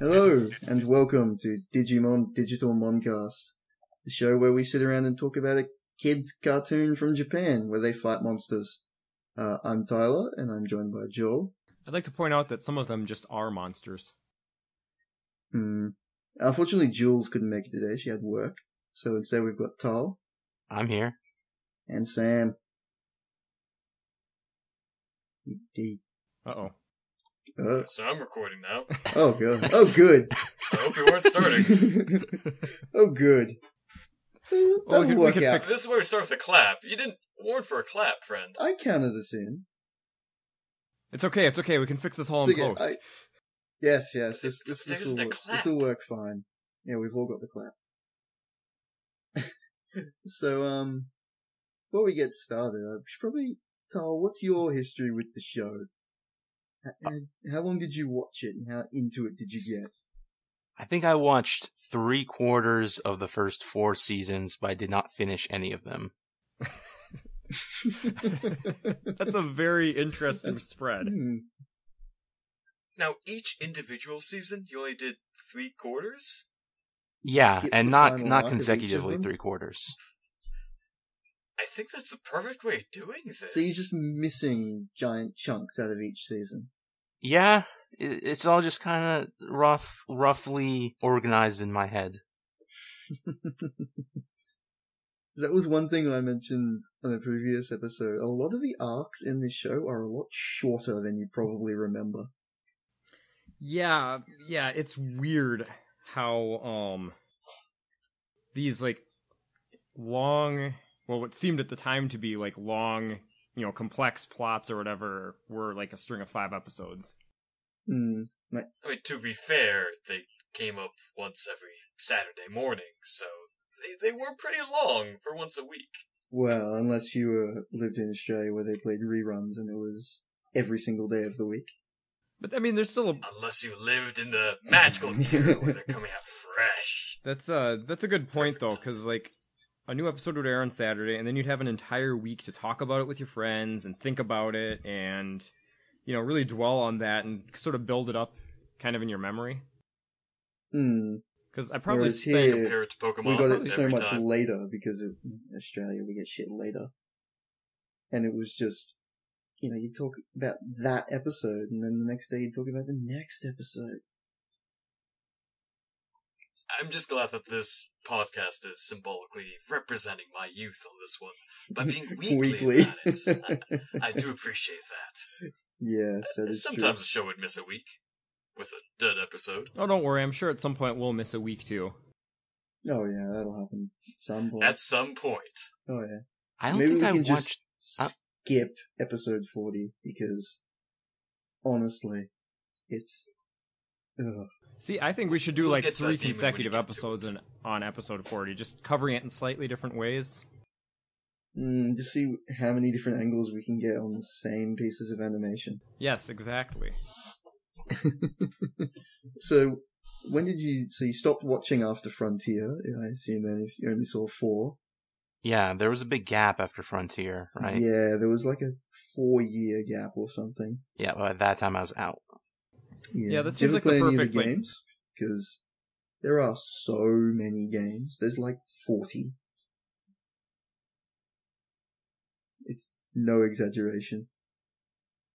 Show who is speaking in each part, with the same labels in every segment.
Speaker 1: Hello, and welcome to Digimon Digital Moncast, the show where we sit around and talk about a kid's cartoon from Japan where they fight monsters. Uh, I'm Tyler, and I'm joined by Joel.
Speaker 2: I'd like to point out that some of them just are monsters.
Speaker 1: Hmm. Unfortunately, Jules couldn't make it today. She had work. So instead, we've got Tal
Speaker 3: I'm here.
Speaker 1: and Sam. He- he-
Speaker 2: Uh oh.
Speaker 1: Oh,
Speaker 4: So I'm recording now.
Speaker 1: oh, God. Oh, good.
Speaker 4: I hope you weren't starting.
Speaker 1: oh, good. That'll
Speaker 2: we could- we
Speaker 1: work
Speaker 2: could
Speaker 1: out.
Speaker 2: fix
Speaker 4: this is where we start with a clap. You didn't warn for a clap, friend.
Speaker 1: I counted this in.
Speaker 2: It's okay, it's okay, we can fix this all in
Speaker 1: It's okay,
Speaker 2: post.
Speaker 1: I- Yes, yes. This
Speaker 4: It's-
Speaker 1: this
Speaker 4: there's
Speaker 1: this will,
Speaker 4: the
Speaker 1: work,
Speaker 4: clap.
Speaker 1: this will work fine. Yeah, we've all got the clap. so, um, before we get started, I should probably tell what's your history with the show. H- and How long did you watch it, and how into it did you get?
Speaker 3: I think I watched three quarters of the first four seasons, but I did not finish any of them.
Speaker 2: That's a very interesting
Speaker 1: That's-
Speaker 2: spread.
Speaker 1: Hmm.
Speaker 4: Now, each individual season, you only did three quarters?
Speaker 3: Yeah,
Speaker 1: Skip
Speaker 3: and
Speaker 1: the
Speaker 3: not
Speaker 1: final arc
Speaker 3: not
Speaker 1: of each of
Speaker 3: consecutively
Speaker 1: them?
Speaker 3: three quarters.
Speaker 4: I think that's the perfect way of doing this.
Speaker 1: So you're just missing giant chunks out of each season.
Speaker 3: Yeah, i- it's all just kind of rough, roughly organized in my head.
Speaker 1: That was one thing I mentioned on a previous episode. A lot of the arcs in this show are a lot shorter than you probably remember.
Speaker 2: Yeah, yeah, it's weird how um these like long well what seemed at the time to be like long, you know, complex plots or whatever were like a string of five episodes.
Speaker 1: Hmm.
Speaker 4: I mean, to be fair, they came up once every Saturday morning, so they, they were pretty long for once a week.
Speaker 1: Well, unless you uh, lived in Australia where they played reruns and it was every single day of the week.
Speaker 2: But I mean there's still a
Speaker 4: Unless you lived in the magical era where they're coming out fresh.
Speaker 2: That's uh that's a good point though, 'cause though, because like a new episode would air on Saturday, and then you'd have an entire week to talk about it with your friends and think about it, and you know really dwell on that and sort of build it up, kind of in your memory.
Speaker 1: Hmm.
Speaker 2: Because I probably
Speaker 1: Whereas
Speaker 2: spent
Speaker 1: here-
Speaker 4: Compare it to Pokemon
Speaker 1: we got
Speaker 4: every
Speaker 1: it so much
Speaker 4: time.
Speaker 1: later because of in Australia we get shit later. And it was just, you know, you talk about that episode and then the next day you talk about the next episode.
Speaker 4: I'm just glad that this podcast is symbolically representing my youth on this one by being weekly, about it. I, I do appreciate that.
Speaker 1: yes, that is
Speaker 4: Sometimes the show would miss a week with a dead episode.
Speaker 2: oh don't worry, I'm sure at some point we'll miss a week too.
Speaker 1: true. Oh yeah, that'll happen at some point.
Speaker 4: At some point,
Speaker 1: Oh yeah.
Speaker 3: I don't
Speaker 1: Maybe
Speaker 3: think
Speaker 1: we can
Speaker 3: I watched. uh,
Speaker 1: just
Speaker 3: I-
Speaker 1: skip episode forty because honestly, it's ugh.
Speaker 2: See, I think we should do
Speaker 4: We'll
Speaker 2: like
Speaker 4: get to
Speaker 2: three
Speaker 4: that demon when we
Speaker 2: consecutive
Speaker 4: get to
Speaker 2: episodes
Speaker 4: it.
Speaker 2: in, on episode forty, just covering it in slightly different ways.
Speaker 1: Mm, just see how many different angles we can get on the same pieces of animation.
Speaker 2: Yes, exactly.
Speaker 1: So, when did you? So you stopped watching after Frontier? I assume then if you only saw four.
Speaker 3: Yeah, there was a big gap after Frontier, right? Yeah,
Speaker 1: Yeah, there was like a four-year gap or something.
Speaker 3: well, at that time I was out.
Speaker 2: Yeah, that
Speaker 1: Did you ever
Speaker 2: seems like the
Speaker 1: play any of
Speaker 2: perfect, like-
Speaker 1: games because there are so many games. There's like forty. It's no exaggeration.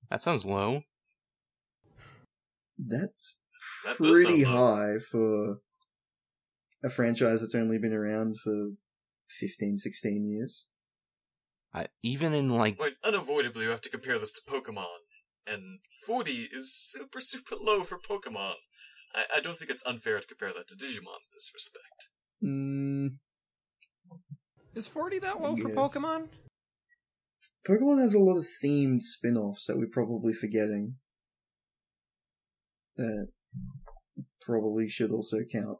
Speaker 3: That sounds low.
Speaker 1: That's
Speaker 4: That does sound
Speaker 1: pretty
Speaker 4: low.
Speaker 1: high for a franchise that's only been around for 15, 16 years.
Speaker 3: I, even in like
Speaker 4: Wait, unavoidably, you have to compare this to Pokemon, and 40 is super, super low for Pokemon. I, I don't think it's unfair to compare that to Digimon in this respect.
Speaker 1: Mm,
Speaker 2: Is forty that low for
Speaker 1: Yes.
Speaker 2: Pokemon?
Speaker 1: Pokemon has a lot of themed spin offs that we're probably forgetting. That probably should also count.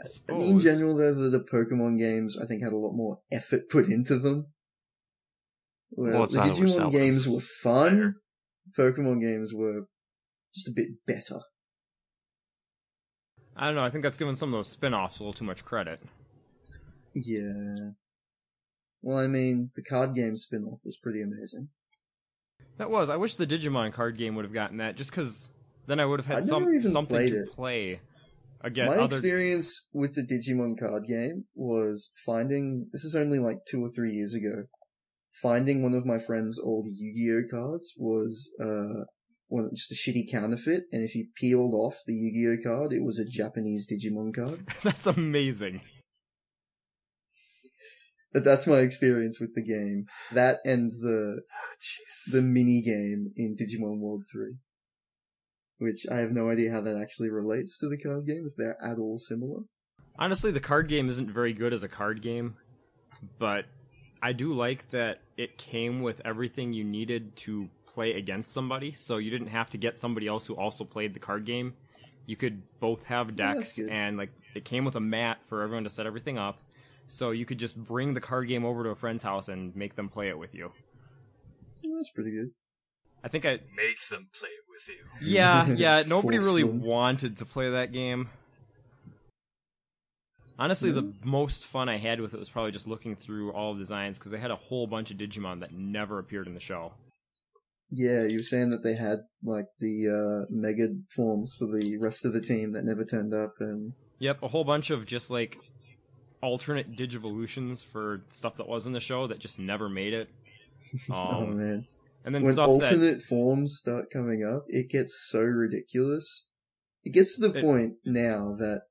Speaker 2: I
Speaker 1: In
Speaker 3: Oh,
Speaker 2: suppose.
Speaker 1: general, though, the, the Pokemon games I think had a lot more effort put into them. Where
Speaker 3: Well, it's
Speaker 1: the
Speaker 3: not that we're
Speaker 1: Digimon
Speaker 3: selling
Speaker 1: games
Speaker 4: this
Speaker 1: were
Speaker 4: is
Speaker 1: fun. Pokemon games were just a bit better.
Speaker 2: I don't know. I think that's giving some of those spin-offs a little too much credit.
Speaker 1: Yeah. Well, I mean, the card game spin-off was pretty amazing.
Speaker 2: That was. I wish the Digimon card game would have gotten that, just because then I would have
Speaker 1: I
Speaker 2: had
Speaker 1: never
Speaker 2: some
Speaker 1: even
Speaker 2: something
Speaker 1: played
Speaker 2: to
Speaker 1: it.
Speaker 2: play. Again,
Speaker 1: My
Speaker 2: other
Speaker 1: experience with the Digimon card game was finding this is only like two or three years ago. Finding one of my friend's old Yu-Gi-Oh cards was uh one just a shitty counterfeit, and if you peeled off the Yu-Gi-Oh card, it was a Japanese Digimon card.
Speaker 2: that's amazing.
Speaker 1: But that's my experience with the game. That and the
Speaker 4: Ah, Jesus.
Speaker 1: the mini game in Digimon World 3. Which I have no idea how that actually relates to the card game, if they're at all similar.
Speaker 2: Honestly, the card game isn't very good as a card game, but I do like that it came with everything you needed to play against somebody, so you didn't have to get somebody else who also played the card game. You could both have
Speaker 1: Yeah, that's
Speaker 2: decks,
Speaker 1: good.
Speaker 2: and like it came with a mat for everyone to set everything up, so you could just bring the card game over to a friend's house and make them play it with you.
Speaker 1: Yeah, that's pretty good.
Speaker 2: I think I
Speaker 4: Make them play it with you.
Speaker 2: Yeah, yeah. Nobody
Speaker 1: Force
Speaker 2: really
Speaker 1: them.
Speaker 2: wanted to play that game. Honestly,
Speaker 1: No?
Speaker 2: the most fun I had with it was probably just looking through all of the designs because they had a whole bunch of Digimon that never appeared in the show.
Speaker 1: Yeah, you were saying that they had, like, the uh, mega forms for the rest of the team that never turned up, and
Speaker 2: Yep, a whole bunch of just like alternate Digivolutions for stuff that was in the show that just never made it.
Speaker 1: oh
Speaker 2: Um,
Speaker 1: man.
Speaker 2: and then
Speaker 1: When
Speaker 2: stuff that
Speaker 1: alternate forms start coming up, it gets so ridiculous. It gets to the
Speaker 2: It-
Speaker 1: point now that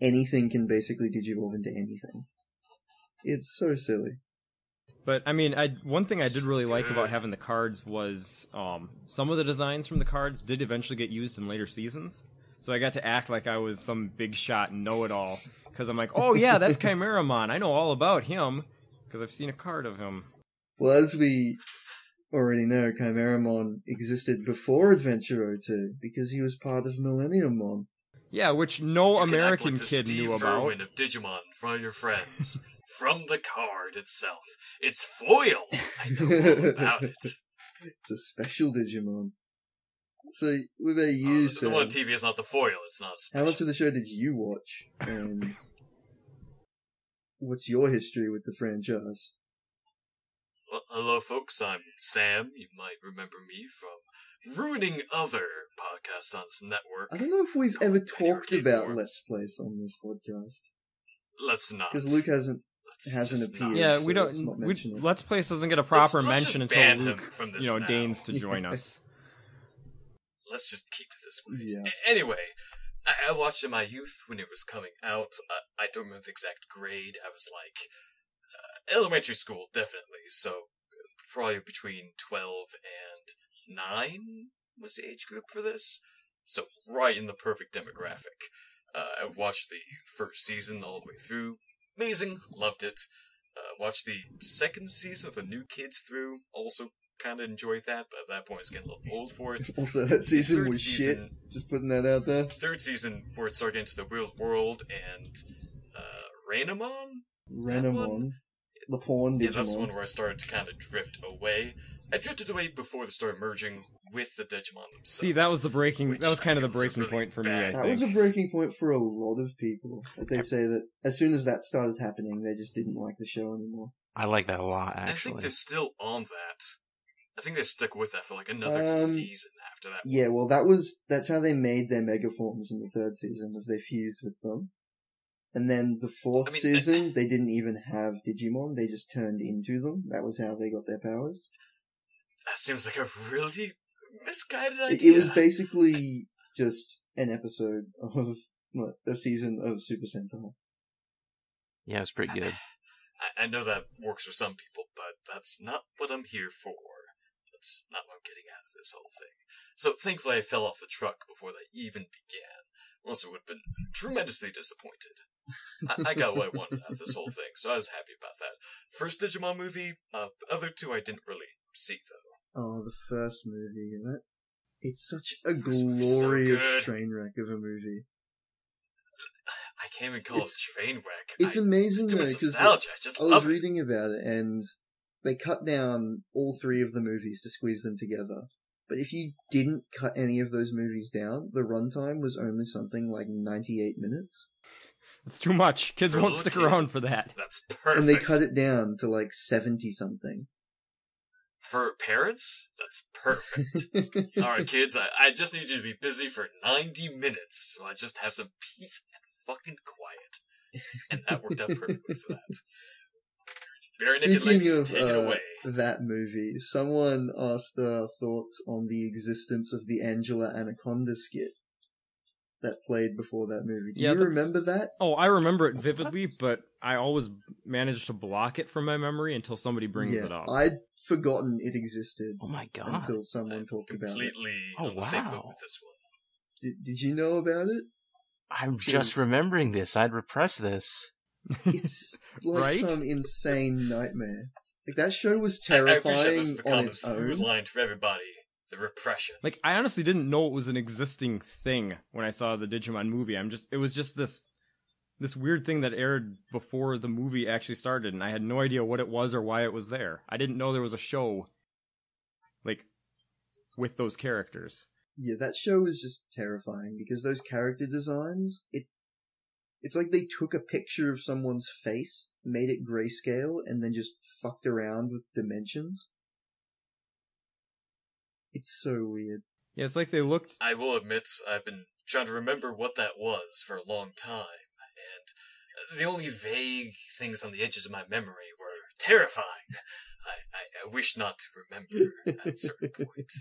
Speaker 1: anything can basically digivolve into anything. It's so silly.
Speaker 2: But I mean, I one thing I did really like about
Speaker 4: Good.
Speaker 2: having the cards was um, some of the designs from the cards did eventually get used in later seasons. So I got to act like I was some big shot know-it-all because I'm like, oh yeah, that's Chimeramon. I know all about him because I've seen a card of him.
Speaker 1: Well, as we already know, Chimeramon existed before Adventure 02 because he was part of Millenniummon.
Speaker 2: Yeah, which no
Speaker 4: You can act
Speaker 2: American
Speaker 4: like the
Speaker 2: kid
Speaker 4: Steve
Speaker 2: knew about.
Speaker 4: Irwin of Digimon in front of your friends. From the card itself. It's foil! I know all about it.
Speaker 1: It's a special Digimon. So, what
Speaker 2: Oh,
Speaker 1: about
Speaker 4: Uh,
Speaker 1: you,
Speaker 4: the- the one on
Speaker 1: Sam?
Speaker 4: TV is not the foil, it's not
Speaker 1: How
Speaker 4: special.
Speaker 1: much of the show did you watch? And what's your history with the franchise?
Speaker 4: Well, hello, folks. I'm Sam. You might remember me from ruining other podcasts on this network.
Speaker 1: I don't know if we've ever talked
Speaker 4: Arcade
Speaker 1: about
Speaker 4: Wars.
Speaker 1: Let's Plays on this podcast.
Speaker 4: Let's not.
Speaker 1: Because Luke hasn't.
Speaker 4: Let's
Speaker 1: hasn't
Speaker 4: just
Speaker 1: appeared.
Speaker 4: not.
Speaker 2: yeah,
Speaker 1: so
Speaker 2: we
Speaker 1: let's not
Speaker 2: don't. We,
Speaker 1: mention it.
Speaker 2: Let's Place doesn't get a proper
Speaker 4: let's just
Speaker 2: mention
Speaker 4: ban
Speaker 2: until
Speaker 4: him
Speaker 2: Luke,
Speaker 4: from this
Speaker 2: you know,
Speaker 4: now.
Speaker 2: deigns to join us.
Speaker 4: Let's just keep it this way.
Speaker 1: Yeah.
Speaker 4: A- Anyway, I-, I watched in my youth when it was coming out. I, I don't remember the exact grade. I was like uh, elementary school, definitely. So probably between twelve and nine was the age group for this. So right in the perfect demographic. Uh, I've watched the first season all the way through. Amazing, loved it. Uh, watched the second season of the new kids through. Also kind of enjoyed that, but at that point I was getting a little old for it.
Speaker 1: Also, that season
Speaker 4: Third
Speaker 1: was
Speaker 4: season,
Speaker 1: shit. Just putting that out there.
Speaker 4: third season where it started getting into the real world and uh Rainamon?
Speaker 1: Renamon. The porn Digimon.
Speaker 4: Yeah, that's the one where I started to kind of drift away. I drifted away before they started merging with the Digimon themselves.
Speaker 2: See, that was the breaking.
Speaker 4: Which
Speaker 2: That was
Speaker 4: I
Speaker 2: kind of the
Speaker 4: feel is a
Speaker 2: breaking
Speaker 4: really
Speaker 2: point for
Speaker 4: bad-
Speaker 2: me. I
Speaker 1: That was a
Speaker 2: think.
Speaker 1: breaking point for a lot of people. Like they say that as soon as that started happening, they just didn't like the show anymore.
Speaker 3: I like that a lot,
Speaker 4: And I think
Speaker 3: actually.
Speaker 4: they're still on that. I think they stuck with that for like another
Speaker 1: Um,
Speaker 4: season after that.
Speaker 1: Yeah, well, that was that's how they made their mega forms in the third season was they fused with them, and then the fourth
Speaker 4: I mean,
Speaker 1: season they didn't even have Digimon; they just turned into them. That was how they got their powers.
Speaker 4: That seems like a really misguided
Speaker 1: It,
Speaker 4: idea.
Speaker 1: it was basically just an episode of like, a season of Super Sentai.
Speaker 3: yeah, it's pretty good.
Speaker 4: I, I know that works for some people, but that's not what I'm here for. That's not what I'm getting out of this whole thing. So thankfully I fell off the truck before they even began. Also would have been tremendously disappointed. I, I got what I wanted out of this whole thing, so I was happy about that. First Digimon movie, uh, other two I didn't really see though.
Speaker 1: Oh, the first movie. That it's such a
Speaker 4: First movie's so
Speaker 1: glorious
Speaker 4: good.
Speaker 1: train wreck of a movie.
Speaker 4: I can't even call
Speaker 1: It's-
Speaker 4: it a train wreck.
Speaker 1: It's
Speaker 4: I,
Speaker 1: amazing
Speaker 4: it's too
Speaker 1: though,
Speaker 4: much
Speaker 1: 'cause the-
Speaker 4: nostalgia. I just
Speaker 1: I was
Speaker 4: love it.
Speaker 1: reading about it, and they cut down all three of the movies to squeeze them together. But if you didn't cut any of those movies down, the runtime was only something like 98 minutes.
Speaker 2: It's too much. Kids
Speaker 4: For
Speaker 2: won't stick
Speaker 4: looking.
Speaker 2: around for that.
Speaker 4: That's perfect.
Speaker 1: And they cut it down to like 70 something.
Speaker 4: for parents. That's perfect. All right, kids, I, I just need you to be busy for 90 minutes so I just have some peace and fucking quiet. And that worked out perfectly for that. Bare naked
Speaker 1: Speaking
Speaker 4: ladies,
Speaker 1: of,
Speaker 4: take it
Speaker 1: uh,
Speaker 4: away.
Speaker 1: that movie, someone asked our thoughts on the existence of the Angela Anaconda skit that played before that movie. Do
Speaker 2: Yeah,
Speaker 1: you
Speaker 2: that's-
Speaker 1: remember that?
Speaker 2: Oh, I remember it vividly,
Speaker 3: What?
Speaker 2: but I always manage to block it from my memory until somebody brings
Speaker 1: yeah,
Speaker 2: it up.
Speaker 1: I'd forgotten it existed
Speaker 3: Oh my god.
Speaker 1: until someone talked about it.
Speaker 4: Completely
Speaker 3: Oh,
Speaker 4: on the same boat
Speaker 3: wow.
Speaker 4: with this one.
Speaker 1: Did, did you know about it?
Speaker 3: I'm just
Speaker 1: Jeez.
Speaker 3: remembering this. I'd repress this.
Speaker 1: It's like
Speaker 2: Right?
Speaker 1: some insane nightmare. Like that show was
Speaker 4: I- I, appreciate
Speaker 1: terrifying
Speaker 4: this is the
Speaker 1: on
Speaker 4: common
Speaker 1: its own.
Speaker 4: food line for everybody. The repression.
Speaker 2: like I honestly didn't know it was an existing thing when I saw the Digimon movie. I'm just it was just this this weird thing that aired before the movie actually started and I had no idea what it was or why it was there. I didn't know there was a show like with those characters.
Speaker 1: Yeah, that show was just terrifying because those character designs, it it's like they took a picture of someone's face, made it grayscale, and then just fucked around with dimensions. It's so weird.
Speaker 2: Yeah, it's like they looked
Speaker 4: I will admit, I've been trying to remember what that was for a long time, and the only vague things on the edges of my memory were terrifying. I, I, I wish not to remember at a certain point.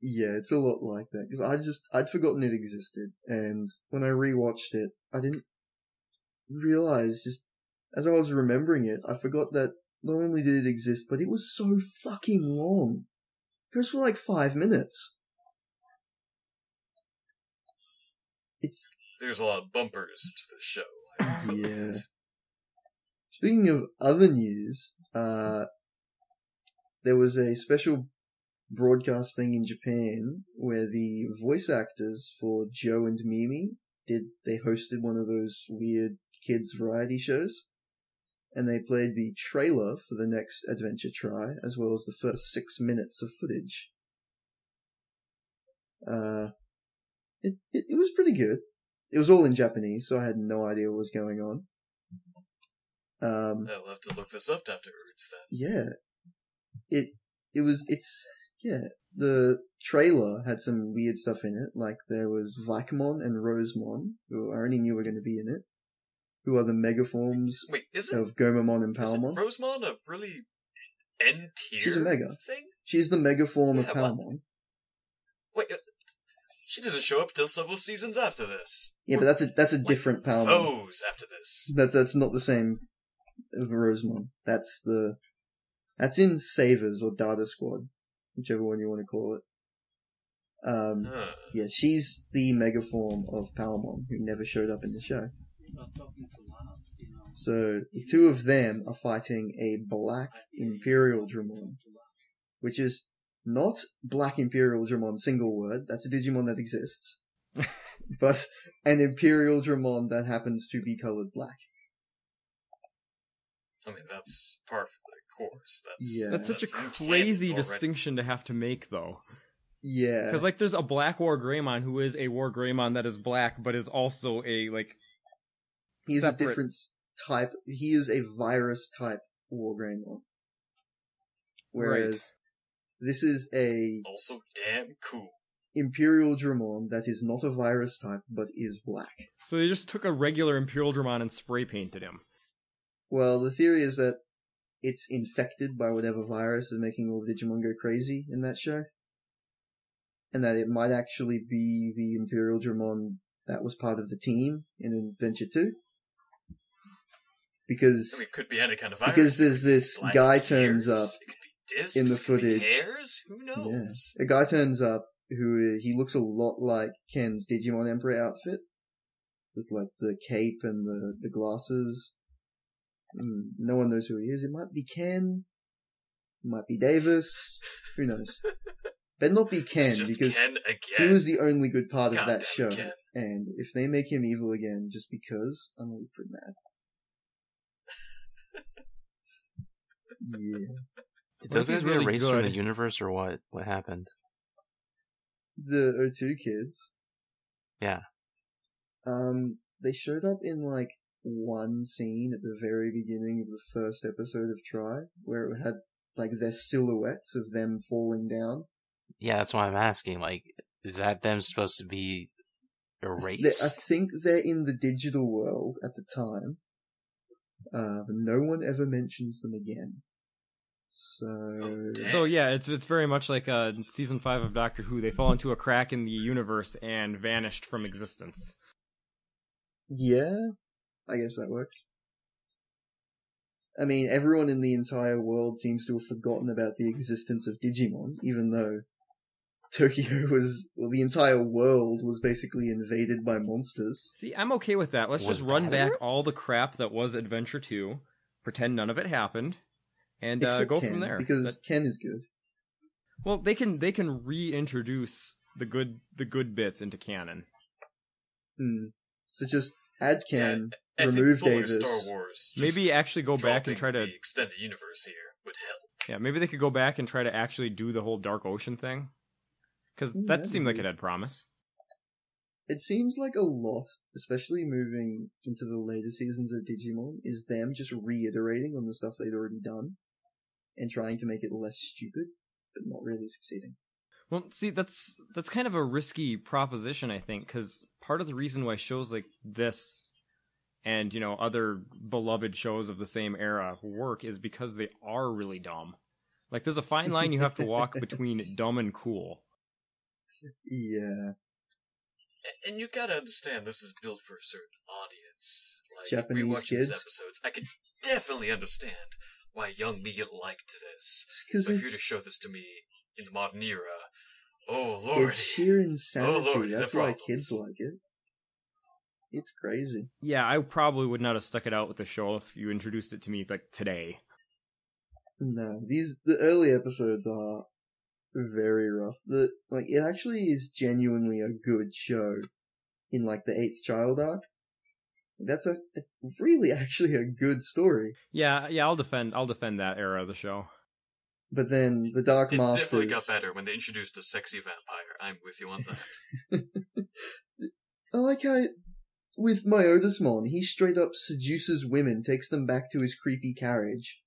Speaker 1: Yeah, it's a lot like that because I just I'd forgotten it existed, and when I rewatched it, I didn't realize just as I was remembering it, I forgot that not only did it exist, but it was so fucking long. It goes for like five minutes. It's
Speaker 4: There's a lot of bumpers to the show.
Speaker 1: yeah. Speaking of other news, uh, there was a special broadcast thing in Japan where the voice actors for Joe and Mimi did they hosted one of those weird kids variety shows, and they played the trailer for the next Adventure Try as well as the first six minutes of footage. Uh, it it, it was pretty good. It was all in Japanese, so I had no idea what was going on. Um,
Speaker 4: I'll have to look this up afterwards then.
Speaker 1: yeah it it was it's yeah the trailer had some weird stuff in it like there was Vicmon and Rosemon who I already knew were going to be in it who are the megaforms
Speaker 4: Wait, isn't,
Speaker 1: of Gomamon and
Speaker 4: isn't
Speaker 1: Palmon
Speaker 4: Rosemon a really N tier
Speaker 1: She's a mega.
Speaker 4: thing?
Speaker 1: she's the megaform of
Speaker 4: Yeah, what?
Speaker 1: Palmon
Speaker 4: Wait, uh, she doesn't show up till several seasons after this.
Speaker 1: yeah but that's a that's a
Speaker 4: Like,
Speaker 1: different Palmon
Speaker 4: Foes after this.
Speaker 1: that's that's not the same of Rosemon that's the that's in Savers or Data Squad whichever one you want to call it um
Speaker 4: Huh.
Speaker 1: Yeah, she's the mega form of Palmon, who never showed up in the show. So the two of them are fighting a black Imperial Dramon, which is not Black Imperial Dramon single word. That's a Digimon that exists, but an Imperial Dramon that happens to be colored black.
Speaker 4: I mean, that's par for the course. That's
Speaker 1: Yeah.
Speaker 2: that's such a
Speaker 4: uncanny
Speaker 2: crazy
Speaker 4: already.
Speaker 2: distinction to have to make though.
Speaker 1: Yeah,
Speaker 2: Because like there's a black war Greymon who is a war Greymon that is black but is also a like
Speaker 1: he's
Speaker 2: separate
Speaker 1: a different s- type. He is a virus type Wargreymon, whereas this is a
Speaker 4: Also, damn cool.
Speaker 1: Imperial Dramon that is not a virus type but is black.
Speaker 2: So they just took a regular Imperial Dramon and spray painted him.
Speaker 1: Well, the theory is that it's infected by whatever virus is making all the Digimon go crazy in that show. And that it might actually be the Imperial Dramon that was part of the team in Adventure 2. Because
Speaker 4: I mean, it could be any kind of virus.
Speaker 1: because there's
Speaker 4: It could be
Speaker 1: this
Speaker 4: black
Speaker 1: guy
Speaker 4: ears,
Speaker 1: turns up
Speaker 4: It could be discs,
Speaker 1: in the
Speaker 4: it could be
Speaker 1: footage.
Speaker 4: hairs. Who knows?
Speaker 1: A guy turns up who he looks a lot like Ken's Digimon Emperor outfit, with like the cape and the, the glasses. Mm, no one knows who he is. It might be Ken. It might be Davis. Who knows? Better not be Ken
Speaker 4: it's just
Speaker 1: because
Speaker 4: Ken again.
Speaker 1: he was the only good part of
Speaker 4: God
Speaker 1: that
Speaker 4: damn
Speaker 1: show.
Speaker 4: it, Ken.
Speaker 1: And if they make him evil again just because, I'm gonna be pretty mad. yeah.
Speaker 3: Did
Speaker 2: What if
Speaker 3: those guys
Speaker 2: he's
Speaker 3: get
Speaker 2: really
Speaker 3: erased from the
Speaker 2: good?
Speaker 3: universe or what? What happened?
Speaker 1: The O2 kids.
Speaker 3: Yeah.
Speaker 1: Um, they showed up in like one scene at the very beginning of the first episode of Try, where it had like their silhouettes of them falling down.
Speaker 3: Yeah, that's why I'm asking. Like, is that them supposed to be
Speaker 1: They- I
Speaker 3: erased?
Speaker 1: think they're in the digital world at the time.
Speaker 3: Oh,
Speaker 1: Uh, but no one ever mentions them again. So,
Speaker 4: Oh, damn.
Speaker 2: So yeah, it's it's very much like uh, season five of Doctor Who. They fall into a crack in the universe and vanished from existence.
Speaker 1: yeah, I guess that works. I mean, everyone in the entire world seems to have forgotten about the existence of Digimon, even though Tokyo was, well, the entire world was basically invaded by monsters.
Speaker 2: See, I'm okay with that. Let's
Speaker 3: Was
Speaker 2: just run
Speaker 3: that
Speaker 2: back
Speaker 3: it?
Speaker 2: all the crap that was Adventure Two, pretend none of it happened, and uh,
Speaker 1: Except
Speaker 2: go
Speaker 1: Ken,
Speaker 2: from there.
Speaker 1: Because
Speaker 2: That-
Speaker 1: Ken is good.
Speaker 2: well, they can they can reintroduce the good the good bits into canon.
Speaker 1: Hmm. So just add Ken.
Speaker 4: I think
Speaker 1: remove
Speaker 4: Fuller
Speaker 1: Davis.
Speaker 4: Star Wars. just
Speaker 2: Maybe actually go back and
Speaker 4: dropping
Speaker 2: try to
Speaker 4: the extended universe here would help.
Speaker 2: yeah maybe they could go back and try to actually do the whole Dark Ocean thing because
Speaker 1: Ooh,
Speaker 2: that
Speaker 1: that'd
Speaker 2: seemed
Speaker 1: be-
Speaker 2: like it had promise.
Speaker 1: It seems like a lot, especially moving into the later seasons of Digimon, is them just reiterating on the stuff they'd already done and trying to make it less stupid, but not really succeeding.
Speaker 2: Well, see, that's that's kind of a risky proposition, I think, because part of the reason why shows like this and you know other beloved shows of the same era work is because they are really dumb. Like, there's a fine line you have to walk between dumb and cool.
Speaker 1: Yeah.
Speaker 4: A- And you gotta understand, this is built for a certain audience. Like
Speaker 1: Japanese
Speaker 4: rewatching
Speaker 1: kids?
Speaker 4: these episodes, I could definitely understand why young me liked this.
Speaker 1: Because
Speaker 4: But if you were
Speaker 1: it's,
Speaker 4: to show this to me in the modern era, oh lord,
Speaker 1: it's sheer insanity.
Speaker 4: Lordy, the
Speaker 1: That's why
Speaker 4: problems.
Speaker 1: kids like it. It's crazy.
Speaker 2: Yeah, I probably would not have stuck it out with the show if you introduced it to me like today.
Speaker 1: No, these, the early episodes are very rough. The, like, it actually is genuinely a good show in, like, the Eighth Child arc. That's a, a really actually a good story.
Speaker 2: Yeah, yeah, I'll defend I'll defend that era of the show.
Speaker 1: But then the Dark
Speaker 4: it
Speaker 1: Masters.
Speaker 4: definitely got better when they introduced a sexy vampire. I'm with you on that.
Speaker 1: I like how, it- with Myotismon, he straight up seduces women, takes them back to his creepy carriage,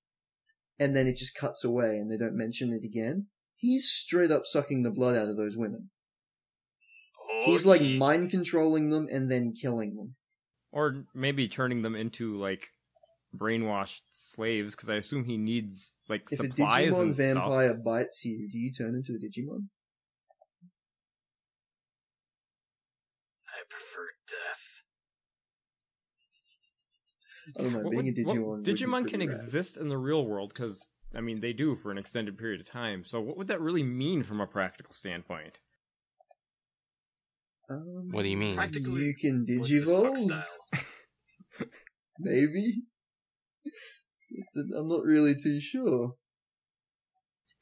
Speaker 1: and then it just cuts away and they don't mention it again. He's straight up sucking the blood out of those women.
Speaker 4: Oh,
Speaker 1: He's like
Speaker 4: yeah.
Speaker 1: mind controlling them and then killing them.
Speaker 2: Or maybe turning them into like brainwashed slaves because I assume he needs like
Speaker 1: If a
Speaker 2: supplies
Speaker 1: Digimon
Speaker 2: and
Speaker 1: vampire
Speaker 2: stuff.
Speaker 1: bites you, do you turn into a Digimon?
Speaker 4: I prefer death.
Speaker 1: I don't know.
Speaker 2: What
Speaker 1: being
Speaker 2: would-
Speaker 1: a Digimon.
Speaker 2: what-
Speaker 1: would be
Speaker 2: Digimon can
Speaker 1: pretty rad.
Speaker 2: exist in the real world because I mean they do for an extended period of time. So what would that really mean from a practical standpoint?
Speaker 1: Um,
Speaker 3: What do you mean?
Speaker 4: Practically,
Speaker 1: You can
Speaker 4: What's this fuck
Speaker 1: digivolve.
Speaker 4: style?
Speaker 1: Maybe. I'm not really too sure.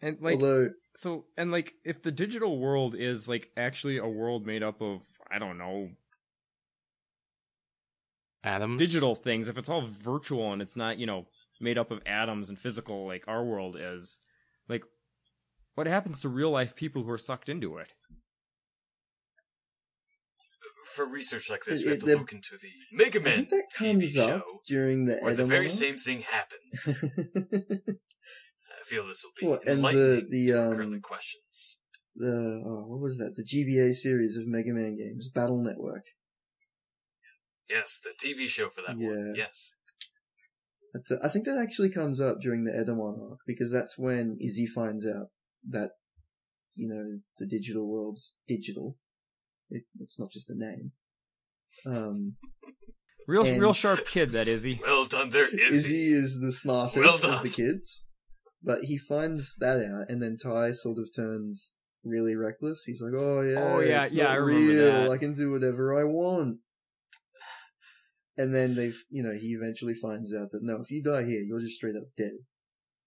Speaker 2: And like
Speaker 1: Although
Speaker 2: so and like if the digital world is like actually a world made up of I don't know
Speaker 3: Adams?
Speaker 2: digital things, if it's all virtual and it's not you know made up of atoms and physical like our world is, like what happens to real life people who are sucked into it?
Speaker 4: For research like this,
Speaker 1: It-
Speaker 4: we
Speaker 1: it-
Speaker 4: have to
Speaker 1: the-
Speaker 4: look into the Mega
Speaker 1: I
Speaker 4: Man
Speaker 1: think that
Speaker 4: TV
Speaker 1: comes up
Speaker 4: show,
Speaker 1: during the
Speaker 4: where the very
Speaker 1: Edomon.
Speaker 4: same thing happens. I feel this will be
Speaker 1: Well, and the-
Speaker 4: enlightening
Speaker 1: the,
Speaker 4: to our
Speaker 1: um,
Speaker 4: curling questions.
Speaker 1: the oh, what was that? The GBA series of Mega Man games, Battle Network.
Speaker 4: Yes, the TV show for that one.
Speaker 1: Yeah.
Speaker 4: Yes.
Speaker 1: That's a- I think that actually comes up during the Edomon arc because that's when Izzy finds out that you know the digital world's digital. It, it's not just a name. Um,
Speaker 2: Real
Speaker 1: And-
Speaker 2: real sharp kid that is he.
Speaker 4: Well done there, Izzy.
Speaker 1: Izzy is the smartest
Speaker 4: Well
Speaker 1: of
Speaker 4: done.
Speaker 1: the kids, but he finds that out, and then Ty sort of turns really reckless. He's like, "Oh yeah,
Speaker 2: Oh, yeah,
Speaker 1: it's
Speaker 2: yeah,
Speaker 1: not
Speaker 2: I remember
Speaker 1: real.
Speaker 2: that."
Speaker 1: I can do whatever I want." And then they've, you know, he eventually finds out that no, if you die here, you're just straight up dead.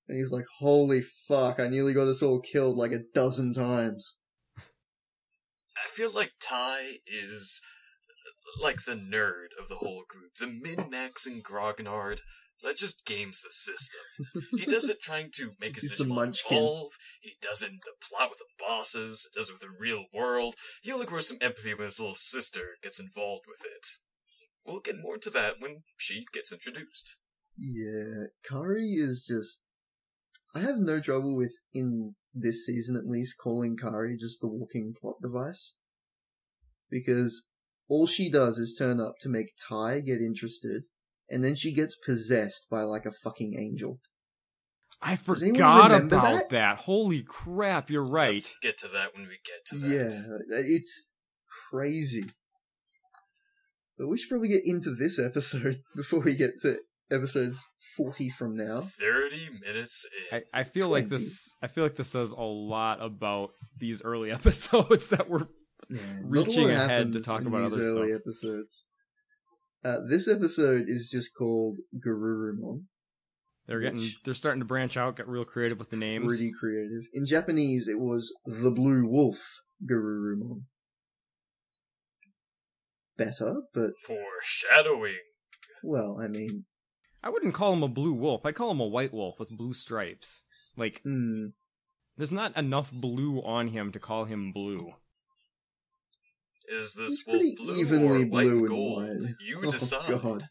Speaker 1: And he's like, holy fuck, I nearly got us all killed like a dozen times.
Speaker 4: I feel like Ty is like the nerd of the whole group, the min-maxing grognard that just games the system. He does it trying to make his
Speaker 1: He's the
Speaker 4: Digimon
Speaker 1: munchkin.
Speaker 4: evolve. He does it in the plot with the bosses. He does it with the real world. He only grows some empathy when his little sister gets involved with it. We'll get more into that when she gets introduced.
Speaker 1: Yeah, Kari is just. I have no trouble with, in this season at least, calling Kari just the walking plot device. Because all she does is turn up to make Ty get interested, and then she gets possessed by like a fucking angel.
Speaker 2: I
Speaker 1: Does anyone
Speaker 2: forgot about
Speaker 1: remember
Speaker 2: that?
Speaker 1: that?
Speaker 2: Holy crap, you're right.
Speaker 4: Let's get to that when we get to
Speaker 1: Yeah,
Speaker 4: that.
Speaker 1: it's crazy. But we should probably get into this episode before we get to episodes 40 from now.
Speaker 4: 30 minutes in.
Speaker 2: I, I feel like this I feel like this says a lot about these early episodes that were
Speaker 1: Yeah, not a
Speaker 2: reaching
Speaker 1: lot
Speaker 2: ahead to
Speaker 1: happens
Speaker 2: talk
Speaker 1: in
Speaker 2: about
Speaker 1: these
Speaker 2: other
Speaker 1: early episodes. Uh, this episode is just called Garurumon.
Speaker 2: they're getting
Speaker 1: Which-
Speaker 2: they're starting to branch out, get real creative with the names.
Speaker 1: Pretty creative. In Japanese, it was The Blue Wolf Garurumon. Better, but
Speaker 4: Foreshadowing.
Speaker 1: well, I mean,
Speaker 2: I wouldn't call him a blue wolf. I'd call him a white wolf with blue stripes. Like
Speaker 1: hmm,
Speaker 2: there's not enough blue on him to call him blue.
Speaker 4: Is
Speaker 1: It's
Speaker 4: this wolf
Speaker 1: pretty
Speaker 4: blue
Speaker 1: evenly
Speaker 4: or white
Speaker 1: blue and
Speaker 4: and gold?
Speaker 1: white.
Speaker 4: You
Speaker 1: Oh,
Speaker 4: decide.
Speaker 1: God.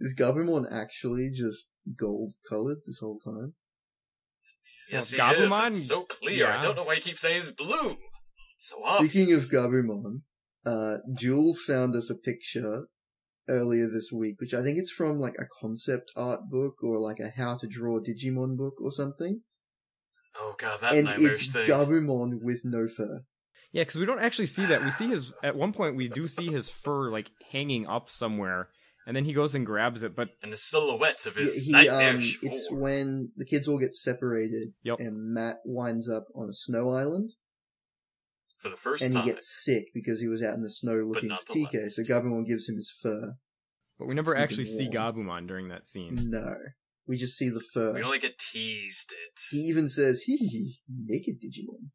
Speaker 1: is Garurumon actually just gold colored this whole time?
Speaker 4: Yes,
Speaker 2: Well,
Speaker 4: he
Speaker 2: Gabumon-
Speaker 4: is. It's so clear.
Speaker 2: yeah.
Speaker 4: I don't know why he keeps saying he's blue. It's So
Speaker 1: Speaking of
Speaker 4: obvious.
Speaker 1: Gabumon, uh, Jules found us a picture earlier this week, which I think it's from like a concept art book or like a how to draw Digimon book or something.
Speaker 4: oh god, that
Speaker 1: and
Speaker 4: nightmarish
Speaker 1: it's
Speaker 4: thing.
Speaker 1: Gabumon with no fur.
Speaker 2: Yeah, because we don't actually see that. We see his at one point we do see his fur like hanging up somewhere, and then he goes and grabs it. But
Speaker 4: and the silhouette of his
Speaker 1: He, he, um,
Speaker 4: nightmarish
Speaker 1: it's
Speaker 4: form.
Speaker 1: when the kids all get separated
Speaker 2: Yep.
Speaker 1: and Matt winds up on a snow island
Speaker 4: for the first
Speaker 1: and
Speaker 4: time.
Speaker 1: he gets sick because he was out in the snow looking
Speaker 4: not
Speaker 1: for
Speaker 4: the
Speaker 1: TK, so
Speaker 4: last.
Speaker 1: Gabumon gives him his fur.
Speaker 2: but we never
Speaker 1: Even Mm,
Speaker 2: actually see
Speaker 1: more.
Speaker 2: Gabumon during that scene.
Speaker 1: No. We just see the fur.
Speaker 4: we only get teased it.
Speaker 1: uh, He even says, hee hee, hee, naked Digimon.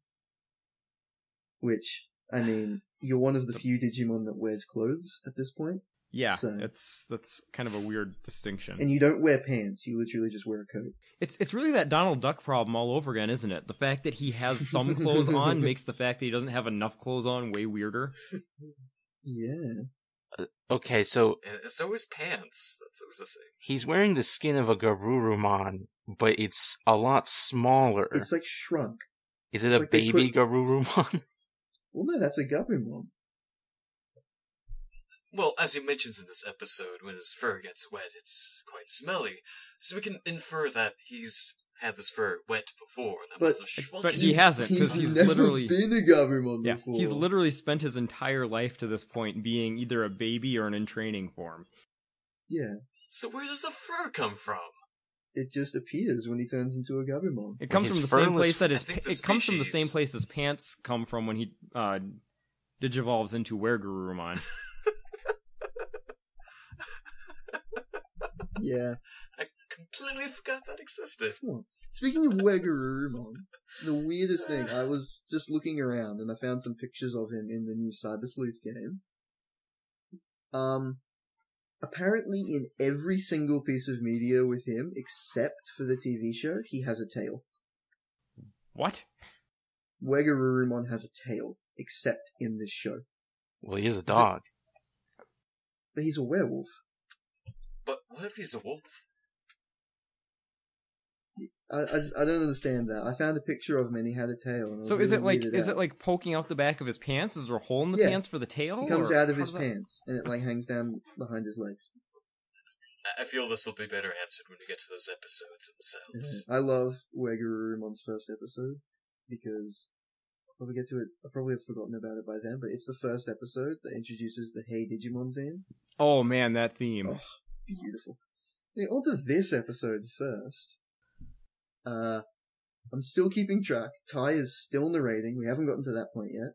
Speaker 1: Which, I mean, you're one of the few Digimon that wears clothes at this point,
Speaker 2: Yeah,
Speaker 1: So-
Speaker 2: it's that's kind of a weird distinction.
Speaker 1: and you don't wear pants, you literally just wear a coat.
Speaker 2: It's it's really that Donald Duck problem all over again, isn't it? The fact that he has some clothes on makes the fact that he doesn't have enough clothes on way weirder.
Speaker 1: Yeah.
Speaker 3: Okay, so
Speaker 4: And it's always pants. That's always the thing.
Speaker 3: he's wearing the skin of a Garurumon, but it's a lot smaller.
Speaker 1: It's like shrunk.
Speaker 3: Is it
Speaker 1: it's
Speaker 3: a
Speaker 1: like they
Speaker 3: baby Garurumon?
Speaker 1: Well, no, that's a Gabumon.
Speaker 4: Well, as he mentions in this episode, when his fur gets wet, it's quite smelly. So we can infer that he's had this fur wet before, and that
Speaker 1: But-
Speaker 4: must have shrunk
Speaker 2: but
Speaker 4: him.
Speaker 2: he hasn't, 'cause he's
Speaker 1: never
Speaker 2: literally-
Speaker 1: been a Gabumon
Speaker 2: Yeah,
Speaker 1: before.
Speaker 2: he's literally spent his entire life to this point being either a baby or an in training form.
Speaker 1: Yeah,
Speaker 4: So where does the fur come from?
Speaker 1: it just appears when he turns into a Gabumon.
Speaker 2: It comes
Speaker 3: his
Speaker 2: from the
Speaker 3: fur
Speaker 2: same
Speaker 3: was-
Speaker 2: place that his
Speaker 4: I think
Speaker 2: pa-
Speaker 4: the
Speaker 2: it comes from the
Speaker 4: species-
Speaker 2: same place his pants come from when he uh, digivolves into Wergurumon.
Speaker 1: Yeah.
Speaker 4: I completely forgot that existed.
Speaker 1: Speaking of Wegarumon, the weirdest thing, I was just looking around and I found some pictures of him in the new Cyber Sleuth game. Um, apparently in every single piece of media with him, except for the TV show, he has a tail.
Speaker 2: what?
Speaker 1: Wegarumon has a tail, except in this show.
Speaker 3: well, he is a dog.
Speaker 1: But he's a werewolf.
Speaker 4: But what if he's a wolf?
Speaker 1: I, I, just- I don't understand that. I found a picture of him and he had a tail. And I was
Speaker 2: So is it
Speaker 1: really
Speaker 2: like
Speaker 1: weirded
Speaker 2: is
Speaker 1: out.
Speaker 2: it like poking out the back of his pants? Is there a hole in the
Speaker 1: Yeah.
Speaker 2: pants for the tail?
Speaker 1: He comes
Speaker 2: or
Speaker 1: out of
Speaker 2: how
Speaker 1: his
Speaker 2: does that-
Speaker 1: pants and it like hangs down behind his legs.
Speaker 4: I- I feel this will be better answered when we get to those episodes themselves.
Speaker 1: I love Wegurumon's first episode because when we get to it, I probably have forgotten about it by then, but it's the first episode that introduces the Hey Digimon theme.
Speaker 2: Oh man, that theme.
Speaker 1: Oh, beautiful. Anyway, on to this episode first. Uh, I'm still keeping track. Ty is still narrating. We haven't gotten to that point yet.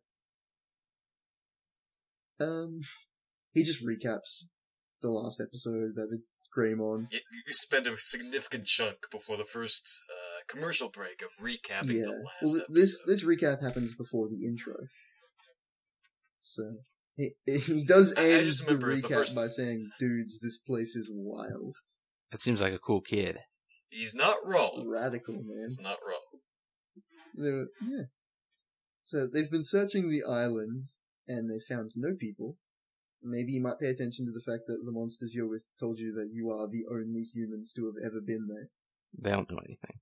Speaker 1: Um, He just recaps the last episode about the Greymon.
Speaker 4: You, you spend a significant chunk before the first uh, commercial break of recapping
Speaker 1: yeah.
Speaker 4: the last
Speaker 1: well, th-
Speaker 4: episode.
Speaker 1: this this recap happens before the intro. So he he does
Speaker 4: I- I
Speaker 1: end
Speaker 4: just
Speaker 1: the
Speaker 4: remember the
Speaker 1: recap
Speaker 4: first-
Speaker 1: by saying, "Dudes, this place is wild,
Speaker 3: That seems like a cool kid.
Speaker 4: He's not
Speaker 1: Oh,
Speaker 4: wrong.
Speaker 1: radical, man."
Speaker 4: He's not wrong.
Speaker 1: They were- yeah. So they've been searching the island and they found no people. Maybe you might pay attention to the fact that the monsters you're with told you that you are the only humans to have ever been there.
Speaker 3: They don't know anything.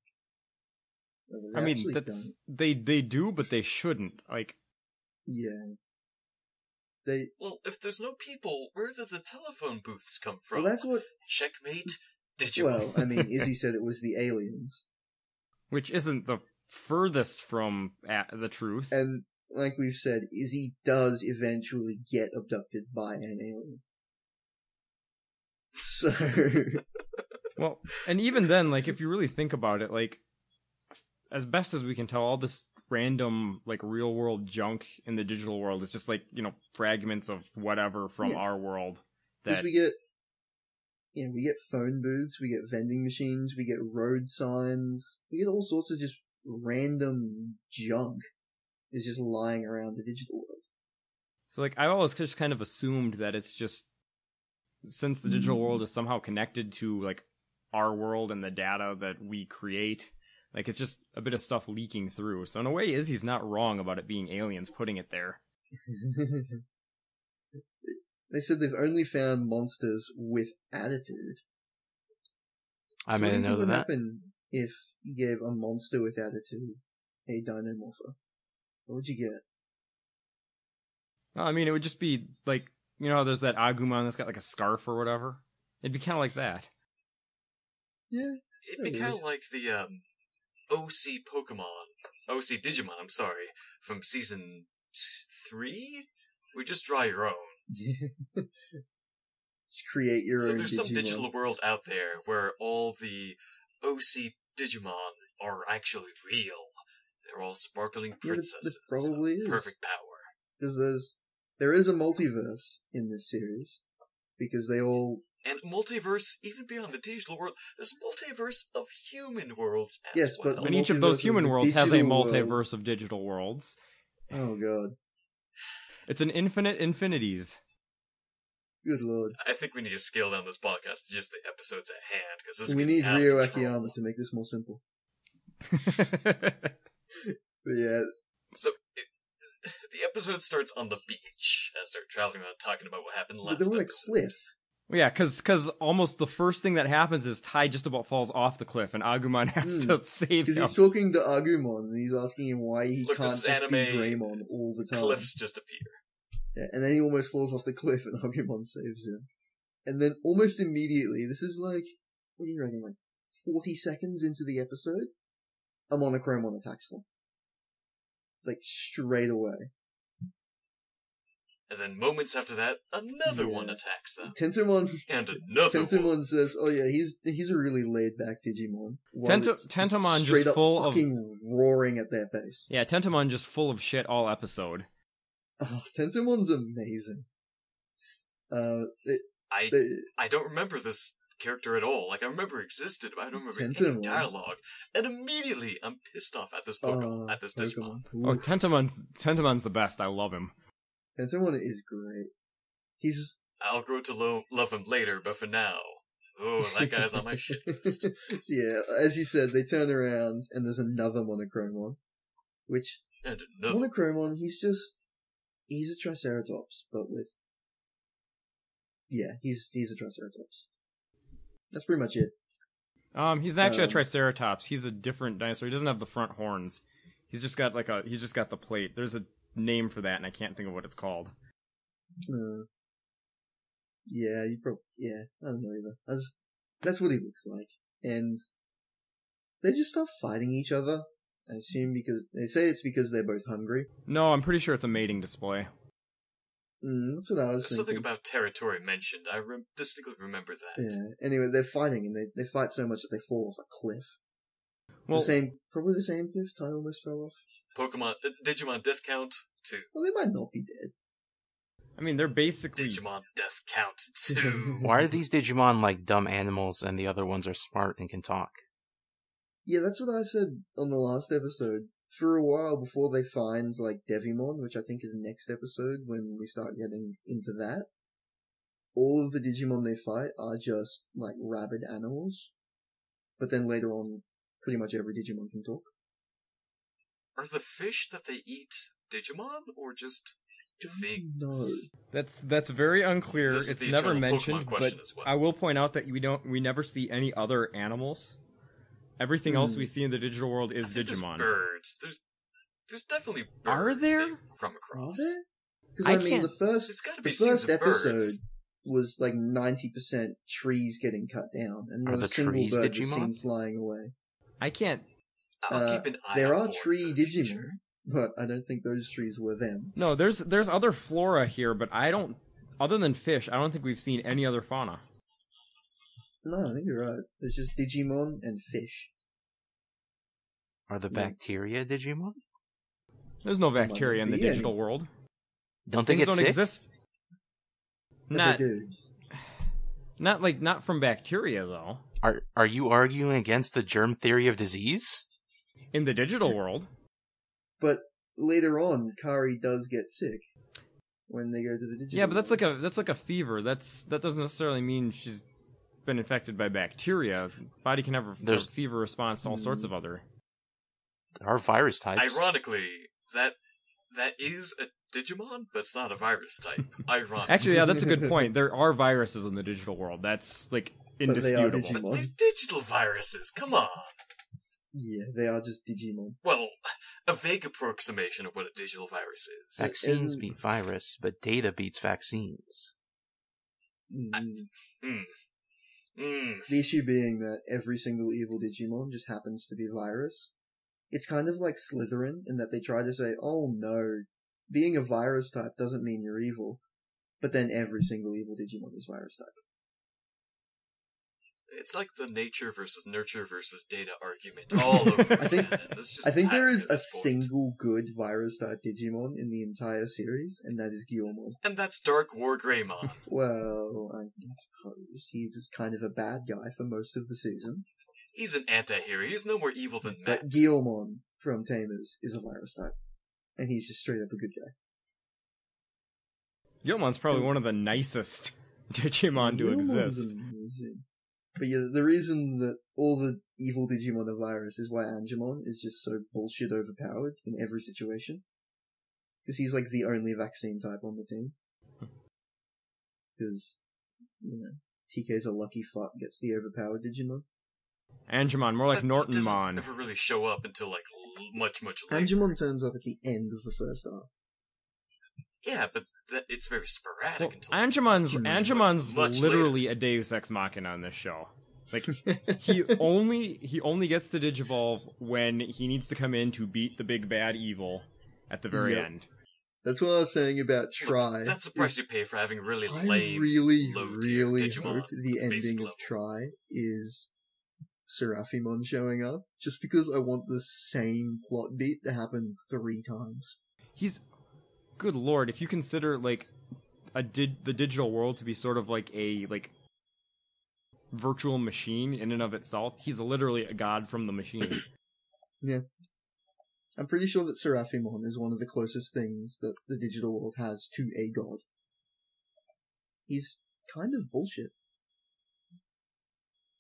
Speaker 1: Well, they
Speaker 2: I mean,
Speaker 1: actually
Speaker 2: that's
Speaker 1: don't.
Speaker 2: they they do, but they shouldn't. Like,
Speaker 1: yeah. They
Speaker 4: Well, if there's no people, where did the telephone booths come from?
Speaker 1: well, that's what.
Speaker 4: Checkmate. Did you?
Speaker 1: Well, I mean, Izzy said it was the aliens,
Speaker 2: which isn't the furthest from a the truth.
Speaker 1: and like we've said, Izzy does eventually get abducted by an alien. So
Speaker 2: Well, and even then, like if you really think about it, like as best as we can tell, all this random like real world junk in the digital world is just like you know fragments of whatever from
Speaker 1: Yeah.
Speaker 2: our world.
Speaker 1: Because
Speaker 2: That
Speaker 1: we get, you know, we get phone booths, we get vending machines, we get road signs, we get all sorts of just random junk is just lying around the digital world.
Speaker 2: so like I always just kind of assumed that it's just since the
Speaker 1: Mm.
Speaker 2: digital world is somehow connected to like our world and the data that we create. Like it's just a bit of stuff leaking through. So in a way, Izzy's not wrong about it being aliens putting it there.
Speaker 1: they said they've only found monsters with attitude.
Speaker 3: I
Speaker 1: What
Speaker 3: made
Speaker 1: do
Speaker 3: a
Speaker 1: you think
Speaker 3: note of
Speaker 1: would
Speaker 3: that.
Speaker 1: happen if you gave a monster with attitude a dinomorpher? What would you get?
Speaker 2: No, I mean, it would just be like you know, how there's that Agumon that's got like a scarf or whatever. It'd be kind of like that.
Speaker 4: It'd be
Speaker 1: Yeah,
Speaker 4: kind of like the um, OC Pokemon, OC Digimon. I'm sorry, from season t- three. We just draw your own.
Speaker 1: just create your
Speaker 4: so
Speaker 1: own
Speaker 4: there's some
Speaker 1: Digimon.
Speaker 4: digital world out there where all the OC Digimon are actually real. They're all sparkling
Speaker 1: Yeah, that-
Speaker 4: princesses.
Speaker 1: that
Speaker 4: of
Speaker 1: probably is.
Speaker 4: Perfect power.
Speaker 1: because there's there is a multiverse in this series because they all
Speaker 4: And multiverse, even beyond the digital world, there's multiverse of human worlds as
Speaker 1: Yes,
Speaker 4: well.
Speaker 1: but
Speaker 2: and each of
Speaker 1: multiverse
Speaker 2: those
Speaker 1: is
Speaker 2: human
Speaker 1: a
Speaker 2: worlds has a
Speaker 1: digital world.
Speaker 2: multiverse of digital worlds.
Speaker 1: oh god
Speaker 2: It's an infinite infinities.
Speaker 1: good lord
Speaker 4: I think we need to scale down this podcast to just the episodes at hand because this is
Speaker 1: we
Speaker 4: getting
Speaker 1: need
Speaker 4: out of
Speaker 1: Ryo
Speaker 4: control.
Speaker 1: Akiyama to make this more simple but yeah
Speaker 4: So it, the episode starts on the beach as they're traveling around talking about what happened last
Speaker 1: but they're on a
Speaker 4: episode.
Speaker 1: cliff
Speaker 2: yeah, because almost the first thing that happens is Tai just about falls off the cliff, and Agumon has
Speaker 1: Hmm.
Speaker 2: to save
Speaker 1: because
Speaker 2: him.
Speaker 1: he's talking to Agumon and he's asking him why he
Speaker 4: Look,
Speaker 1: can't
Speaker 4: this
Speaker 1: just
Speaker 4: is
Speaker 1: be
Speaker 4: anime.
Speaker 1: Greymon all the time
Speaker 4: Cliffs just appear.
Speaker 1: Yeah, and then he almost falls off the cliff and Agumon saves him and then almost immediately this is like what do you reckon like 40 seconds into the episode a monochromon attacks them like straight away
Speaker 4: And then moments after that, another
Speaker 1: Yeah.
Speaker 4: one attacks them.
Speaker 1: Tentomon
Speaker 4: And another one.
Speaker 1: Tentomon says, "Oh yeah, he's he's a really laid back Digimon." While
Speaker 2: Tento-
Speaker 1: it's
Speaker 2: Tentomon just
Speaker 1: straight up
Speaker 2: full of-
Speaker 1: fucking roaring at their face.
Speaker 2: yeah, Tentomon just full of shit all episode.
Speaker 1: Oh, Tentomon's amazing. Uh, it,
Speaker 4: I
Speaker 1: they,
Speaker 4: I don't remember this character at all. Like I remember he existed, but I don't remember any
Speaker 1: Tentomon.
Speaker 4: dialogue. And immediately I'm pissed off at this Pokemon
Speaker 1: oh,
Speaker 4: at this Digimon.
Speaker 2: Oh,
Speaker 1: Pokemon.
Speaker 2: Tentomon's Tentomon's the best. I love him.
Speaker 1: Tentomon is great. He's
Speaker 4: I'll grow to lo- love him later, but for now, oh, that guy's on my shit list.
Speaker 1: yeah, as you said, they turn around and there's another Monochromon, which
Speaker 4: And another.
Speaker 1: Monochromon, he's just he's a Triceratops, but with yeah, he's he's a Triceratops. That's pretty much it.
Speaker 2: Um, he's actually
Speaker 1: Um,
Speaker 2: a Triceratops. He's a different dinosaur. He doesn't have the front horns. He's just got like a. He's just got the plate. There's a name for that, and I can't think of what it's called.
Speaker 1: Uh, yeah, you probably. Yeah, I don't know either. That's that's what he looks like, and they just start fighting each other. I assume because they say it's because they're both hungry.
Speaker 2: No, I'm pretty sure it's a mating display.
Speaker 1: Mm, that's what I was
Speaker 4: There's something
Speaker 1: thinking.
Speaker 4: about territory mentioned. I rem- distinctly remember that.
Speaker 1: yeah. Anyway, they're fighting, and they, they fight so much that they fall off a cliff.
Speaker 2: Well,
Speaker 1: the same, probably the same cliff. Ty almost fell off.
Speaker 4: Pokemon uh, Digimon death count two.
Speaker 1: Well, they might not be dead.
Speaker 2: I mean, they're basically
Speaker 4: Digimon Death Count 2.
Speaker 3: Why are these Digimon like dumb animals and the other ones are smart and can talk?
Speaker 1: Yeah, that's what I said on the last episode. For a while before they find like Devimon, which I think is next episode when we start getting into that, all of the Digimon they fight are just like rabid animals. But then later on, pretty much every Digimon can talk.
Speaker 4: Are the fish that they eat Digimon or just things?
Speaker 1: No,
Speaker 2: that's that's very unclear.
Speaker 4: This is
Speaker 2: it's
Speaker 4: the
Speaker 2: never
Speaker 4: eternal Pokemon
Speaker 2: mentioned, but
Speaker 4: question as well.
Speaker 2: I will point out that we don't we never see any other animals. Everything else
Speaker 1: Hmm.
Speaker 2: we see in the digital world
Speaker 4: I
Speaker 2: is
Speaker 4: think
Speaker 2: Digimon.
Speaker 4: There's birds. There's, there's definitely birds.
Speaker 2: Are there?
Speaker 4: They come
Speaker 1: are
Speaker 4: across.
Speaker 1: there? Because I,
Speaker 2: I
Speaker 1: mean,
Speaker 2: can't-
Speaker 1: the first
Speaker 4: It's gotta
Speaker 1: the
Speaker 4: be scenes
Speaker 1: first
Speaker 4: of birds.
Speaker 1: episode was like ninety percent trees getting cut down, and
Speaker 3: Are
Speaker 1: not a
Speaker 3: the
Speaker 1: single
Speaker 3: trees
Speaker 1: bird was
Speaker 3: Digimon?
Speaker 1: seen flying away.
Speaker 2: I can't.
Speaker 4: I'll
Speaker 1: Uh,
Speaker 4: keep an eye
Speaker 1: there
Speaker 4: out
Speaker 1: are
Speaker 4: for it
Speaker 1: tree
Speaker 4: for the
Speaker 1: Digimon,
Speaker 4: future.
Speaker 1: but I don't think those trees were them.
Speaker 2: No, there's there's other flora here, but I don't. Other than fish, I don't think we've seen any other fauna.
Speaker 1: No, I think you're right. There's just Digimon and fish.
Speaker 3: Are the
Speaker 1: Yeah.
Speaker 3: bacteria Digimon?
Speaker 2: There's no bacteria in the
Speaker 1: be any.
Speaker 2: digital world.
Speaker 3: Don't they
Speaker 2: Things
Speaker 3: get
Speaker 2: don't
Speaker 3: sick?
Speaker 2: exist.
Speaker 1: But
Speaker 2: Not
Speaker 1: they do.
Speaker 2: not like not from bacteria though.
Speaker 3: Are are you arguing against the germ theory of disease?
Speaker 2: In the digital world,
Speaker 1: But later on, Kari does get sick when they go to the Digimon.
Speaker 2: yeah, but that's like a that's like a fever. That's that doesn't necessarily mean she's been infected by bacteria. Body can have a, a
Speaker 3: There's-
Speaker 2: fever response to all sorts of other.
Speaker 3: There are virus types.
Speaker 4: Ironically, that that is a Digimon, but it's not a virus type.
Speaker 1: Mm.
Speaker 4: Ironically.
Speaker 2: Actually, yeah, that's a good point. There are viruses in the digital world. That's like
Speaker 1: they are
Speaker 2: indisputable.
Speaker 1: Digimon.
Speaker 4: But they're digital viruses, come on.
Speaker 1: yeah, they are just Digimon.
Speaker 4: Well, a vague approximation of what a digital virus is.
Speaker 3: Vaccines
Speaker 1: in-
Speaker 3: beat virus, but data beats vaccines.
Speaker 1: Mm.
Speaker 4: Hmm. Hmm.
Speaker 1: The issue being that every single evil Digimon just happens to be virus. It's kind of like Slytherin in that they try to say, oh no, being a virus type doesn't mean you're evil. But then every single evil Digimon is virus type.
Speaker 4: It's like the nature versus nurture versus data argument all over.
Speaker 2: I
Speaker 1: think-
Speaker 4: again. It's just
Speaker 1: I think there
Speaker 4: tiring
Speaker 1: is
Speaker 4: at
Speaker 1: a
Speaker 4: this point.
Speaker 1: single good virus type Digimon in the entire series, and that is Guillermo.
Speaker 4: And that's Dark War Greymon.
Speaker 1: Well, I suppose he was kind of a bad guy for most of the season.
Speaker 4: He's an anti-hero. He's no more evil than Matt.
Speaker 1: But Guillermon from Tamers is a virus type. And he's just straight up a good guy.
Speaker 2: Yomon's probably one of the nicest Digimon to
Speaker 1: Guillermon's
Speaker 2: exist.
Speaker 1: amazing. But yeah, the reason that all the evil Digimon are virus is why Angemon is just so bullshit overpowered in every situation. Because he's like the only vaccine type on the team. Because, you know, TK's a lucky fuck, gets the overpowered Digimon.
Speaker 2: Angemon, more like
Speaker 4: But he doesn't
Speaker 2: Nortonmon.
Speaker 4: Never really show up until like l- much, much later.
Speaker 1: Angemon turns up at the end of the first arc.
Speaker 4: Yeah, but that, it's very sporadic
Speaker 2: Well,
Speaker 4: until
Speaker 2: Angemon's
Speaker 1: Much,
Speaker 4: much,
Speaker 2: Angemon's
Speaker 4: much
Speaker 2: literally a Deus Ex Machina on this show. Like he only he only gets to digivolve when he needs to come in to beat the big bad evil at the very
Speaker 1: Yep.
Speaker 2: end.
Speaker 1: That's what I was saying about
Speaker 4: Look,
Speaker 1: Try.
Speaker 4: That's the price you pay for having really lame.
Speaker 1: I really,
Speaker 4: low-tier
Speaker 1: really
Speaker 4: Digimon
Speaker 1: hope
Speaker 4: at
Speaker 1: the
Speaker 4: the basic
Speaker 1: ending of
Speaker 4: level.
Speaker 1: Try is Seraphimon showing up, just because I want the same plot beat to happen three times.
Speaker 2: He's good lord, if you consider like a did the digital world to be sort of like a like virtual machine in and of itself, he's literally a god from the machine.
Speaker 1: I'm pretty sure that Seraphimon is one of the closest things that the digital world has to a god. He's kind of bullshit.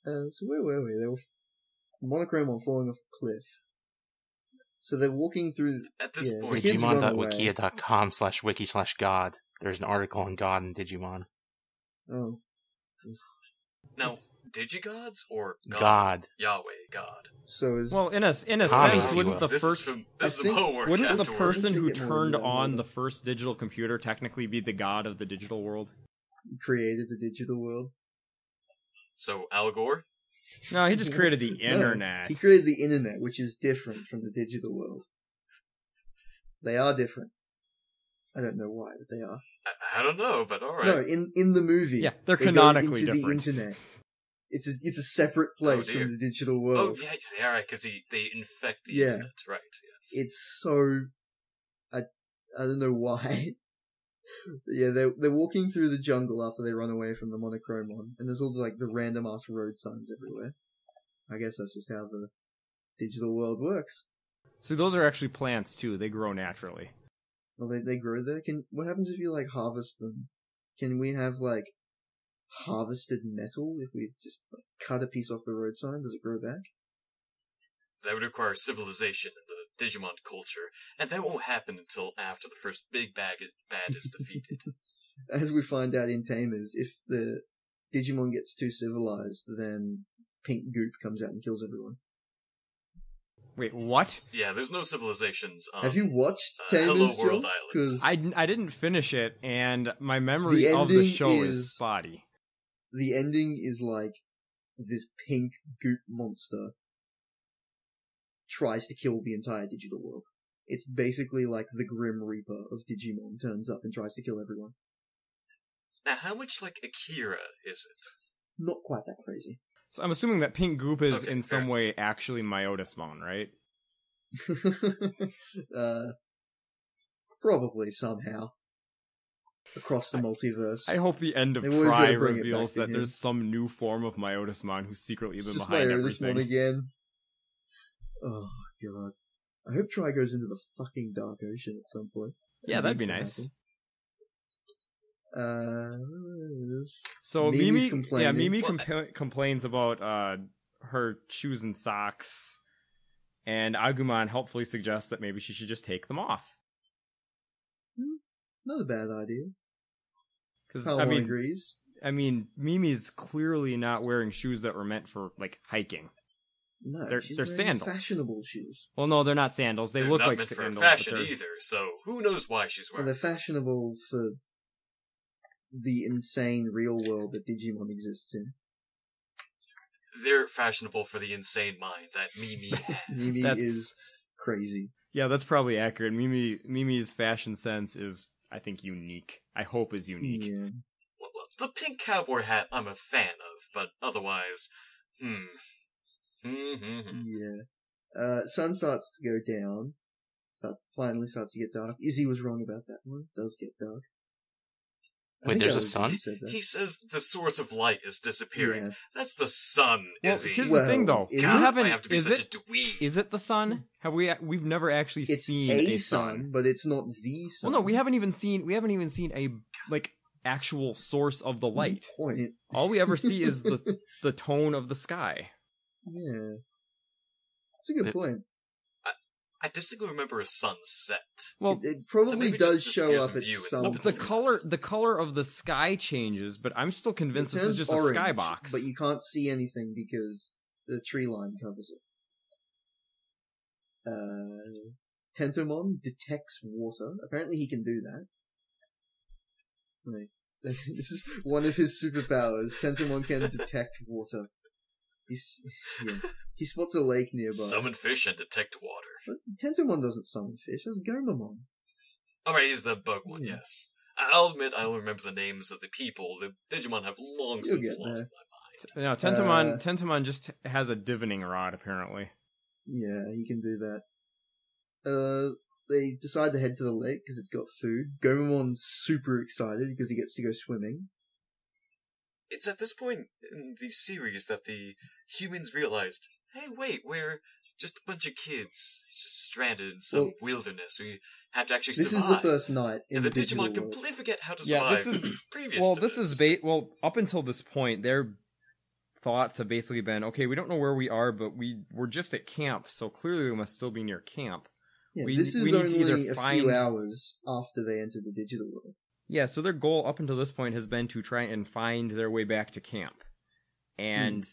Speaker 1: Uh, so where were we? They were monochrome falling off a cliff. So they're walking through
Speaker 4: At this
Speaker 1: Yeah,
Speaker 4: point,
Speaker 1: the kids run away.
Speaker 3: Digimon.wikia.com slash wiki slash god. There's an article on God and Digimon.
Speaker 1: Oh,
Speaker 4: now digigods or God,
Speaker 3: God.
Speaker 4: Yahweh God.
Speaker 1: so is
Speaker 2: well, in a in a
Speaker 3: Kami, if
Speaker 2: sense,
Speaker 3: you
Speaker 2: wouldn't the
Speaker 3: will.
Speaker 4: this
Speaker 2: first
Speaker 4: is from
Speaker 1: I
Speaker 4: this is some
Speaker 1: think-
Speaker 4: homework.
Speaker 2: Wouldn't the
Speaker 4: afterwards.
Speaker 2: person who
Speaker 1: Let's see it more
Speaker 2: turned
Speaker 1: than that
Speaker 2: on
Speaker 1: later.
Speaker 2: the first digital computer technically be the god of the digital world?
Speaker 1: created the digital world.
Speaker 4: So Al Gore.
Speaker 2: No, he just created the
Speaker 1: No,
Speaker 2: internet.
Speaker 1: he created the internet, which is different from the digital world. They are different. I don't know why, but they are.
Speaker 4: I, I don't know, but all right.
Speaker 1: No, in in the movie,
Speaker 2: Yeah, they're
Speaker 1: they go
Speaker 2: canonically
Speaker 1: into
Speaker 2: different.
Speaker 1: The internet. It's a it's a separate place
Speaker 4: Oh, dear.
Speaker 1: from the digital
Speaker 4: oh
Speaker 1: world.
Speaker 4: yeah, you see, all right, because they infect the
Speaker 1: Yeah.
Speaker 4: internet, right? Yes.
Speaker 1: It's so I I don't know why. yeah, they're they're walking through the jungle after they run away from the monochrome one, and there's all the, like the random ass road signs everywhere. I guess that's just how the digital world works.
Speaker 2: So those are actually plants too. They grow naturally.
Speaker 1: Well, they they grow there. Can what happens if you like harvest them? Can we have like harvested metal if we just like, cut a piece off the road sign? Does it grow back?
Speaker 4: That would require civilization and the Digimon culture, and that won't happen until after the first big bad is, bad is defeated.
Speaker 1: As we find out in Tamers, if the Digimon gets too civilized, then pink goop comes out and kills everyone.
Speaker 2: Wait, what?
Speaker 4: Yeah, there's no civilizations. Um,
Speaker 1: Have you watched
Speaker 4: uh,
Speaker 1: Tamers?
Speaker 4: Hello World
Speaker 1: John?
Speaker 4: Island.
Speaker 1: 'Cause
Speaker 2: I, I didn't finish it, and my memory
Speaker 1: The
Speaker 2: of the
Speaker 1: ending
Speaker 2: show is,
Speaker 1: is-
Speaker 2: spotty.
Speaker 1: the ending is like this pink goop monster tries to kill the entire digital world. It's basically like the Grim Reaper of Digimon turns up and tries to kill everyone.
Speaker 4: Now, how much like Akira is it?
Speaker 1: Not quite that crazy.
Speaker 2: So I'm assuming that pink goop is
Speaker 4: Okay,
Speaker 2: in some
Speaker 4: fair.
Speaker 2: way actually Myotismon, right?
Speaker 1: uh, probably somehow across the multiverse.
Speaker 2: I hope the end of
Speaker 1: They always
Speaker 2: Try
Speaker 1: gotta bring it back
Speaker 2: reveals
Speaker 1: to
Speaker 2: that
Speaker 1: him.
Speaker 2: there's some new form of Myotismon who's secretly
Speaker 1: it's
Speaker 2: been
Speaker 1: just
Speaker 2: behind
Speaker 1: later this
Speaker 2: everything.
Speaker 1: one again. Oh god! I hope Try goes into the fucking dark ocean at some point.
Speaker 2: Yeah,
Speaker 1: It
Speaker 2: that'd be
Speaker 1: needs
Speaker 2: nice.
Speaker 1: to happen. Uh,
Speaker 2: So
Speaker 1: Mimi's
Speaker 2: Mimi, yeah,
Speaker 1: complaining.
Speaker 2: Mimi
Speaker 4: Well,
Speaker 2: compla- complains about uh, her shoes and socks, and Agumon helpfully suggests that maybe she should just take them off.
Speaker 1: Not a bad idea.
Speaker 2: Because I
Speaker 1: Palomar
Speaker 2: mean,
Speaker 1: agrees.
Speaker 2: I mean, Mimi's clearly not wearing shoes that were meant for like hiking.
Speaker 1: No,
Speaker 2: they're-
Speaker 1: she's
Speaker 2: they're
Speaker 1: wearing
Speaker 2: sandals.
Speaker 1: Fashionable shoes.
Speaker 2: Well, no, they're not sandals. They
Speaker 4: They're
Speaker 2: look
Speaker 4: not
Speaker 2: like
Speaker 4: meant for
Speaker 2: sandals. but
Speaker 4: fashion
Speaker 2: they're-
Speaker 4: either, so who knows why she's
Speaker 1: And
Speaker 4: wearing
Speaker 1: they're
Speaker 4: them.
Speaker 1: fashionable for the insane real world that Digimon exists in.
Speaker 4: They're fashionable for the insane mind that Mimi has.
Speaker 1: Mimi
Speaker 2: That's-
Speaker 1: is crazy.
Speaker 2: Yeah, that's probably accurate. Mimi Mimi's fashion sense is, I think, unique. I hope is unique.
Speaker 1: Yeah.
Speaker 4: Well, well, the pink cowboy hat I'm a fan of, but otherwise, hmm. Hmm, hmm, hmm.
Speaker 1: yeah. Uh, sun starts to go down. Starts finally starts to get dark. Izzy was wrong about that one. It does get dark. I
Speaker 3: Wait,
Speaker 1: think
Speaker 3: there's
Speaker 1: I
Speaker 3: a
Speaker 1: was-
Speaker 3: sun?
Speaker 1: you said that.
Speaker 4: He says the source of light is disappearing.
Speaker 1: Yeah.
Speaker 4: That's the sun,
Speaker 2: Well,
Speaker 4: Izzy.
Speaker 2: here's
Speaker 1: Well,
Speaker 2: the thing, though.
Speaker 1: is
Speaker 2: we
Speaker 1: it?
Speaker 4: God,
Speaker 2: haven't-
Speaker 4: I have to be
Speaker 2: is
Speaker 4: such
Speaker 2: it,
Speaker 4: a dweeb.
Speaker 2: is it the sun? Have we? We've never actually
Speaker 1: It's
Speaker 2: seen
Speaker 1: a,
Speaker 2: a
Speaker 1: sun, but it's not the sun.
Speaker 2: Well, no, we haven't even seen. We haven't even seen a like actual source of the light.
Speaker 1: Point.
Speaker 2: All we ever see is the the tone of the sky.
Speaker 1: Yeah. That's a good
Speaker 3: It-
Speaker 1: point.
Speaker 4: I distinctly remember a sunset.
Speaker 2: Well,
Speaker 1: it, it probably
Speaker 4: maybe
Speaker 1: does
Speaker 4: just
Speaker 1: show
Speaker 4: disappears
Speaker 1: up
Speaker 4: from
Speaker 1: at
Speaker 4: view and
Speaker 1: some
Speaker 2: well,
Speaker 4: nothing
Speaker 1: point.
Speaker 2: the color the color of the sky changes, but I'm still convinced
Speaker 1: It
Speaker 2: this is
Speaker 1: turns
Speaker 2: just
Speaker 1: orange,
Speaker 2: a skybox.
Speaker 1: But you can't see anything because the tree line covers it. Uh, Tentomon detects water. Apparently, he can do that. Right. this is one of his superpowers. Tentomon can detect water. He's, yeah. He spots a lake nearby.
Speaker 4: Summon fish and detect water.
Speaker 1: But Tentomon doesn't summon fish. That's Gomamon.
Speaker 4: Alright, he's the bug one,
Speaker 1: Yeah.
Speaker 4: yes. I- I'll admit I don't remember the names of the people. The Digimon have long
Speaker 1: You'll
Speaker 4: since
Speaker 1: get
Speaker 4: lost
Speaker 1: there.
Speaker 4: my
Speaker 2: No, Tentamon
Speaker 1: Uh,
Speaker 2: Tentamon just has a divining rod apparently.
Speaker 1: Yeah, he can do that. Uh, they decide to head to the lake because it's got food. Gomamon's super excited because he gets to go swimming.
Speaker 4: mind. It's at this point in the series that the humans realized hey, wait, we're just a bunch of kids just stranded in some
Speaker 1: Well-
Speaker 4: wilderness. We have to actually
Speaker 1: This
Speaker 4: survive.
Speaker 1: is the first night in
Speaker 4: and
Speaker 1: the,
Speaker 4: the,
Speaker 1: digital
Speaker 4: Digimon
Speaker 1: world.
Speaker 4: completely forget how to
Speaker 2: Yeah,
Speaker 4: survive.
Speaker 2: this is-
Speaker 4: previous
Speaker 2: well,
Speaker 4: to
Speaker 2: this is ba- well up until this point, their thoughts have basically been okay. We don't know where we are, but we we're just at camp, so clearly we must still be near camp.
Speaker 1: Yeah,
Speaker 2: we-
Speaker 1: this is
Speaker 2: we need to either
Speaker 1: only a
Speaker 2: find-
Speaker 1: few hours after they enter the digital world.
Speaker 2: Yeah, so their goal up until this point has been to try and find their way back to camp. And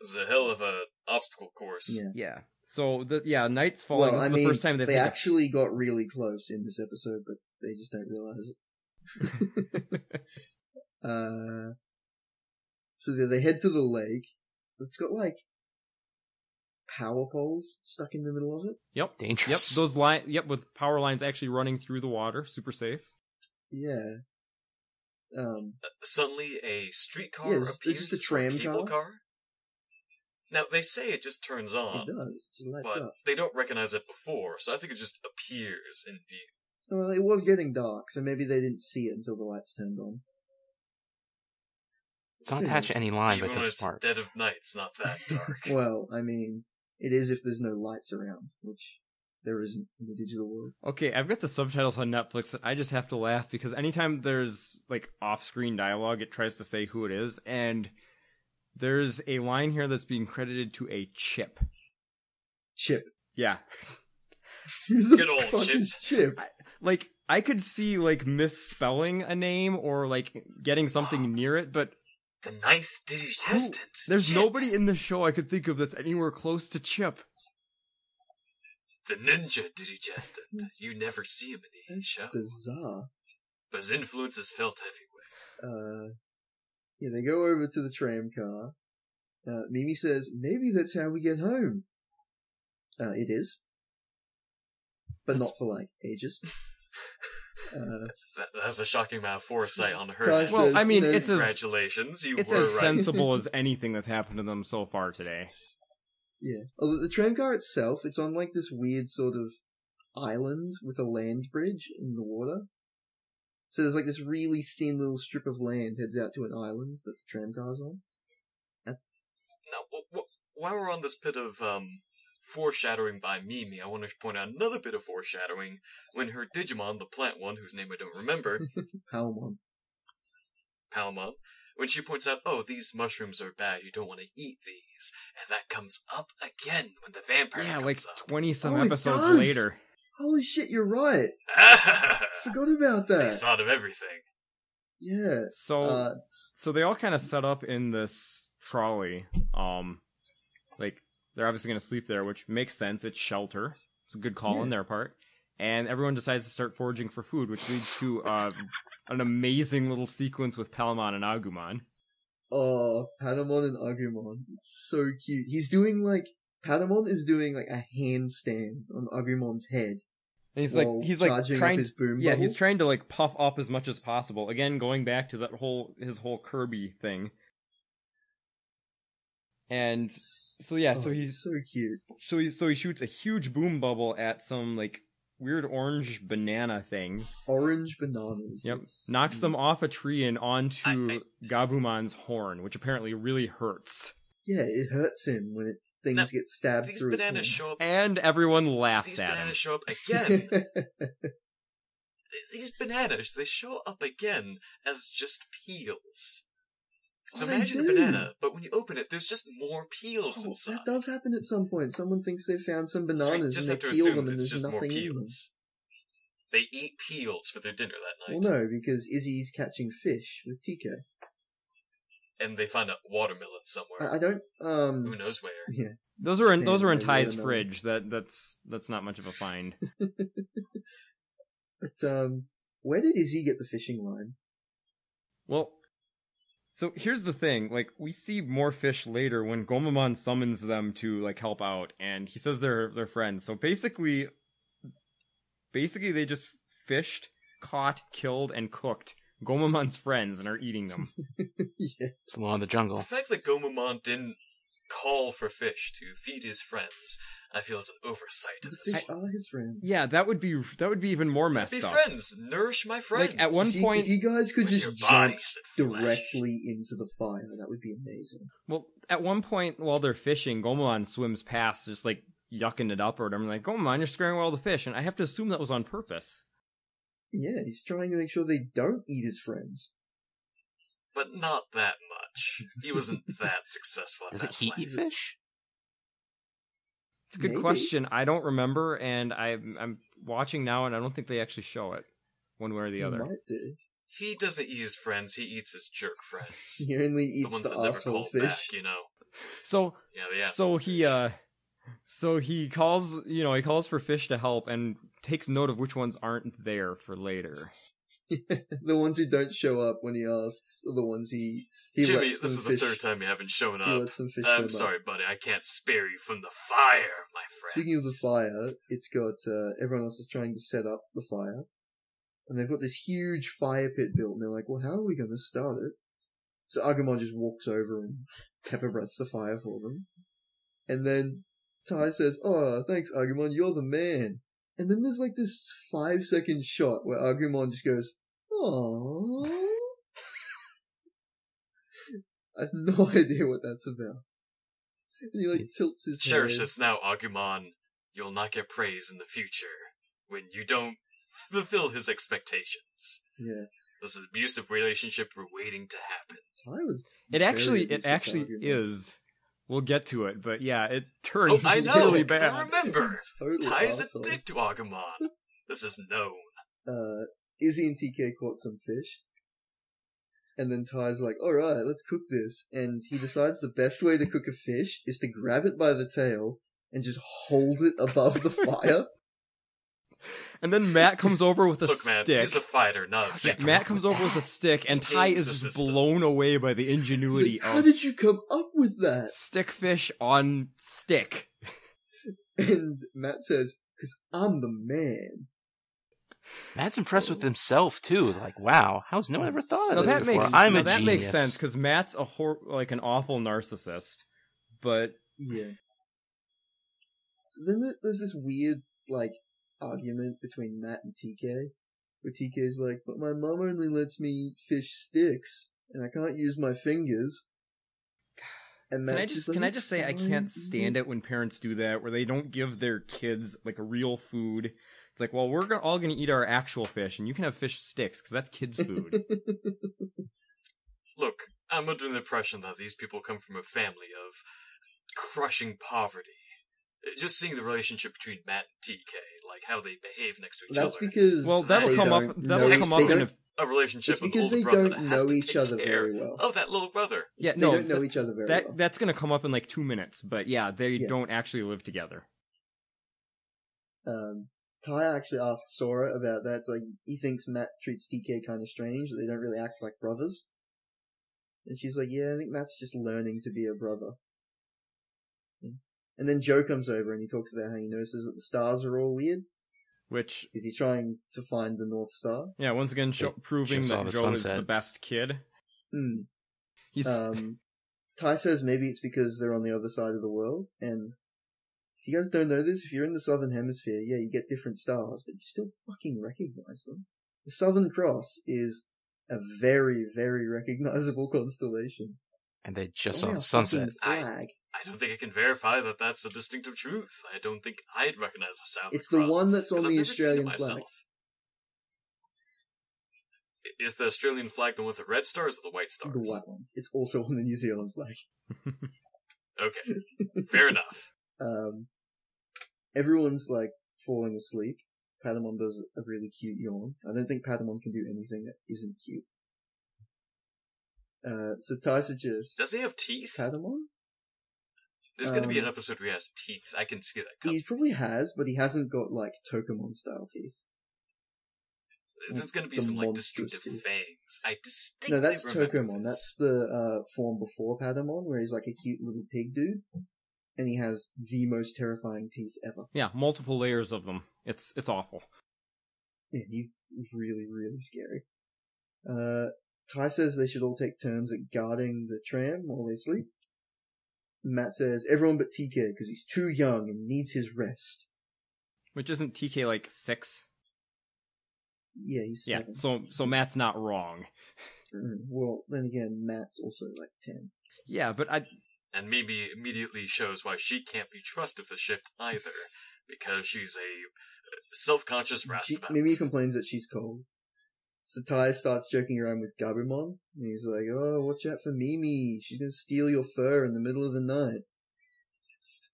Speaker 4: It's a hell of a obstacle course.
Speaker 1: Yeah.
Speaker 2: yeah. So the yeah, Knight's Falling
Speaker 1: Hmm. well,
Speaker 2: this
Speaker 1: I
Speaker 2: is
Speaker 1: mean,
Speaker 2: the first time they've
Speaker 1: they
Speaker 2: had to-
Speaker 1: actually got really close in this episode, but they just don't realize it. uh, so they, they head to the lake. It's got like power poles stuck in the middle of it.
Speaker 2: Yep. Yep,
Speaker 3: Dangerous.
Speaker 2: those line yep, with power lines actually running through the water, super safe.
Speaker 1: Yeah. Um,
Speaker 4: Uh, suddenly, a streetcar
Speaker 1: Yeah, it's- it's
Speaker 4: appears.
Speaker 1: just a
Speaker 4: or
Speaker 1: tram
Speaker 4: cable
Speaker 1: car.
Speaker 4: car. Now they say it just turns on,
Speaker 1: it does. It just lights
Speaker 4: but
Speaker 1: up.
Speaker 4: they don't recognize it before, so I think it just appears in view.
Speaker 1: Well, it was getting dark, so maybe they didn't see it until the lights turned on.
Speaker 3: Let's not attach any line,
Speaker 4: Even
Speaker 3: but
Speaker 4: when
Speaker 3: that's
Speaker 4: it's
Speaker 3: smart.
Speaker 4: dead of night, it's not that dark.
Speaker 1: Well, I mean, it is if there's no lights around, which there isn't in the digital world.
Speaker 2: Okay, I've got the subtitles on Netflix, and I just have to laugh because anytime there's like off-screen dialogue, it tries to say who it is, and there's a line here that's being credited to a chip.
Speaker 1: Chip.
Speaker 2: Yeah,
Speaker 1: Who the
Speaker 4: Good old
Speaker 1: fuck
Speaker 4: Chip.
Speaker 1: is Chip.
Speaker 2: like I could see like misspelling a name or like getting something near it, but
Speaker 4: the ninth digitestant.
Speaker 2: there's
Speaker 4: Shit.
Speaker 2: nobody in the show I could think of that's anywhere close to Chip.
Speaker 4: The ninja digitestant. You never see him in the
Speaker 1: That's
Speaker 4: show,
Speaker 1: bizarre.
Speaker 4: but his influence is felt everywhere.
Speaker 1: Uh, yeah, they go over to the tram car. Uh, Mimi says, maybe that's how we get home. Uh, it is. But not for like ages. Uh,
Speaker 4: That, that's a shocking amount of foresight on her.
Speaker 1: Tasha
Speaker 4: end.
Speaker 2: Well, I mean,
Speaker 1: says,
Speaker 2: it's a-
Speaker 4: congratulations, you
Speaker 2: It's
Speaker 4: were
Speaker 2: as
Speaker 4: right.
Speaker 2: sensible as anything that's happened to them so far today.
Speaker 1: Yeah. Although the tram car itself, it's on like this weird sort of island with a land bridge in the water. So there's like this really thin little strip of land heads out to an island that the tram car's on. That's
Speaker 4: Now, wh- wh- while we're on this bit of um, foreshadowing by Mimi, I want to point out another bit of foreshadowing when her Digimon, the plant one, whose name I don't remember,
Speaker 1: Palmon.
Speaker 4: Palma, when she points out, "Oh, these mushrooms are bad. You don't want to eat these," and that comes up again when the vampire
Speaker 2: Yeah, like
Speaker 4: comes up.
Speaker 2: twenty some
Speaker 1: Oh, it
Speaker 2: episodes
Speaker 1: does!
Speaker 2: later.
Speaker 1: Holy shit, you're right. Forgot about
Speaker 4: they
Speaker 1: that.
Speaker 4: thought of everything.
Speaker 1: Yeah.
Speaker 2: So
Speaker 1: Uh,
Speaker 2: so they all kind of set up in this trolley um like they're obviously going to sleep there which makes sense it's shelter it's a good call on their part and everyone decides to start foraging for food which leads to uh, an amazing little sequence with palamon and agumon
Speaker 1: oh, Patamon and Agumon. It's so cute. He's doing like Patamon is doing like a handstand on Agumon's head.
Speaker 2: and he's
Speaker 1: while
Speaker 2: like he's like
Speaker 1: charging
Speaker 2: trying
Speaker 1: up his boom
Speaker 2: yeah
Speaker 1: bubble.
Speaker 2: he's trying to like puff up as much as possible again going back to that whole his whole kirby thing and so yeah so
Speaker 1: Oh,
Speaker 2: he's
Speaker 1: so cute.
Speaker 2: So he so he shoots a huge boom bubble at some like weird orange banana things.
Speaker 1: Orange bananas.
Speaker 2: Yep.
Speaker 1: It's-
Speaker 2: Knocks them off a tree and onto
Speaker 4: Hmm. I-
Speaker 2: Gabumon's horn, which apparently really hurts.
Speaker 1: Yeah, it hurts him when it, things
Speaker 4: Now,
Speaker 1: get stabbed
Speaker 4: These
Speaker 1: through. his
Speaker 4: bananas
Speaker 1: hand.
Speaker 4: show up.
Speaker 2: And everyone
Speaker 4: These
Speaker 2: laughs at him.
Speaker 4: bananas show up again. these bananas they show up again as just peels. So
Speaker 1: Oh, they
Speaker 4: imagine a
Speaker 1: do.
Speaker 4: banana, but when you open it, there's just more peels
Speaker 1: Oh,
Speaker 4: inside.
Speaker 1: that does happen at some point. Someone thinks they've found some
Speaker 4: So we
Speaker 1: bananas
Speaker 4: just
Speaker 1: and
Speaker 4: have
Speaker 1: they
Speaker 4: to
Speaker 1: peel
Speaker 4: assume
Speaker 1: them
Speaker 4: that
Speaker 1: and
Speaker 4: it's
Speaker 1: there's
Speaker 4: just more
Speaker 1: nothing in them.
Speaker 4: peels. They eat peels for their dinner that
Speaker 1: Well,
Speaker 4: night,
Speaker 1: no, because Izzy's catching fish with TK.
Speaker 4: and they find a watermelon somewhere.
Speaker 1: I, I don't.
Speaker 4: Who
Speaker 1: Uh, Um.
Speaker 4: knows where?
Speaker 1: Yeah.
Speaker 2: Those are in
Speaker 1: Yeah,
Speaker 2: those are in
Speaker 1: I
Speaker 2: Ty's
Speaker 1: really know.
Speaker 2: fridge. That that's that's not much of a find.
Speaker 1: But um, where did Izzy get the fishing line?
Speaker 2: Well so here's the thing, like we see more fish later when Gomamon summons them to like help out and he says they're they're friends. So basically basically they just fished, caught, killed, and cooked Gomamon's friends and are eating them.
Speaker 1: yeah.
Speaker 3: It's the law of the
Speaker 4: The
Speaker 3: jungle.
Speaker 4: fact that Gomamon didn't call for fish to feed his friends, I feel is an oversight.
Speaker 1: The
Speaker 4: of this
Speaker 1: fish
Speaker 4: one.
Speaker 1: are his friends.
Speaker 2: yeah, that would be that would be even more messed
Speaker 4: Be
Speaker 2: up.
Speaker 4: friends, nourish my friends.
Speaker 2: Like, at one
Speaker 1: See,
Speaker 2: point-
Speaker 1: if you guys could
Speaker 4: With your
Speaker 1: just jump
Speaker 4: bodies and flesh.
Speaker 1: directly into the fire, that would be amazing.
Speaker 2: Well, at one point while they're fishing, Gomamon swims past just like yucking it up or whatever. I'm like, Gomamon, you're scaring away all the fish, and I have to assume that was on purpose.
Speaker 1: Yeah, he's trying to make sure they don't eat his friends.
Speaker 4: but not that much. He wasn't that successful. At
Speaker 3: Doesn't
Speaker 4: that
Speaker 3: he
Speaker 4: plan.
Speaker 3: eat fish?
Speaker 2: It's a good
Speaker 1: Maybe.
Speaker 2: question. I don't remember, and I'm I'm watching now, and I don't think they actually show it one way or the
Speaker 1: He
Speaker 2: other.
Speaker 1: might do.
Speaker 4: He doesn't eat his friends. He eats his jerk friends.
Speaker 1: He only
Speaker 4: the
Speaker 1: eats
Speaker 4: ones
Speaker 1: the,
Speaker 4: that never
Speaker 1: asshole
Speaker 4: call
Speaker 1: fish.
Speaker 4: back. You know.
Speaker 2: So
Speaker 4: Yeah, the asshole.
Speaker 2: so he
Speaker 4: fish.
Speaker 2: uh so he calls you know he calls for fish to help and takes note of which ones aren't there for later.
Speaker 1: the ones who don't show up when he asks are the ones he he
Speaker 4: Jimmy,
Speaker 1: lets
Speaker 4: this is
Speaker 1: them
Speaker 4: the
Speaker 1: fish.
Speaker 4: third time you haven't shown
Speaker 1: He
Speaker 4: up.
Speaker 1: lets them fish them
Speaker 4: I'm
Speaker 1: up.
Speaker 4: sorry, buddy. I can't spare you from the fire, my friend.
Speaker 1: Speaking of the fire, it's got uh, everyone else is trying to set up the fire, and they've got this huge fire pit built, and they're like, "Well, how are we going to start it?" So Agumon just walks over and pepper breaths the fire for them, and then Tai says, "Oh, thanks, Agumon. You're the man." And then there's like this five second shot where Agumon just goes, "Aww." I have no idea what that's about. And he like tilts his
Speaker 4: Cherish
Speaker 1: head.
Speaker 4: this now, Agumon. You'll not get praise in the future when you don't fulfill his expectations.
Speaker 1: Yeah,
Speaker 4: This abusive relationship we're waiting to happen.
Speaker 1: Ty was.
Speaker 2: It
Speaker 1: very
Speaker 2: actually, it
Speaker 1: abusive to
Speaker 2: actually
Speaker 1: Agumon.
Speaker 2: is. We'll get to it, but yeah, it turns
Speaker 4: Oh, I know,
Speaker 2: really
Speaker 4: 'cause I
Speaker 2: bad.
Speaker 4: remember.
Speaker 1: Total
Speaker 4: Ty is a
Speaker 1: arsehole.
Speaker 4: dick to Agumon. This is known.
Speaker 1: uh, Izzy and TK caught some fish. And then Ty's like, alright, let's cook this. And he decides the best way to cook a fish is to grab it by the tail and just hold it above the fire.
Speaker 2: And then Matt comes over with a
Speaker 4: Look, man,
Speaker 2: stick.
Speaker 4: he's a fighter, not a
Speaker 2: Yeah,
Speaker 4: fighter.
Speaker 2: Matt comes over with a stick, and
Speaker 4: He
Speaker 2: Ty
Speaker 4: games
Speaker 2: is
Speaker 4: the
Speaker 2: just
Speaker 4: system.
Speaker 2: blown away by the
Speaker 1: He's
Speaker 2: ingenuity
Speaker 1: like,
Speaker 4: oh.
Speaker 1: How
Speaker 2: of
Speaker 1: did you come up with that?
Speaker 2: stickfish on stick.
Speaker 1: And Matt says, because I'm the man.
Speaker 3: Matt's impressed with himself too. It's like, wow, how's no one ever thought of
Speaker 2: Now
Speaker 3: this
Speaker 2: that
Speaker 3: before?
Speaker 2: makes
Speaker 3: I'm
Speaker 2: now
Speaker 3: a
Speaker 2: that
Speaker 3: genius.
Speaker 2: makes sense because Matt's a hor- like an awful narcissist, but
Speaker 1: Yeah. So then there- there's this weird, like, argument between Matt and TK, where TK's like, but my mom only lets me eat fish sticks, and I can't use my fingers. And
Speaker 2: Can I
Speaker 1: Matt's
Speaker 2: just
Speaker 1: like,
Speaker 2: can I
Speaker 1: "It's
Speaker 2: just say I
Speaker 1: fine,
Speaker 2: can't
Speaker 1: eat
Speaker 2: stand it when parents do that where they don't give their kids like real food. It's like, well, we're go- all going to eat our actual fish, and you can have fish sticks because that's kids' food.
Speaker 4: Look, I'm under the impression that these people come from a family of crushing poverty. Uh, Just seeing the relationship between Matt and TK, like how they behave next to each
Speaker 1: That's
Speaker 4: other,
Speaker 1: because
Speaker 2: well, that'll
Speaker 1: they
Speaker 2: come up.
Speaker 1: don't
Speaker 2: That'll
Speaker 1: know-
Speaker 2: come
Speaker 1: they
Speaker 2: up in
Speaker 1: don't-
Speaker 2: a,
Speaker 4: a relationship
Speaker 1: It's
Speaker 4: with
Speaker 1: because
Speaker 4: older
Speaker 1: they
Speaker 4: brother
Speaker 1: don't
Speaker 4: that has
Speaker 1: know
Speaker 4: to
Speaker 1: each
Speaker 4: take
Speaker 1: other
Speaker 4: care
Speaker 1: very well.
Speaker 4: of that little brother.
Speaker 2: Yeah,
Speaker 1: It's-
Speaker 2: no,
Speaker 1: they don't know
Speaker 2: that-
Speaker 1: each other very
Speaker 2: that
Speaker 1: well.
Speaker 2: that's going to come up in like two minutes. But yeah, they
Speaker 1: Yeah.
Speaker 2: don't actually live together.
Speaker 1: Um, Ty actually asked Sora about that. It's like he thinks Matt treats TK kind of strange. That they don't really act like brothers. And she's like, "Yeah, I think Matt's just learning to be a brother." Hmm. And then Joe comes over and he talks about how he notices that the stars are all weird
Speaker 2: Which
Speaker 1: because he's trying to find the North Star.
Speaker 2: yeah, once again, show, proving
Speaker 3: just saw
Speaker 2: that
Speaker 3: the
Speaker 2: Joe is
Speaker 3: sunset.
Speaker 2: the best kid.
Speaker 1: Hmm.
Speaker 2: He's
Speaker 1: Um, Ty says maybe it's because they're on the other side of the world, and if you guys don't know this, if you're in the southern hemisphere, yeah, you get different stars, but you still fucking recognize them. The Southern Cross is a very, very recognizable constellation.
Speaker 3: And they just
Speaker 1: On
Speaker 3: saw
Speaker 1: our
Speaker 3: the sunset.
Speaker 4: I-
Speaker 1: fucking Flag.
Speaker 4: I don't think I can verify that that's a distinctive truth. I don't think I'd recognize the sound.
Speaker 1: It's the one that's on
Speaker 4: I've
Speaker 1: the
Speaker 4: never seen it
Speaker 1: Australian
Speaker 4: myself.
Speaker 1: flag.
Speaker 4: I- Is the Australian flag the one with the red stars or the white stars?
Speaker 1: The white ones. It's also on the New Zealand flag.
Speaker 4: Okay, fair enough.
Speaker 1: Um, everyone's like falling asleep. Patamon does a really cute yawn. I don't think Patamon can do anything that isn't cute. Uh, so Ty suggests
Speaker 4: Does he have teeth?
Speaker 1: Patamon?
Speaker 4: There's going to be an
Speaker 1: um,
Speaker 4: episode where he has teeth. I can see that coming.
Speaker 1: He probably has, but he hasn't got like Tokamon style teeth.
Speaker 4: There's going to be
Speaker 1: the
Speaker 4: some like
Speaker 1: monstrous
Speaker 4: distinctive
Speaker 1: teeth.
Speaker 4: fangs. I distinctly
Speaker 1: No, that's
Speaker 4: remember
Speaker 1: Tokamon.
Speaker 4: this.
Speaker 1: That's the uh, form before Patamon, where he's like a cute little pig dude, and he has the most terrifying teeth ever.
Speaker 2: yeah, multiple layers of them. It's it's awful.
Speaker 1: Yeah, he's really, really scary. Uh, Ty says they should all take turns at guarding the tram while they sleep. Matt says everyone but TK because he's too young and needs his rest.
Speaker 2: Which isn't TK like six?
Speaker 1: Yeah, he's
Speaker 2: Yeah.
Speaker 1: seven.
Speaker 2: So so Matt's not wrong.
Speaker 1: Mm, Well, then again, Matt's also like ten.
Speaker 2: Yeah, but I
Speaker 4: And Mimi immediately shows why she can't be trusted with the shift either, because she's a uh, self-conscious
Speaker 1: She,
Speaker 4: rastabout.
Speaker 1: Mimi complains that she's cold. So Ty starts joking around with Gabumon, and he's like, "Oh, watch out for Mimi! She's gonna steal your fur in the middle of the night."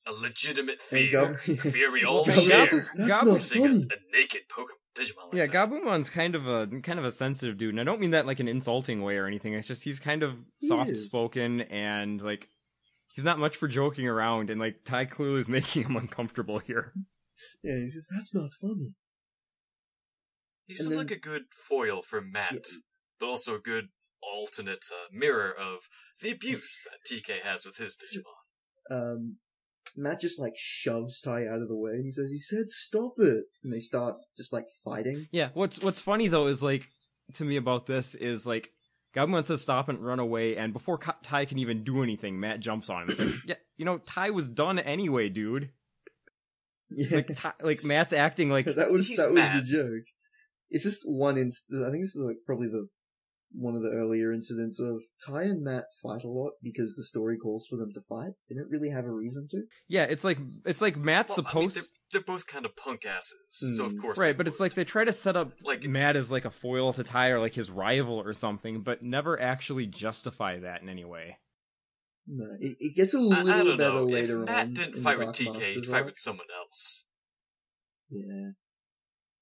Speaker 4: a legitimate fear,
Speaker 1: And Gab-
Speaker 4: a fear we all
Speaker 2: Well,
Speaker 1: Gabumon
Speaker 4: share.
Speaker 1: says, That's
Speaker 2: Gab-
Speaker 4: We're
Speaker 1: not
Speaker 4: seeing a,
Speaker 1: funny.
Speaker 4: a naked Pokemon Digimon. Like
Speaker 2: Yeah,
Speaker 4: that.
Speaker 2: Gabumon's kind of a kind of a sensitive dude, and I don't mean that like an insulting way or anything. It's just he's kind of
Speaker 1: He is.
Speaker 2: soft spoken and like he's not much for joking around, and like Ty clearly is making him uncomfortable here.
Speaker 1: Yeah, he says, "That's not funny."
Speaker 4: He
Speaker 1: And
Speaker 4: seemed
Speaker 1: then-
Speaker 4: like a good foil for Matt,
Speaker 1: Yeah.
Speaker 4: but also a good alternate uh, mirror of the abuse that TK has with his Digimon.
Speaker 1: Um, Matt just like shoves Ty out of the way, and he says, "He said stop it," and they start just like fighting.
Speaker 2: Yeah, what's what's funny though is like to me about this is like Gabumon says stop and run away, and before Ka- Ty can even do anything, Matt jumps on him. It's like, yeah, you know, Ty was done anyway, dude.
Speaker 1: Yeah.
Speaker 2: Like, ti like Matt's acting like
Speaker 1: that was
Speaker 4: he's
Speaker 1: that
Speaker 4: mad.
Speaker 1: was the joke. It's just one instance. I think this is like probably the one of the earlier incidents of Ty and Matt fight a lot because the story calls for them to fight. They don't really have a reason to.
Speaker 2: yeah, it's like it's like Matt's
Speaker 4: Well, I mean,
Speaker 2: supposed
Speaker 4: they're, they're both kind of punk asses, so of
Speaker 1: Mm.
Speaker 4: course.
Speaker 2: right,
Speaker 4: they
Speaker 2: but it's
Speaker 4: would.
Speaker 2: like they try to set up
Speaker 4: Like-
Speaker 2: like Matt as like a foil to Ty or like his rival or something, but never actually justify that in any way.
Speaker 1: No, it, it gets a
Speaker 4: I,
Speaker 1: little
Speaker 4: I don't
Speaker 1: better
Speaker 4: know.
Speaker 1: later
Speaker 4: if
Speaker 1: on.
Speaker 4: Matt didn't
Speaker 1: in
Speaker 4: fight
Speaker 1: the
Speaker 4: with
Speaker 1: Dark
Speaker 4: TK, he'd
Speaker 1: Masters
Speaker 4: fight
Speaker 1: arc.
Speaker 4: with someone else.
Speaker 1: Yeah.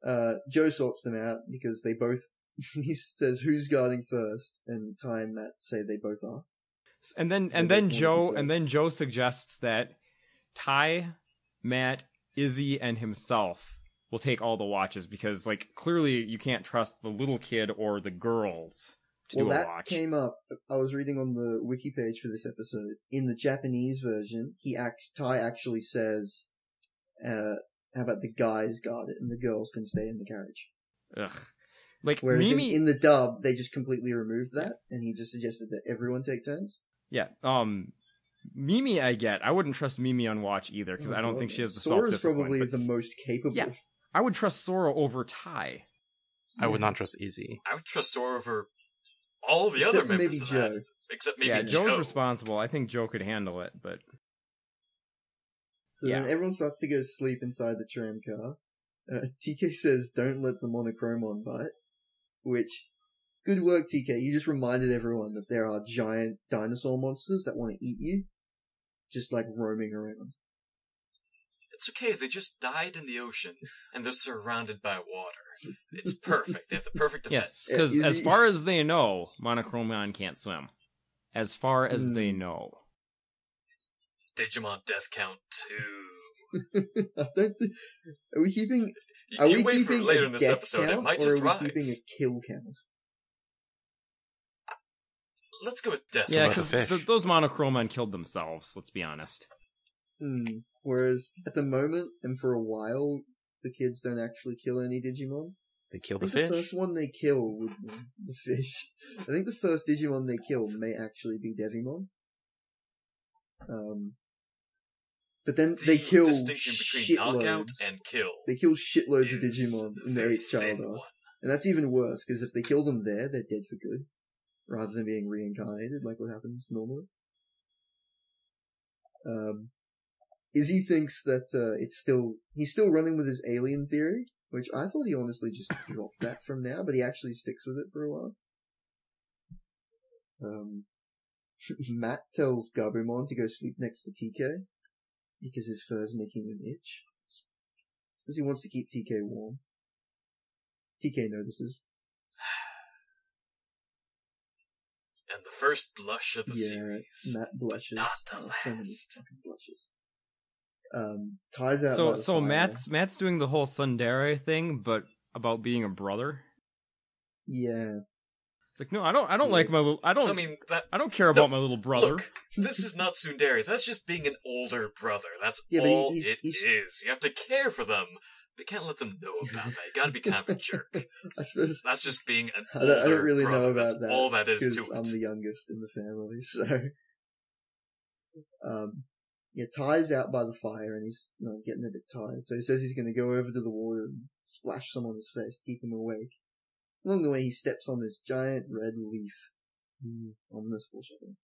Speaker 1: Uh, Joe sorts them out because they both. he says, "Who's guarding first? And Ty and Matt say they both are.
Speaker 2: And then
Speaker 1: So
Speaker 2: and
Speaker 1: they
Speaker 2: then
Speaker 1: form a
Speaker 2: Joe
Speaker 1: converse.
Speaker 2: and then Joe suggests that Ty, Matt, Izzy, and himself will take all the watches because like clearly you can't trust the little kid or the girls to
Speaker 1: well,
Speaker 2: do a
Speaker 1: that
Speaker 2: watch.
Speaker 1: came up. I was reading on the wiki page for this episode. In the Japanese version, he act Ty actually says, uh, "How about the guys guard it and the girls can stay in the carriage."
Speaker 2: Ugh. Like
Speaker 1: Whereas in,
Speaker 2: Mimi
Speaker 1: in the dub, they just completely removed that, and he just suggested that everyone take turns.
Speaker 2: Yeah. Um Mimi I get. I wouldn't trust Mimi on watch either because I don't think she has the self
Speaker 1: Oh, Sora's
Speaker 2: discipline.
Speaker 1: probably
Speaker 2: but
Speaker 1: the most capable.
Speaker 2: Yeah. I would trust Sora over Ty.
Speaker 3: I would not trust Izzy.
Speaker 4: I would trust Sora over all the
Speaker 1: Except
Speaker 4: other
Speaker 1: for
Speaker 4: members
Speaker 1: maybe
Speaker 4: of
Speaker 1: Joe.
Speaker 4: that, except maybe
Speaker 2: yeah,
Speaker 4: Joe.
Speaker 2: Joe's responsible. I think Joe could handle it, but
Speaker 1: So then
Speaker 2: Yeah.
Speaker 1: everyone starts to go sleep inside the tram car. Uh, TK says, don't let the monochromon bite. Which, good work, TK. You just reminded everyone that there are giant dinosaur monsters that want to eat you. Just like roaming around.
Speaker 4: It's okay. They just died in the ocean, and they're surrounded by water. It's perfect. They have the perfect defense.
Speaker 2: yes, because
Speaker 1: Yeah,
Speaker 2: as
Speaker 1: Izzy-
Speaker 2: far as they know, Monochromion can't swim. As far as they
Speaker 1: Hmm.
Speaker 2: know,
Speaker 4: Digimon Death Count Two.
Speaker 1: I don't thi- are we keeping,
Speaker 4: You,
Speaker 1: are
Speaker 4: you
Speaker 1: we
Speaker 4: wait for
Speaker 1: keeping
Speaker 4: it later
Speaker 1: a
Speaker 4: in this
Speaker 1: death
Speaker 4: episode.
Speaker 1: count
Speaker 4: it might
Speaker 1: or
Speaker 4: just
Speaker 1: are we
Speaker 4: rise.
Speaker 1: keeping a kill count?
Speaker 4: Let's go with Death.
Speaker 2: yeah,
Speaker 4: Count.
Speaker 3: about
Speaker 2: because
Speaker 3: the fish?
Speaker 2: those Monochromon killed themselves. Let's be honest.
Speaker 1: Hmm. Whereas at the moment and for a while, the kids don't actually kill any Digimon.
Speaker 3: They kill
Speaker 1: I
Speaker 3: the
Speaker 1: think the
Speaker 3: fish.
Speaker 1: first one they kill would be the fish. I think the first Digimon they kill may actually be Devimon. Um, but then
Speaker 4: the
Speaker 1: they kill
Speaker 4: distinction between knockout
Speaker 1: shitloads.
Speaker 4: and kill.
Speaker 1: They kill shitloads of
Speaker 4: is
Speaker 1: Digimon in the
Speaker 4: very
Speaker 1: Eighth Child
Speaker 4: thin
Speaker 1: Arc,
Speaker 4: one.
Speaker 1: and that's even worse because if they kill them there, they're dead for good, rather than being reincarnated like what happens normally. Um, Izzy thinks that uh, it's still he's still running with his alien theory, which I thought he honestly just dropped that from now, but he actually sticks with it for a while. Um, Matt tells Gabumon to go sleep next to TK because his fur's making him itch. Because he wants to keep TK warm. TK notices.
Speaker 4: And the first blush of the
Speaker 1: yeah,
Speaker 4: series.
Speaker 1: Matt blushes.
Speaker 4: not the
Speaker 1: Oh, so many
Speaker 4: last.
Speaker 1: fucking blushes. Um, ties out. by
Speaker 2: so
Speaker 1: the
Speaker 2: so
Speaker 1: fire.
Speaker 2: Matt's Matt's doing the whole Sundere thing, but about being a brother.
Speaker 1: Yeah.
Speaker 2: It's like no, I don't. I don't like my. Little, I don't.
Speaker 4: I mean, that
Speaker 2: I don't care about
Speaker 4: No,
Speaker 2: my little Oh, brother.
Speaker 4: Look, this is not Sundari. That's just being an older brother. That's
Speaker 1: Yeah, but he-
Speaker 4: all it
Speaker 1: he's-
Speaker 4: is.
Speaker 1: he's-
Speaker 4: You have to care for them. But you can't let them know about that. You gotta be kind of a jerk.
Speaker 1: I suppose
Speaker 4: That's just being an
Speaker 1: I
Speaker 4: older
Speaker 1: don't, I don't really
Speaker 4: brother.
Speaker 1: know about
Speaker 4: That's
Speaker 1: that.
Speaker 4: all that is to
Speaker 1: because I'm
Speaker 4: it.
Speaker 1: the youngest in the family, so. Um, yeah, Ty's out by the fire and he's you know, getting a bit tired, so he says he's going to go over to the water and splash some on his face to keep him awake. Along the way, he steps on this giant red leaf. Mm, ominous foreshadowing.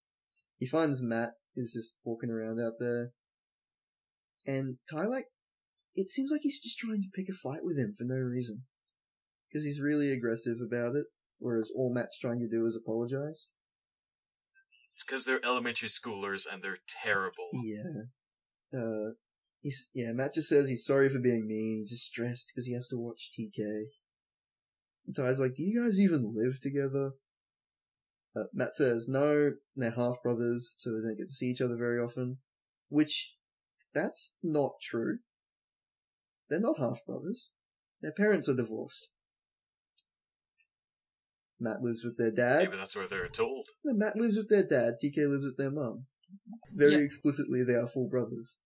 Speaker 1: He finds Matt is just walking around out there, and Ty like it seems like he's just trying to pick a fight with him for no reason, because he's really aggressive about it whereas all Matt's trying to do is apologize.
Speaker 4: It's because they're elementary schoolers and they're terrible.
Speaker 1: Yeah. Uh, he's yeah. Matt just says he's sorry for being mean. He's just stressed because he has to watch TK. And Ty's like, "Do you guys even live together?" Uh, Matt says, "No, they're half brothers, so they don't get to see each other very often." Which, that's not true. They're not half brothers. Their parents are divorced. Matt lives with their dad.
Speaker 4: Maybe that's where they're told.
Speaker 1: No, Matt lives with their dad. TK lives with their mom. Very
Speaker 2: Yeah.
Speaker 1: explicitly, they are full brothers.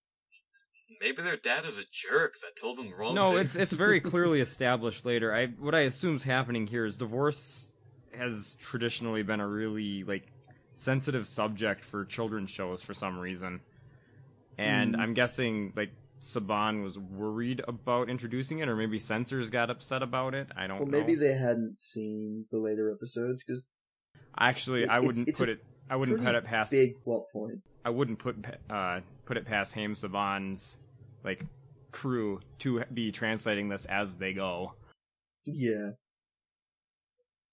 Speaker 4: Maybe their dad is a jerk that told them wrong.
Speaker 2: No,
Speaker 4: things.
Speaker 2: it's it's very clearly established later. I what I assume's happening here is divorce has traditionally been a really like sensitive subject for children's shows for some reason. And
Speaker 1: Mm.
Speaker 2: I'm guessing like Saban was worried about introducing it, or maybe censors got upset about it. I don't
Speaker 1: Well,
Speaker 2: know.
Speaker 1: maybe they hadn't seen the later episodes because
Speaker 2: Actually, I
Speaker 1: It's-
Speaker 2: wouldn't
Speaker 1: it's a
Speaker 2: put it. I wouldn't put
Speaker 1: pretty
Speaker 2: it past.
Speaker 1: big plot point.
Speaker 2: I wouldn't put pa- uh, put it past Haim Saban's like crew to be translating this as they go.
Speaker 1: Yeah.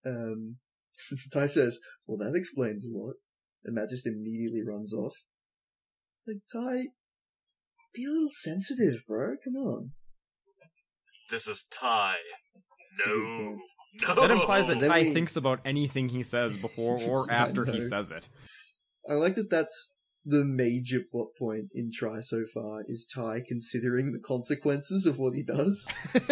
Speaker 1: Um, Ty says, "Well, that explains a lot." And Matt just immediately runs off. It's like Ty, be a little sensitive, bro. Come on.
Speaker 4: This is Ty.
Speaker 1: That's a good
Speaker 4: No.
Speaker 1: point.
Speaker 4: No.
Speaker 2: That implies that
Speaker 1: Then
Speaker 2: Ty
Speaker 1: we-
Speaker 2: thinks about anything he says before or
Speaker 1: I
Speaker 2: after he
Speaker 1: know.
Speaker 2: says it.
Speaker 1: I like that. That's the major plot point in Try so far is Ty considering the consequences of what he does.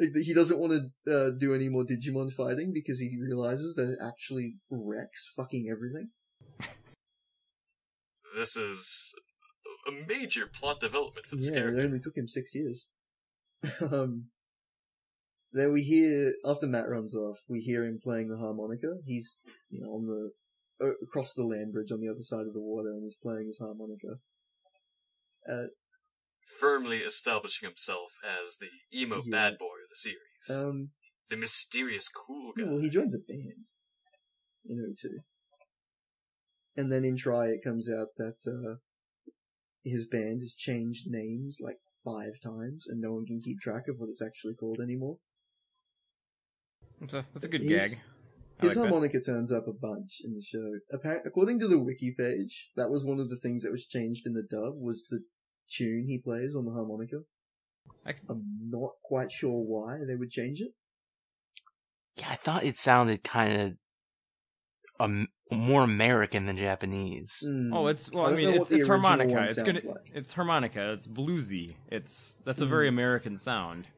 Speaker 1: Like, he doesn't want to uh, do any more Digimon fighting because he realizes that it actually wrecks fucking everything.
Speaker 4: This is a major plot development for this
Speaker 1: Yeah, it
Speaker 4: character.
Speaker 1: only took him six years. um, then we hear after Matt runs off, we hear him playing the harmonica. He's you know on the uh, across the land bridge on the other side of the water, and he's playing his harmonica.
Speaker 4: Firmly establishing himself as the emo
Speaker 1: Yeah.
Speaker 4: bad boy of the series.
Speaker 1: Um,
Speaker 4: the mysterious cool guy.
Speaker 1: yeah, well, he joins a band in 02. and then in Try it comes out that uh, his band has changed names like five times, and no one can keep track of what it's actually called anymore.
Speaker 2: That's a, that's a good
Speaker 1: He's-
Speaker 2: gag. I
Speaker 1: His
Speaker 2: like that.
Speaker 1: harmonica turns up a bunch in the show. Appar- according to the wiki page, that was one of the things that was changed in the dub was the tune he plays on the harmonica.
Speaker 2: I c-
Speaker 1: I'm not quite sure why they would change it.
Speaker 3: Yeah, I thought it sounded kind of um, more American than Japanese.
Speaker 1: Hmm.
Speaker 2: Oh, it's well.
Speaker 1: I
Speaker 2: I,
Speaker 1: don't
Speaker 2: mean,
Speaker 1: know
Speaker 2: it's,
Speaker 1: what the
Speaker 2: it's
Speaker 1: original
Speaker 2: harmonica.
Speaker 1: one
Speaker 2: It's
Speaker 1: sounds
Speaker 2: gonna.
Speaker 1: like.
Speaker 2: It's harmonica. It's bluesy. It's that's a very
Speaker 1: Mm.
Speaker 2: American sound.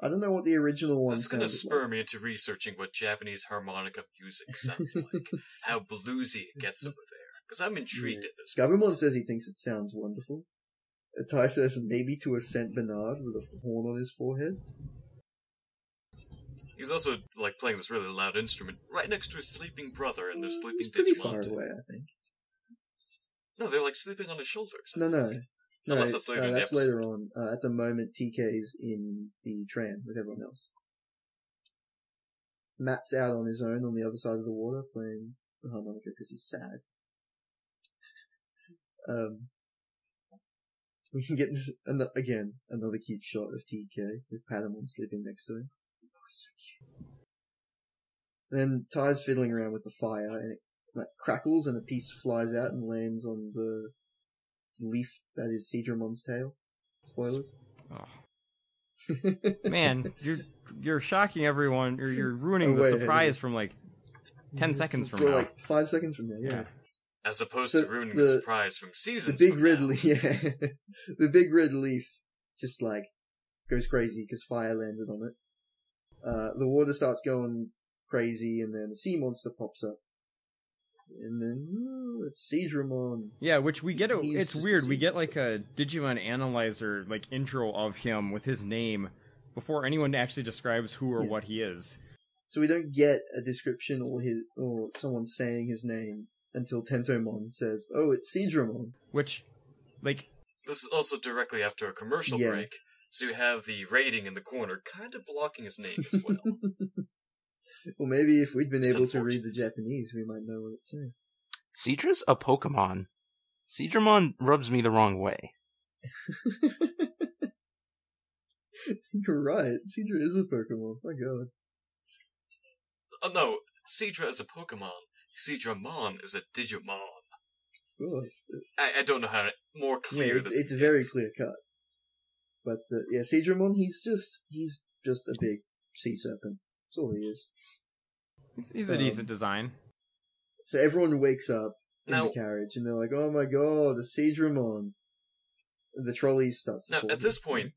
Speaker 1: I don't know what the original one.
Speaker 4: This is going to
Speaker 1: sounded
Speaker 4: spur
Speaker 1: like.
Speaker 4: me into researching what Japanese harmonica music sounds like, how bluesy it gets over there, because I'm intrigued at this.
Speaker 1: Gabumon says he thinks it sounds wonderful. Uh, Ty says maybe to a Saint Bernard with a horn on his forehead.
Speaker 4: He's also like playing this really loud instrument right next to his sleeping brother and their
Speaker 1: Mm,
Speaker 4: sleeping
Speaker 1: He's pretty far
Speaker 4: Digimon.
Speaker 1: away, I think.
Speaker 4: No, they're like sleeping on his shoulders. I
Speaker 1: No, no.
Speaker 4: think.
Speaker 1: No,
Speaker 4: Unless that's later
Speaker 1: uh,
Speaker 4: in the
Speaker 1: that's
Speaker 4: episode.
Speaker 1: later on. Uh, at the moment, TK's in the tram with everyone else. Matt's out on his own on the other side of the water playing the harmonica because he's sad. Um, we can get this ano- again another cute shot of TK with Patamon sleeping next to him. Oh, so cute. Then Ty's fiddling around with the fire and it like crackles and a piece flies out and lands on the leaf that is Seedramon's tail. Spoilers.
Speaker 2: Oh, man, you're you're shocking everyone. You're you're ruining
Speaker 1: Oh,
Speaker 2: the
Speaker 1: wait,
Speaker 2: surprise from like 10 seconds from
Speaker 1: For
Speaker 2: now.
Speaker 1: Like five seconds from now, yeah.
Speaker 2: yeah.
Speaker 4: As opposed
Speaker 1: So
Speaker 4: to ruining
Speaker 1: the-
Speaker 4: the surprise from
Speaker 1: The
Speaker 4: seasons.
Speaker 1: big
Speaker 4: from
Speaker 1: red
Speaker 4: now.
Speaker 1: leaf, yeah. the big red leaf just like goes crazy because fire landed on it. Uh, the water starts going crazy and then a sea monster pops up. And then, ooh, it's Seedramon.
Speaker 2: Yeah, which we get. A,
Speaker 1: He's
Speaker 2: it's
Speaker 1: just
Speaker 2: weird. We
Speaker 1: deceived.
Speaker 2: get like a Digimon Analyzer like intro of him with his name before anyone actually describes who or
Speaker 1: Yeah.
Speaker 2: what he is.
Speaker 1: So we don't get a description or his, or someone saying his name until Tentomon says, oh, it's Seedramon.
Speaker 2: Which, like,
Speaker 4: This is also directly after a commercial
Speaker 1: Yeah.
Speaker 4: break, so you have the rating in the corner kind of blocking his name as well.
Speaker 1: Well, maybe if we'd been
Speaker 4: It's
Speaker 1: able to read the
Speaker 4: unfortunate.
Speaker 1: Japanese, we might know what it's saying.
Speaker 3: Cedra's a Pokemon. Cedramon rubs me the wrong way.
Speaker 1: You're right. Seedra is a Pokemon. My God.
Speaker 4: oh no, Cedra is a Pokemon. Cedramon is a Digimon.
Speaker 1: Of course.
Speaker 4: I, I don't know how to, more
Speaker 1: Yeah,
Speaker 4: clear
Speaker 1: uh, it's,
Speaker 4: this.
Speaker 1: it's very clear cut. But uh, yeah, Seedramon, he's just he's just a big sea serpent. That's all he is.
Speaker 2: he's, he's a
Speaker 1: Um,
Speaker 2: decent design.
Speaker 1: So everyone wakes up in
Speaker 4: Now-
Speaker 1: the carriage and they're like, "Oh my God, a Seedramon!" And the trolley starts. to
Speaker 4: Now,
Speaker 1: fall
Speaker 4: at
Speaker 1: to
Speaker 4: this
Speaker 1: the
Speaker 4: point,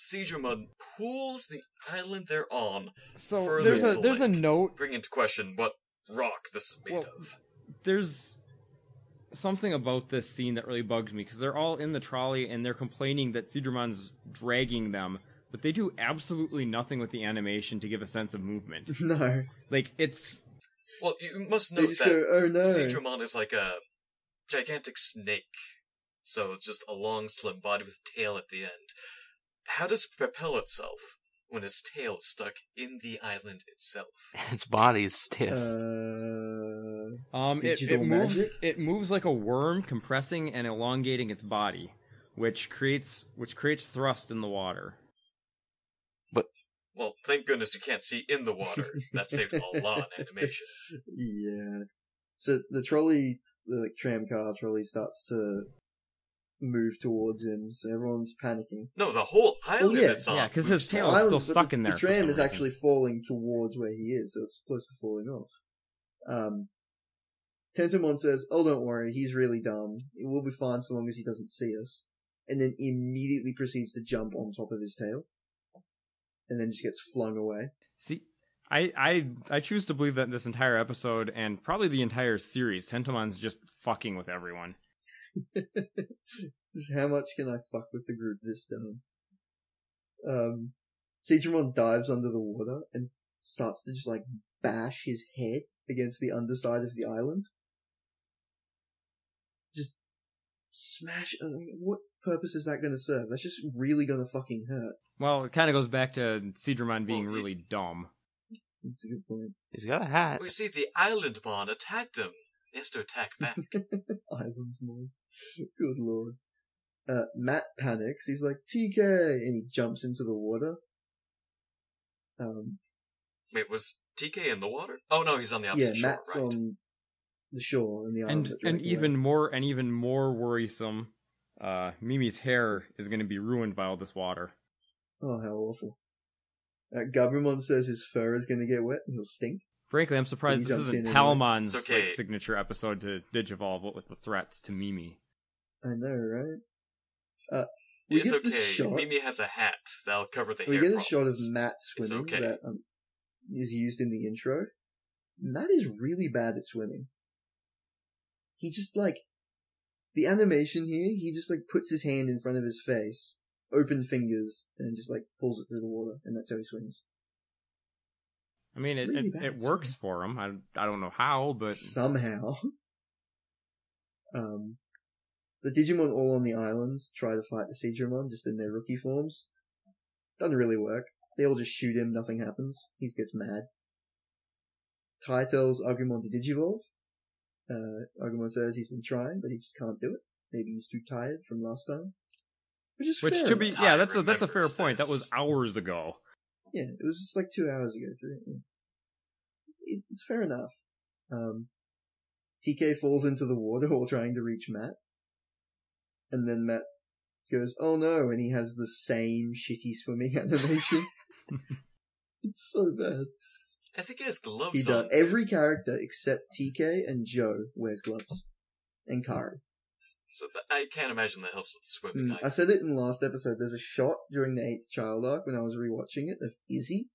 Speaker 4: Seedramon pulls the island they're on,
Speaker 2: So
Speaker 4: further
Speaker 2: there's a
Speaker 4: to
Speaker 2: there's a
Speaker 4: link.
Speaker 2: note
Speaker 4: bring into question what rock this is made
Speaker 2: Well,
Speaker 4: of.
Speaker 2: there's something about this scene that really bugs me because they're all in the trolley and they're complaining that Cedarman's dragging them, but they do absolutely nothing with the animation to give a sense of movement.
Speaker 1: ground. no, uh,
Speaker 2: like it's
Speaker 4: Well, you must
Speaker 1: they
Speaker 4: note
Speaker 1: just
Speaker 4: that
Speaker 1: go, "Oh no!"
Speaker 4: Seedramon is like a gigantic snake so it's just a long, slim body with a tail at the end. How does it propel itself when its tail is stuck in the island itself?
Speaker 3: Its body is stiff.
Speaker 1: Uh,
Speaker 2: Um, it, it
Speaker 1: Digital
Speaker 2: moves.
Speaker 1: magic?
Speaker 2: It moves like a worm, compressing and elongating its body, which creates which creates thrust in the water.
Speaker 4: Well, thank goodness you can't see in the water. That saved a lot of animation.
Speaker 1: yeah. So the trolley, the like, tram car trolley starts to move towards him, so everyone's panicking.
Speaker 4: No, the whole island
Speaker 1: Oh, yeah,
Speaker 4: it's on.
Speaker 2: yeah, because
Speaker 4: moves
Speaker 2: his tail is
Speaker 1: Island-
Speaker 2: still
Speaker 1: but
Speaker 2: stuck
Speaker 1: the-
Speaker 2: in there.
Speaker 1: The
Speaker 2: for some
Speaker 1: tram is
Speaker 2: reason.
Speaker 1: actually falling towards where he is, so it's close to falling off. Um, Tentomon says, "Oh, don't worry, he's really dumb. It will be fine so long as he doesn't see us." And then immediately proceeds to jump on top of his tail, and then just gets flung away.
Speaker 2: See, I I I choose to believe that this entire episode and probably the entire series, Tentomon's just fucking with everyone.
Speaker 1: This is how much can I fuck with the group this time? Um, Seedramon dives under the water and starts to just like bash his head against the underside of the island. Just smash. I mean, What purpose is that going to serve? That's just really going to fucking hurt.
Speaker 2: Well, it kind of goes back to Cedramon being
Speaker 4: Well, it-
Speaker 2: really dumb.
Speaker 1: That's a good point.
Speaker 3: He's got a hat.
Speaker 4: We see the island mon attacked him. He has to attack back.
Speaker 1: Island mode. Good lord. Uh, Matt panics. He's like, TK! And he jumps into the water. Um,
Speaker 4: Wait, was TK in the water? Oh no, he's on the
Speaker 1: yeah,
Speaker 4: opposite shore,
Speaker 1: Matt's
Speaker 4: right?
Speaker 1: on the shore and the island.
Speaker 2: and
Speaker 1: that
Speaker 2: and
Speaker 1: Drake
Speaker 2: even
Speaker 1: left.
Speaker 2: more and even more worrisome, uh, Mimi's hair is going to be ruined by all this water.
Speaker 1: oh, how awful! Uh, Gabumon says his fur is going to get wet and he'll stink.
Speaker 2: Frankly, I'm surprised
Speaker 1: He
Speaker 2: this
Speaker 1: jumps in
Speaker 2: isn't
Speaker 1: anyway.
Speaker 2: Palmon's
Speaker 4: It's okay.
Speaker 2: like, signature episode to Digivolve with the threats to Mimi.
Speaker 1: I know, right? Uh, We
Speaker 4: It's
Speaker 1: get the
Speaker 4: okay.
Speaker 1: shot.
Speaker 4: Mimi has a hat that'll cover the
Speaker 1: we
Speaker 4: hair
Speaker 1: get a
Speaker 4: problems.
Speaker 1: shot of Matt swimming
Speaker 4: okay.
Speaker 1: that um, is used in the intro. Matt is really bad at swimming. He just like the animation here. He just like puts his hand in front of his face, open fingers, and just like pulls it through the water, and that's how he swims.
Speaker 2: I mean, it
Speaker 1: Really
Speaker 2: it,
Speaker 1: bad
Speaker 2: it works for him. I I don't know how, but
Speaker 1: somehow. Um, the Digimon all on the island try to fight the Seedramon just in their rookie forms. Doesn't really work. They all just shoot him, nothing happens. He gets mad. Tai tells Agumon to Digivolve. Uh, Agumon says he's been trying, but he just can't do it. Maybe he's too tired from last time. Which is
Speaker 2: which
Speaker 1: fair
Speaker 2: to be
Speaker 1: enough.
Speaker 2: yeah, that's a that's a fair
Speaker 4: remembers
Speaker 2: point. That was
Speaker 4: this.
Speaker 2: hours ago.
Speaker 1: Yeah, it was just like two hours ago. Three. yeah. It- It's fair enough. Um, TK falls into the water while trying to reach Matt, and then Matt goes, "Oh no!" and he has the same shitty swimming animation. it's so bad.
Speaker 4: I think he has gloves
Speaker 1: He does.
Speaker 4: on. too.
Speaker 1: Every character except TK and Joe wears gloves, and Kari.
Speaker 4: So th- I can't imagine that helps with swimming.
Speaker 1: Mm, I
Speaker 4: either.
Speaker 1: said it in the last episode. There's a shot during the Eighth Child arc when I was rewatching it of Izzy,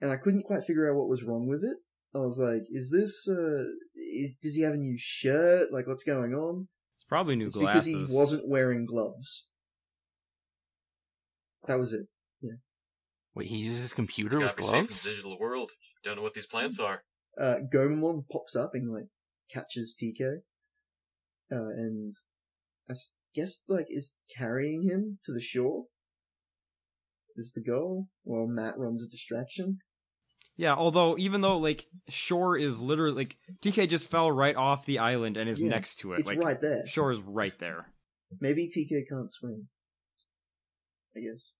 Speaker 1: and I couldn't quite figure out what was wrong with it. I was like, "Is this? Uh, is does he have a new shirt? Like, what's going on?"
Speaker 2: It's probably new
Speaker 1: it's
Speaker 2: glasses.
Speaker 1: because he wasn't wearing gloves. That was it.
Speaker 3: Wait, he uses his computer
Speaker 4: You
Speaker 3: with
Speaker 4: gotta be safe in
Speaker 3: gloves?
Speaker 4: the digital world. Don't know what these plants are.
Speaker 1: Uh, Gomamon pops up and like catches TK, uh, and I s- guess like is carrying him to the shore. Is the goal? While Matt runs a distraction.
Speaker 2: Yeah, although even though like shore is literally like TK just fell right off the island and is
Speaker 1: Yeah,
Speaker 2: next to it.
Speaker 1: It's
Speaker 2: like
Speaker 1: right there.
Speaker 2: shore is right there.
Speaker 1: Maybe TK can't swim. I guess.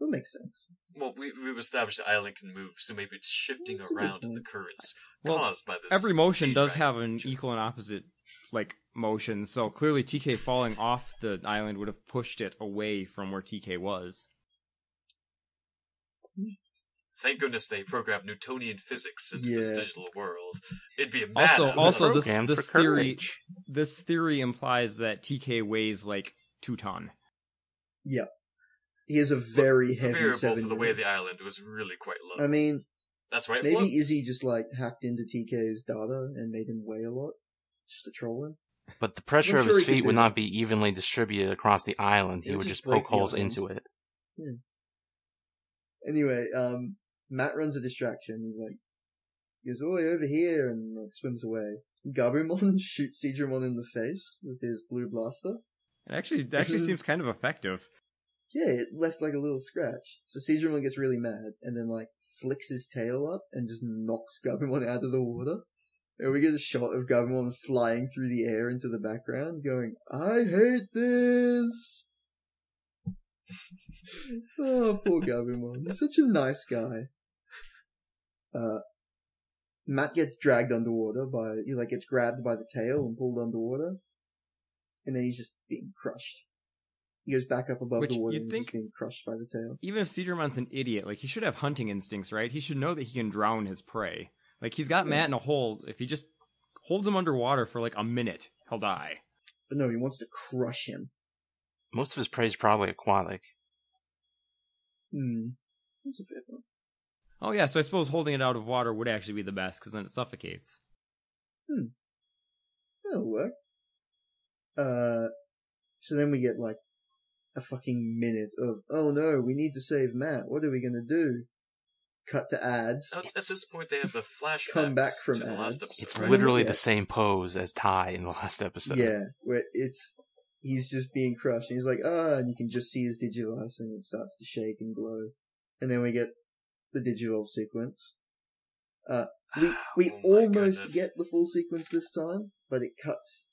Speaker 1: That makes sense.
Speaker 4: Well, we, we've established the island can move, so maybe it's shifting
Speaker 1: That's a good
Speaker 4: around in the
Speaker 1: point.
Speaker 4: currents
Speaker 2: Well,
Speaker 4: caused by this.
Speaker 2: Every motion
Speaker 4: sea
Speaker 2: does
Speaker 4: dragon
Speaker 2: have an
Speaker 4: creature.
Speaker 2: equal and opposite like motion, so clearly TK falling off the island would have pushed it away from where TK was.
Speaker 4: Thank goodness they programmed Newtonian physics into this
Speaker 1: Yeah.
Speaker 4: digital world. It'd be a bad
Speaker 2: Also-
Speaker 4: house.
Speaker 2: also this-
Speaker 3: Programmed
Speaker 2: this
Speaker 3: for
Speaker 2: theory-
Speaker 3: courage.
Speaker 2: This theory implies that TK weighs like two ton.
Speaker 1: He has a very
Speaker 4: the
Speaker 1: heavy
Speaker 4: variable
Speaker 1: seven.
Speaker 4: for the way of the island was really quite low.
Speaker 1: I mean,
Speaker 4: That's why it
Speaker 1: maybe
Speaker 4: floats.
Speaker 1: Izzy just like hacked into TK's data and made him weigh a lot, just to troll him.
Speaker 3: But the pressure
Speaker 1: I'm
Speaker 3: of
Speaker 1: sure he
Speaker 3: his
Speaker 1: could
Speaker 3: feet
Speaker 1: do
Speaker 3: would
Speaker 1: that.
Speaker 3: not be evenly distributed across the island.
Speaker 1: It
Speaker 3: He
Speaker 1: would
Speaker 3: would
Speaker 1: just
Speaker 3: just
Speaker 1: break
Speaker 3: poke
Speaker 1: the
Speaker 3: holes
Speaker 1: island.
Speaker 3: into it.
Speaker 1: Anyway, um, Matt runs a distraction. He's like, He goes, Oi, over here, and like, swims away. Gabumon shoots Seedramon in the face with his blue blaster.
Speaker 2: It actually that actually seems kind of effective.
Speaker 1: Yeah, it left like a little scratch. So Seedramon gets really mad and then like flicks his tail up and just knocks Gabumon out of the water. And we get a shot of Gabumon flying through the air into the background going, I hate this! oh, poor Gabumon. He's such a nice guy. Uh, Matt gets dragged underwater by, he like gets grabbed by the tail and pulled underwater. And then he's just being crushed. He goes back up above
Speaker 2: Which
Speaker 1: the water
Speaker 2: you'd
Speaker 1: and he's
Speaker 2: think-
Speaker 1: just being crushed by the tail.
Speaker 2: Even if Cedarmon's an idiot, like he should have hunting instincts, right? He should know that he can drown his prey. Like he's got
Speaker 1: Yeah.
Speaker 2: Matt in a hole. If he just holds him underwater for like a minute, he'll die.
Speaker 1: But no, he wants to crush him.
Speaker 3: Most of his prey is probably aquatic.
Speaker 1: Hmm. That's a fair point.
Speaker 2: Oh yeah, so I suppose holding it out of water would actually be the best because then it suffocates.
Speaker 1: That'll work. Uh, so then we get like a fucking minute of, oh no, we need to save Matt. What are we gonna do? Cut to ads.
Speaker 4: Now, at this point, they have the flashbacks
Speaker 1: Come back
Speaker 4: to
Speaker 1: from
Speaker 4: the last
Speaker 1: ads.
Speaker 4: episode.
Speaker 3: It's
Speaker 4: right?
Speaker 3: literally
Speaker 1: Yeah.
Speaker 3: the same pose as Ty in the last episode.
Speaker 1: Yeah, where it's he's just being crushed, and he's like, ah, and you can just see his Digivice, and it starts to shake and glow, and then we get the Digivolve sequence. We we
Speaker 4: Oh my
Speaker 1: almost
Speaker 4: goodness.
Speaker 1: get the full sequence this time, but it cuts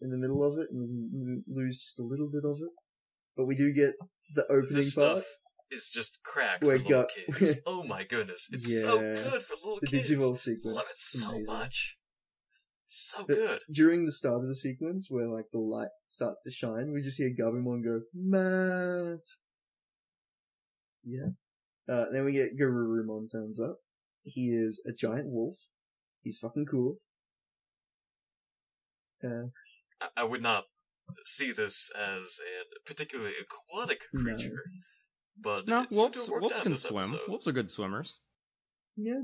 Speaker 1: in the middle of it, and we l- lose just a little bit of it. But we do get the opening
Speaker 4: this
Speaker 1: part.
Speaker 4: stuff is just crack for
Speaker 1: Where
Speaker 4: little
Speaker 1: gut-
Speaker 4: kids. oh my goodness, it's so
Speaker 1: Yeah.
Speaker 4: good for little
Speaker 1: the
Speaker 4: kids.
Speaker 1: Digivolve sequence.
Speaker 4: Love it so
Speaker 1: Amazing.
Speaker 4: much. So
Speaker 1: But
Speaker 4: good.
Speaker 1: During the start of the sequence, where like the light starts to shine, we just hear Gabumon go, Matt! Yeah. Uh, then we get Garurumon turns up. He is a giant wolf. He's fucking cool. Uh,
Speaker 4: I, I would not see this as a particularly aquatic
Speaker 1: No.
Speaker 4: creature, but
Speaker 2: No,
Speaker 4: it seemed to
Speaker 2: wolves
Speaker 4: have worked
Speaker 2: wolves
Speaker 4: out
Speaker 2: can
Speaker 4: this
Speaker 2: swim.
Speaker 4: episode.
Speaker 2: Wolves are good swimmers.
Speaker 1: yeah.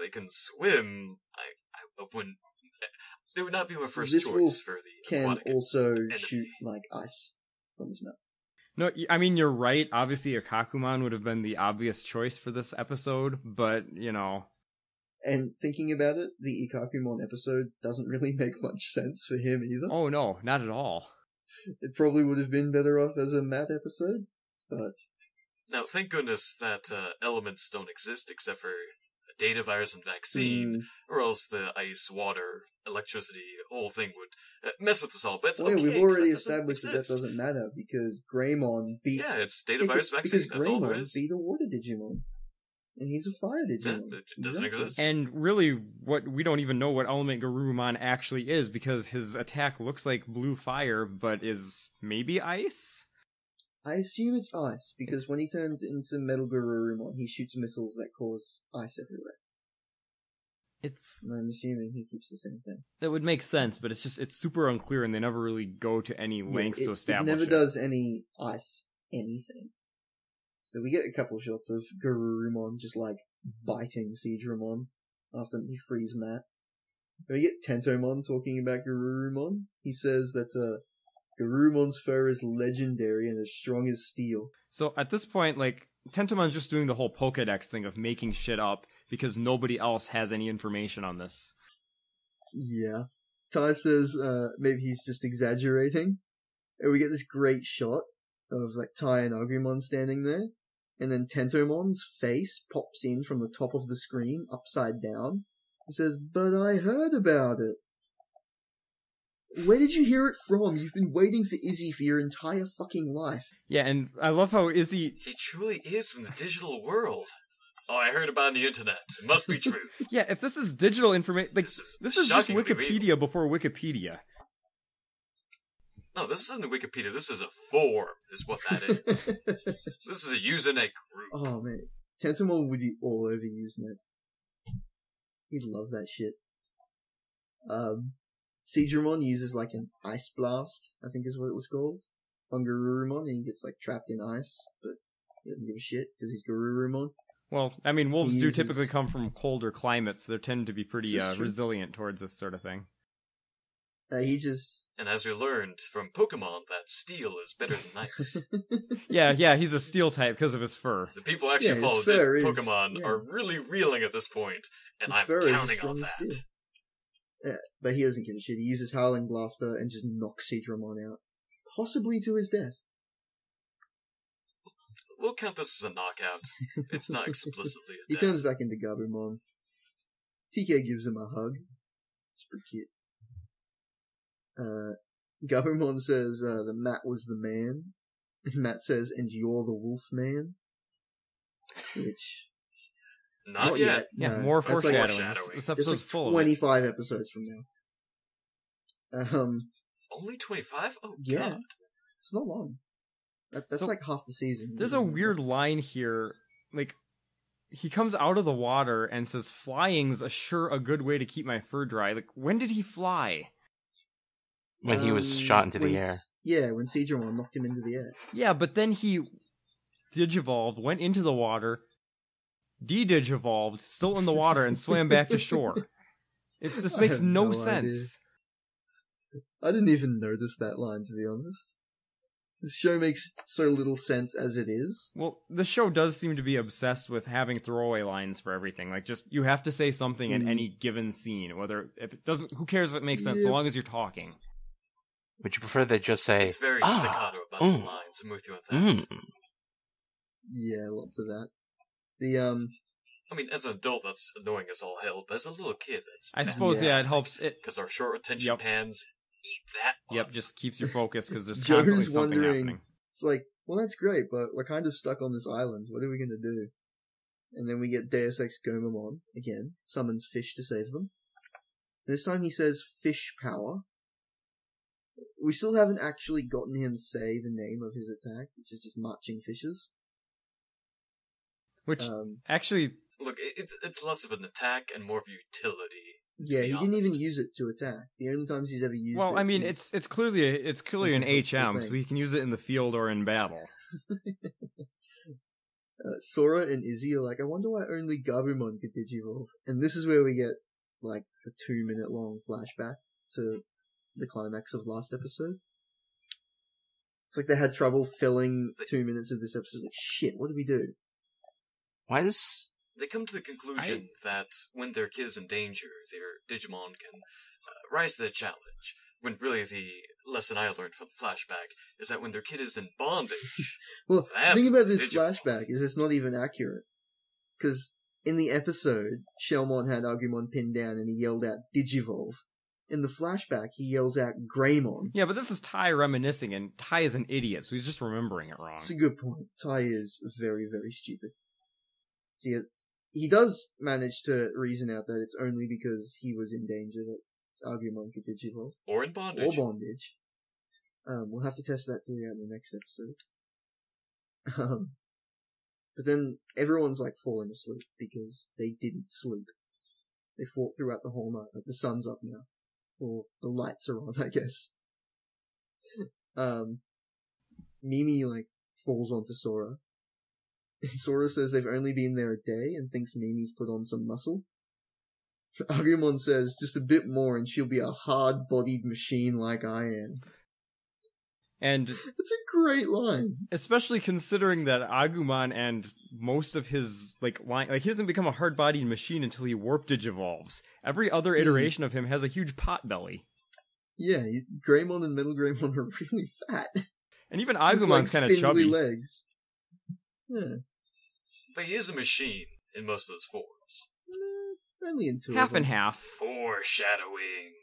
Speaker 4: They can swim. I, I wouldn't. eh, They would not be my first
Speaker 1: This
Speaker 4: choice
Speaker 1: wolf
Speaker 4: for the
Speaker 1: Can
Speaker 4: aquatic.
Speaker 1: also
Speaker 4: enemy.
Speaker 1: shoot like ice from his mouth.
Speaker 2: No, y- I mean you're right. Obviously, a Kakuman would have been the obvious choice for this episode, but you know,
Speaker 1: And thinking about it, the Ikakumon episode doesn't really make much sense for him either.
Speaker 2: oh no, not at all.
Speaker 1: It probably would have been better off as a Matt episode, but
Speaker 4: Now, thank goodness that uh, elements don't exist except for data virus and vaccine,
Speaker 1: Mm.
Speaker 4: or else the ice, water, electricity, whole thing would uh, mess with us all. But it's
Speaker 1: Well,
Speaker 4: okay,
Speaker 1: yeah, we've
Speaker 4: 'cause
Speaker 1: already
Speaker 4: that doesn't
Speaker 1: established that that
Speaker 4: exist.
Speaker 1: doesn't matter because Greymon beat
Speaker 4: Yeah, it's data virus vaccine.
Speaker 1: because
Speaker 4: That's all there
Speaker 1: Greymon
Speaker 4: is.
Speaker 1: beat a water Digimon, and he's a fire Digimon.
Speaker 4: it doesn't exist.
Speaker 2: And really, what we don't even know what element Garurumon actually is because his attack looks like blue fire, but is maybe ice.
Speaker 1: I assume it's ice because when he turns into Metal Garurumon, he shoots missiles that cause ice everywhere,
Speaker 2: It's
Speaker 1: and I'm assuming he keeps the same thing.
Speaker 2: that would make sense, but it's just it's super unclear, and they never really go to any
Speaker 1: Yeah,
Speaker 2: lengths
Speaker 1: it,
Speaker 2: to
Speaker 1: it
Speaker 2: establish
Speaker 1: never does any ice anything. So we get a couple shots of Garurumon just like
Speaker 2: Mm-hmm.
Speaker 1: biting Seedramon after he frees Matt. And we get Tentomon talking about Garurumon. He says that uh, Garurumon's fur is legendary and as strong as steel.
Speaker 2: So at this point, like Tentomon's just doing the whole Pokedex thing of making shit up because nobody else has any information on this.
Speaker 1: Yeah. Ty says uh, maybe he's just exaggerating. And we get this great shot of like Ty and Agumon standing there. And then Tentomon's face pops in from the top of the screen, upside down. He says, But I heard about it. Where did you hear it from? You've been waiting for Izzy for your entire fucking life.
Speaker 2: Yeah, and I love how Izzy.
Speaker 4: He truly is from the digital world. Oh, I heard about it on the internet. It must be true.
Speaker 2: Yeah, if this is digital information, like
Speaker 4: This is
Speaker 2: this is just
Speaker 4: shockingly
Speaker 2: Wikipedia before Wikipedia.
Speaker 4: no, this isn't Wikipedia. This is a form, is what that is. this is a usernet group.
Speaker 1: Oh man, Tentomon would be all over Usenet. He'd love that shit. Um, Seedramon uses like an ice blast, I think is what it was called, on Garurumon, and he gets like trapped in ice, but he doesn't give a shit because he's Garurumon.
Speaker 2: Well, I mean, wolves do
Speaker 1: uses-
Speaker 2: typically come from colder climates, so they tend to be pretty
Speaker 1: This is
Speaker 2: uh,
Speaker 1: true.
Speaker 2: resilient towards this sort of thing.
Speaker 1: Uh, he just
Speaker 4: And as we learned from Pokemon, that steel is better than ice.
Speaker 2: Yeah, yeah, he's a steel type because of his fur.
Speaker 4: the people who actually
Speaker 1: Yeah, his
Speaker 4: follow
Speaker 1: fur is-
Speaker 4: Pokemon
Speaker 1: yeah.
Speaker 4: are really reeling at this point, and
Speaker 1: His
Speaker 4: I'm
Speaker 1: fur is as
Speaker 4: counting
Speaker 1: strong
Speaker 4: on
Speaker 1: as
Speaker 4: that.
Speaker 1: steel. Yeah, but he doesn't give a shit. He uses Howling Blaster and just knocks Seadramon out, possibly to his death.
Speaker 4: We'll count this as a knockout. It's not explicitly a
Speaker 1: He
Speaker 4: death.
Speaker 1: turns back into Gabumon. TK gives him a hug. It's pretty cute. Uh, Gabumon says, uh, the Matt was the man. And Matt says, and you're the wolf man. Which,
Speaker 4: Not, yet.
Speaker 2: Yeah,
Speaker 1: no.
Speaker 2: more
Speaker 1: That's like-
Speaker 2: foreshadowing.
Speaker 4: Foreshadowing.
Speaker 2: This
Speaker 1: It's
Speaker 2: episode's
Speaker 1: like
Speaker 2: full of it.
Speaker 1: 25 episodes from now. Um,
Speaker 4: Only 25? Oh,
Speaker 1: Yeah.
Speaker 4: God.
Speaker 1: it's not long. That, that's
Speaker 2: So-
Speaker 1: like half the season. Um,
Speaker 2: There's a weird line here. Like, he comes out of the water and says, "Flying's a sure a good way to keep my fur dry." Like, when did he fly?
Speaker 3: when he was
Speaker 1: Um,
Speaker 3: shot into
Speaker 1: when
Speaker 3: the air.
Speaker 1: S- Yeah, when Seadramon knocked him into the air.
Speaker 2: Yeah, but then he digivolved, went into the water, de-digivolved, still in the water, and swam back to shore. It's, this
Speaker 1: I
Speaker 2: makes
Speaker 1: have
Speaker 2: no,
Speaker 1: no
Speaker 2: sense.
Speaker 1: idea. I didn't even notice that line, to be honest. The show makes so little sense as it is.
Speaker 2: Well, the show does seem to be obsessed with having throwaway lines for everything. Like, just you have to say something in
Speaker 1: Mhm.
Speaker 2: any given scene. Whether if it doesn't, who cares if it makes sense, so
Speaker 1: Yep.
Speaker 2: long as you're talking.
Speaker 3: Would you prefer they just say,
Speaker 4: It's very
Speaker 3: Ah,
Speaker 4: staccato about
Speaker 3: mm.
Speaker 4: the lines. I'm with you on that.
Speaker 3: mm,
Speaker 1: Yeah, lots of that. The um,
Speaker 4: I mean, as an adult, that's annoying as all hell, but as a little kid, that's
Speaker 2: I suppose, yeah, it helps. It
Speaker 4: Because our short attention
Speaker 2: Yep.
Speaker 4: pans eat that
Speaker 2: yep,
Speaker 4: up.
Speaker 2: just keeps your focus because there's
Speaker 1: Joe's
Speaker 2: constantly something
Speaker 1: wondering-
Speaker 2: happening.
Speaker 1: it's like, well, that's great, but we're kind of stuck on this island. What are we gonna do? And then we get Deus Ex Gomamon again. Summons fish to save them. This time he says fish power. We still haven't actually gotten him say the name of his attack, which is just marching fishes.
Speaker 2: Which
Speaker 1: Um,
Speaker 2: actually,
Speaker 4: Look, it- it's, it's less of an attack and more of a utility.
Speaker 1: yeah,
Speaker 4: be
Speaker 1: he didn't even
Speaker 4: honest.
Speaker 1: use it to attack. The only times he's ever used it.
Speaker 2: well, I mean,
Speaker 1: is-
Speaker 2: it's it's clearly a, it's clearly
Speaker 1: It's
Speaker 2: an
Speaker 1: a helpful
Speaker 2: HM, so
Speaker 1: thing.
Speaker 2: you can use it in the field or in battle.
Speaker 1: uh, Sora and Izzy are like, I wonder why only Gabumon could digivolve. And this is where we get like the two minute long flashback to the climax of last episode. It's like they had trouble filling two minutes of this episode. Like, shit, what do we do?
Speaker 3: why does
Speaker 4: They come to the conclusion that when their kid is in danger, their Digimon can uh, rise to the challenge. When really the lesson I learned from the flashback is that when their kid is in bondage,
Speaker 1: Well,
Speaker 4: That's
Speaker 1: the thing about this
Speaker 4: digivolve.
Speaker 1: flashback is it's not even accurate. Because in the episode, Shelmon had Agumon pinned down and he yelled out digivolve. In the flashback, he yells out Greymon.
Speaker 2: Yeah, but this is Ty reminiscing, and Ty is an idiot, so he's just remembering it wrong.
Speaker 1: It's a good point. Ty is very, very stupid. See, it- he does manage to reason out that it's only because he was in danger that Agumon could digivolve
Speaker 4: or in
Speaker 1: or
Speaker 4: bondage,
Speaker 1: bondage. Um, we'll have to test that theory out in the next episode. Um, but then everyone's like falling asleep because they didn't sleep. They fought throughout the whole night. Like the sun's up now, or the lights are on, I guess. Um, Mimi like falls onto Sora. And Sora says they've only been there a day and thinks Mimi's put on some muscle. Agumon says just a bit more and she'll be a hard-bodied machine like I am.
Speaker 2: And
Speaker 1: That's a great line.
Speaker 2: especially considering that Agumon and most of his like line, like he doesn't become a hard-bodied machine until he warp digivolves. Every other
Speaker 1: Mhm.
Speaker 2: iteration of him has a huge pot belly,
Speaker 1: Yeah, you- Greymon and Metal Greymon are really fat.
Speaker 2: and even
Speaker 1: With, like,
Speaker 2: Agumon's kind of
Speaker 1: spindly
Speaker 2: chubby.
Speaker 1: legs. Yeah,
Speaker 4: but he is a machine in most of those forms.
Speaker 1: no, only in two.
Speaker 2: half
Speaker 1: of them.
Speaker 2: and half.
Speaker 4: Foreshadowing.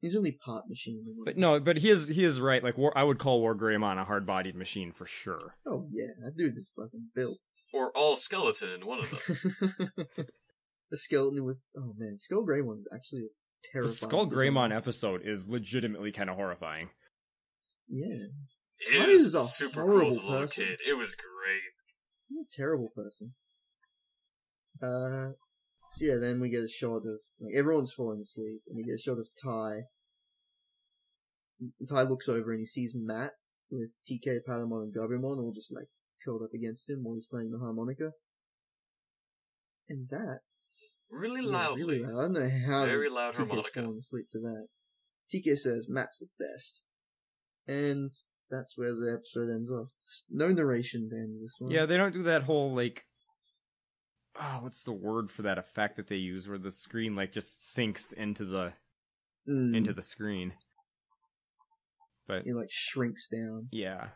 Speaker 1: He's only part machine. in one.
Speaker 2: But no, but he is he is right. Like War, I would call War Greymon a hard-bodied machine for sure.
Speaker 1: Oh yeah, that dude is fucking built.
Speaker 4: Or all skeleton in one of them.
Speaker 1: a skeleton with oh man, Skull Greymon is actually a
Speaker 2: The
Speaker 1: terrifying.
Speaker 2: Skull
Speaker 1: design.
Speaker 2: Greymon episode is legitimately kind of horrifying.
Speaker 1: Yeah,
Speaker 4: It
Speaker 1: Ty
Speaker 4: is
Speaker 1: is a
Speaker 4: super cool
Speaker 1: horrible
Speaker 4: as a little
Speaker 1: person.
Speaker 4: kid. It was great.
Speaker 1: he's a terrible person. Uh, so yeah. Then we get a shot of like everyone's falling asleep, and we get a shot of Ty. And Ty looks over and he sees Matt with TK, Palamon, and Gabumon all just like curled up against him while he's playing the harmonica. And that's
Speaker 4: Really
Speaker 1: yeah,
Speaker 4: loudly.
Speaker 1: Really loud. I don't know how
Speaker 4: Very
Speaker 1: the
Speaker 4: loud
Speaker 1: TK's
Speaker 4: harmonica.
Speaker 1: falling asleep to that. TK says Matt's the best, and that's where the episode ends off. No narration to end this one.
Speaker 2: Yeah, they don't do that whole like oh, what's the word for that effect that they use where the screen like just sinks into the
Speaker 1: Mm,
Speaker 2: into the screen. But
Speaker 1: it like shrinks down.
Speaker 2: yeah.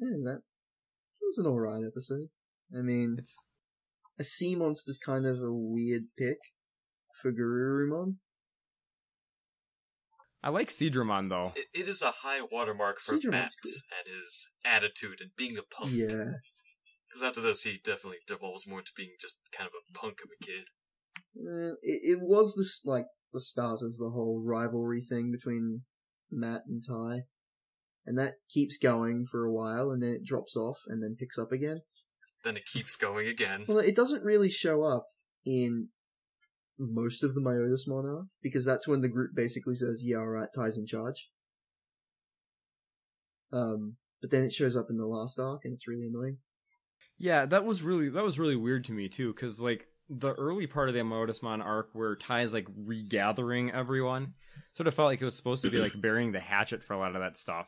Speaker 1: Yeah, that was an alright episode. I mean,
Speaker 2: It's
Speaker 1: a sea monster's kind of a weird pick for Garurumon.
Speaker 2: I like Seedramon though.
Speaker 4: It, it is a high watermark for
Speaker 1: Ginger
Speaker 4: Matt
Speaker 1: Man's cool.
Speaker 4: and his attitude and being a
Speaker 2: Oh,
Speaker 4: punk.
Speaker 1: Yeah,
Speaker 4: Because after this, he definitely devolves more into being just kind of a punk of a kid.
Speaker 1: Uh, it, it was this like the start of the whole rivalry thing between Matt and Ty, and that keeps going for a while, and then it drops off, and then picks up again.
Speaker 4: Then it keeps going again.
Speaker 1: Well, it doesn't really show up in most of the Myotis Monarch because that's when the group basically says, "Yeah, all right, Ty's in charge." Um, but then it shows up in the last arc, and it's really annoying.
Speaker 2: Yeah, that was really that was really weird to me too, because like the early part of the Modismon arc where Ty's like regathering everyone, sort of felt like it was supposed to be like burying the hatchet for a lot of that stuff,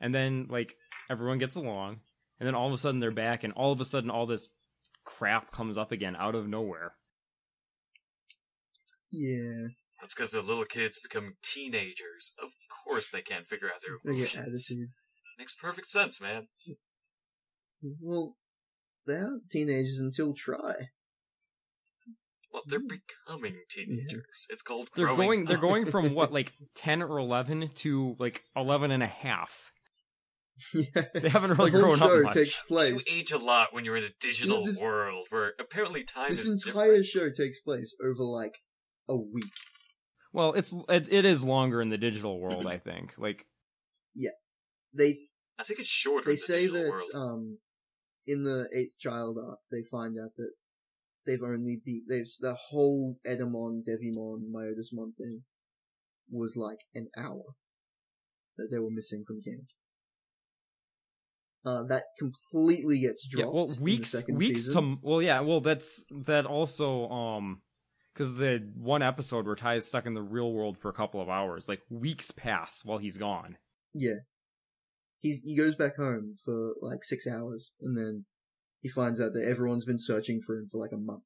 Speaker 2: and then like everyone gets along, and then all of a sudden they're back, and all of a sudden all this crap comes up again out of nowhere.
Speaker 1: Yeah,
Speaker 4: That's because they're little kids becoming teenagers. Of course they can't figure out their
Speaker 1: they
Speaker 2: Oh,
Speaker 1: get
Speaker 4: emotions.
Speaker 1: attitude.
Speaker 4: Makes perfect sense, man.
Speaker 1: Well, they aren't teenagers until Try.
Speaker 4: Well, they're
Speaker 1: Mm.
Speaker 4: becoming teenagers. It's called
Speaker 2: They're
Speaker 4: growing
Speaker 2: going they're
Speaker 4: up.
Speaker 2: going from what like 10 or 11 to like 11 and a half.
Speaker 1: yeah.
Speaker 2: They haven't really
Speaker 1: the whole
Speaker 2: grown up
Speaker 1: show
Speaker 2: much.
Speaker 1: takes
Speaker 4: You
Speaker 1: place.
Speaker 4: age a lot when you're in a digital
Speaker 1: this-
Speaker 4: world where apparently time
Speaker 1: This
Speaker 4: is
Speaker 1: entire
Speaker 4: different.
Speaker 1: show takes place over like a week.
Speaker 2: Well, it's it, it is longer in the digital world, I think. Like
Speaker 1: They
Speaker 4: I think it's shorter.
Speaker 1: they
Speaker 4: in the
Speaker 1: say
Speaker 4: digital
Speaker 1: that
Speaker 4: world.
Speaker 1: um in the eighth child arc they find out that they've only beat they've the whole Edamon, Devimon, Myodismon thing was like an hour that they were missing from the game. Uh, that completely gets
Speaker 2: yeah,
Speaker 1: dropped.
Speaker 2: well,
Speaker 1: in the
Speaker 2: weeks
Speaker 1: second
Speaker 2: weeks
Speaker 1: season.
Speaker 2: to well, yeah, well that's that also um because the one episode where Ty is stuck in the real world for a couple of hours, like weeks pass while he's gone.
Speaker 1: he he goes back home for like six hours, and then he finds out that everyone's been searching for him for like a month.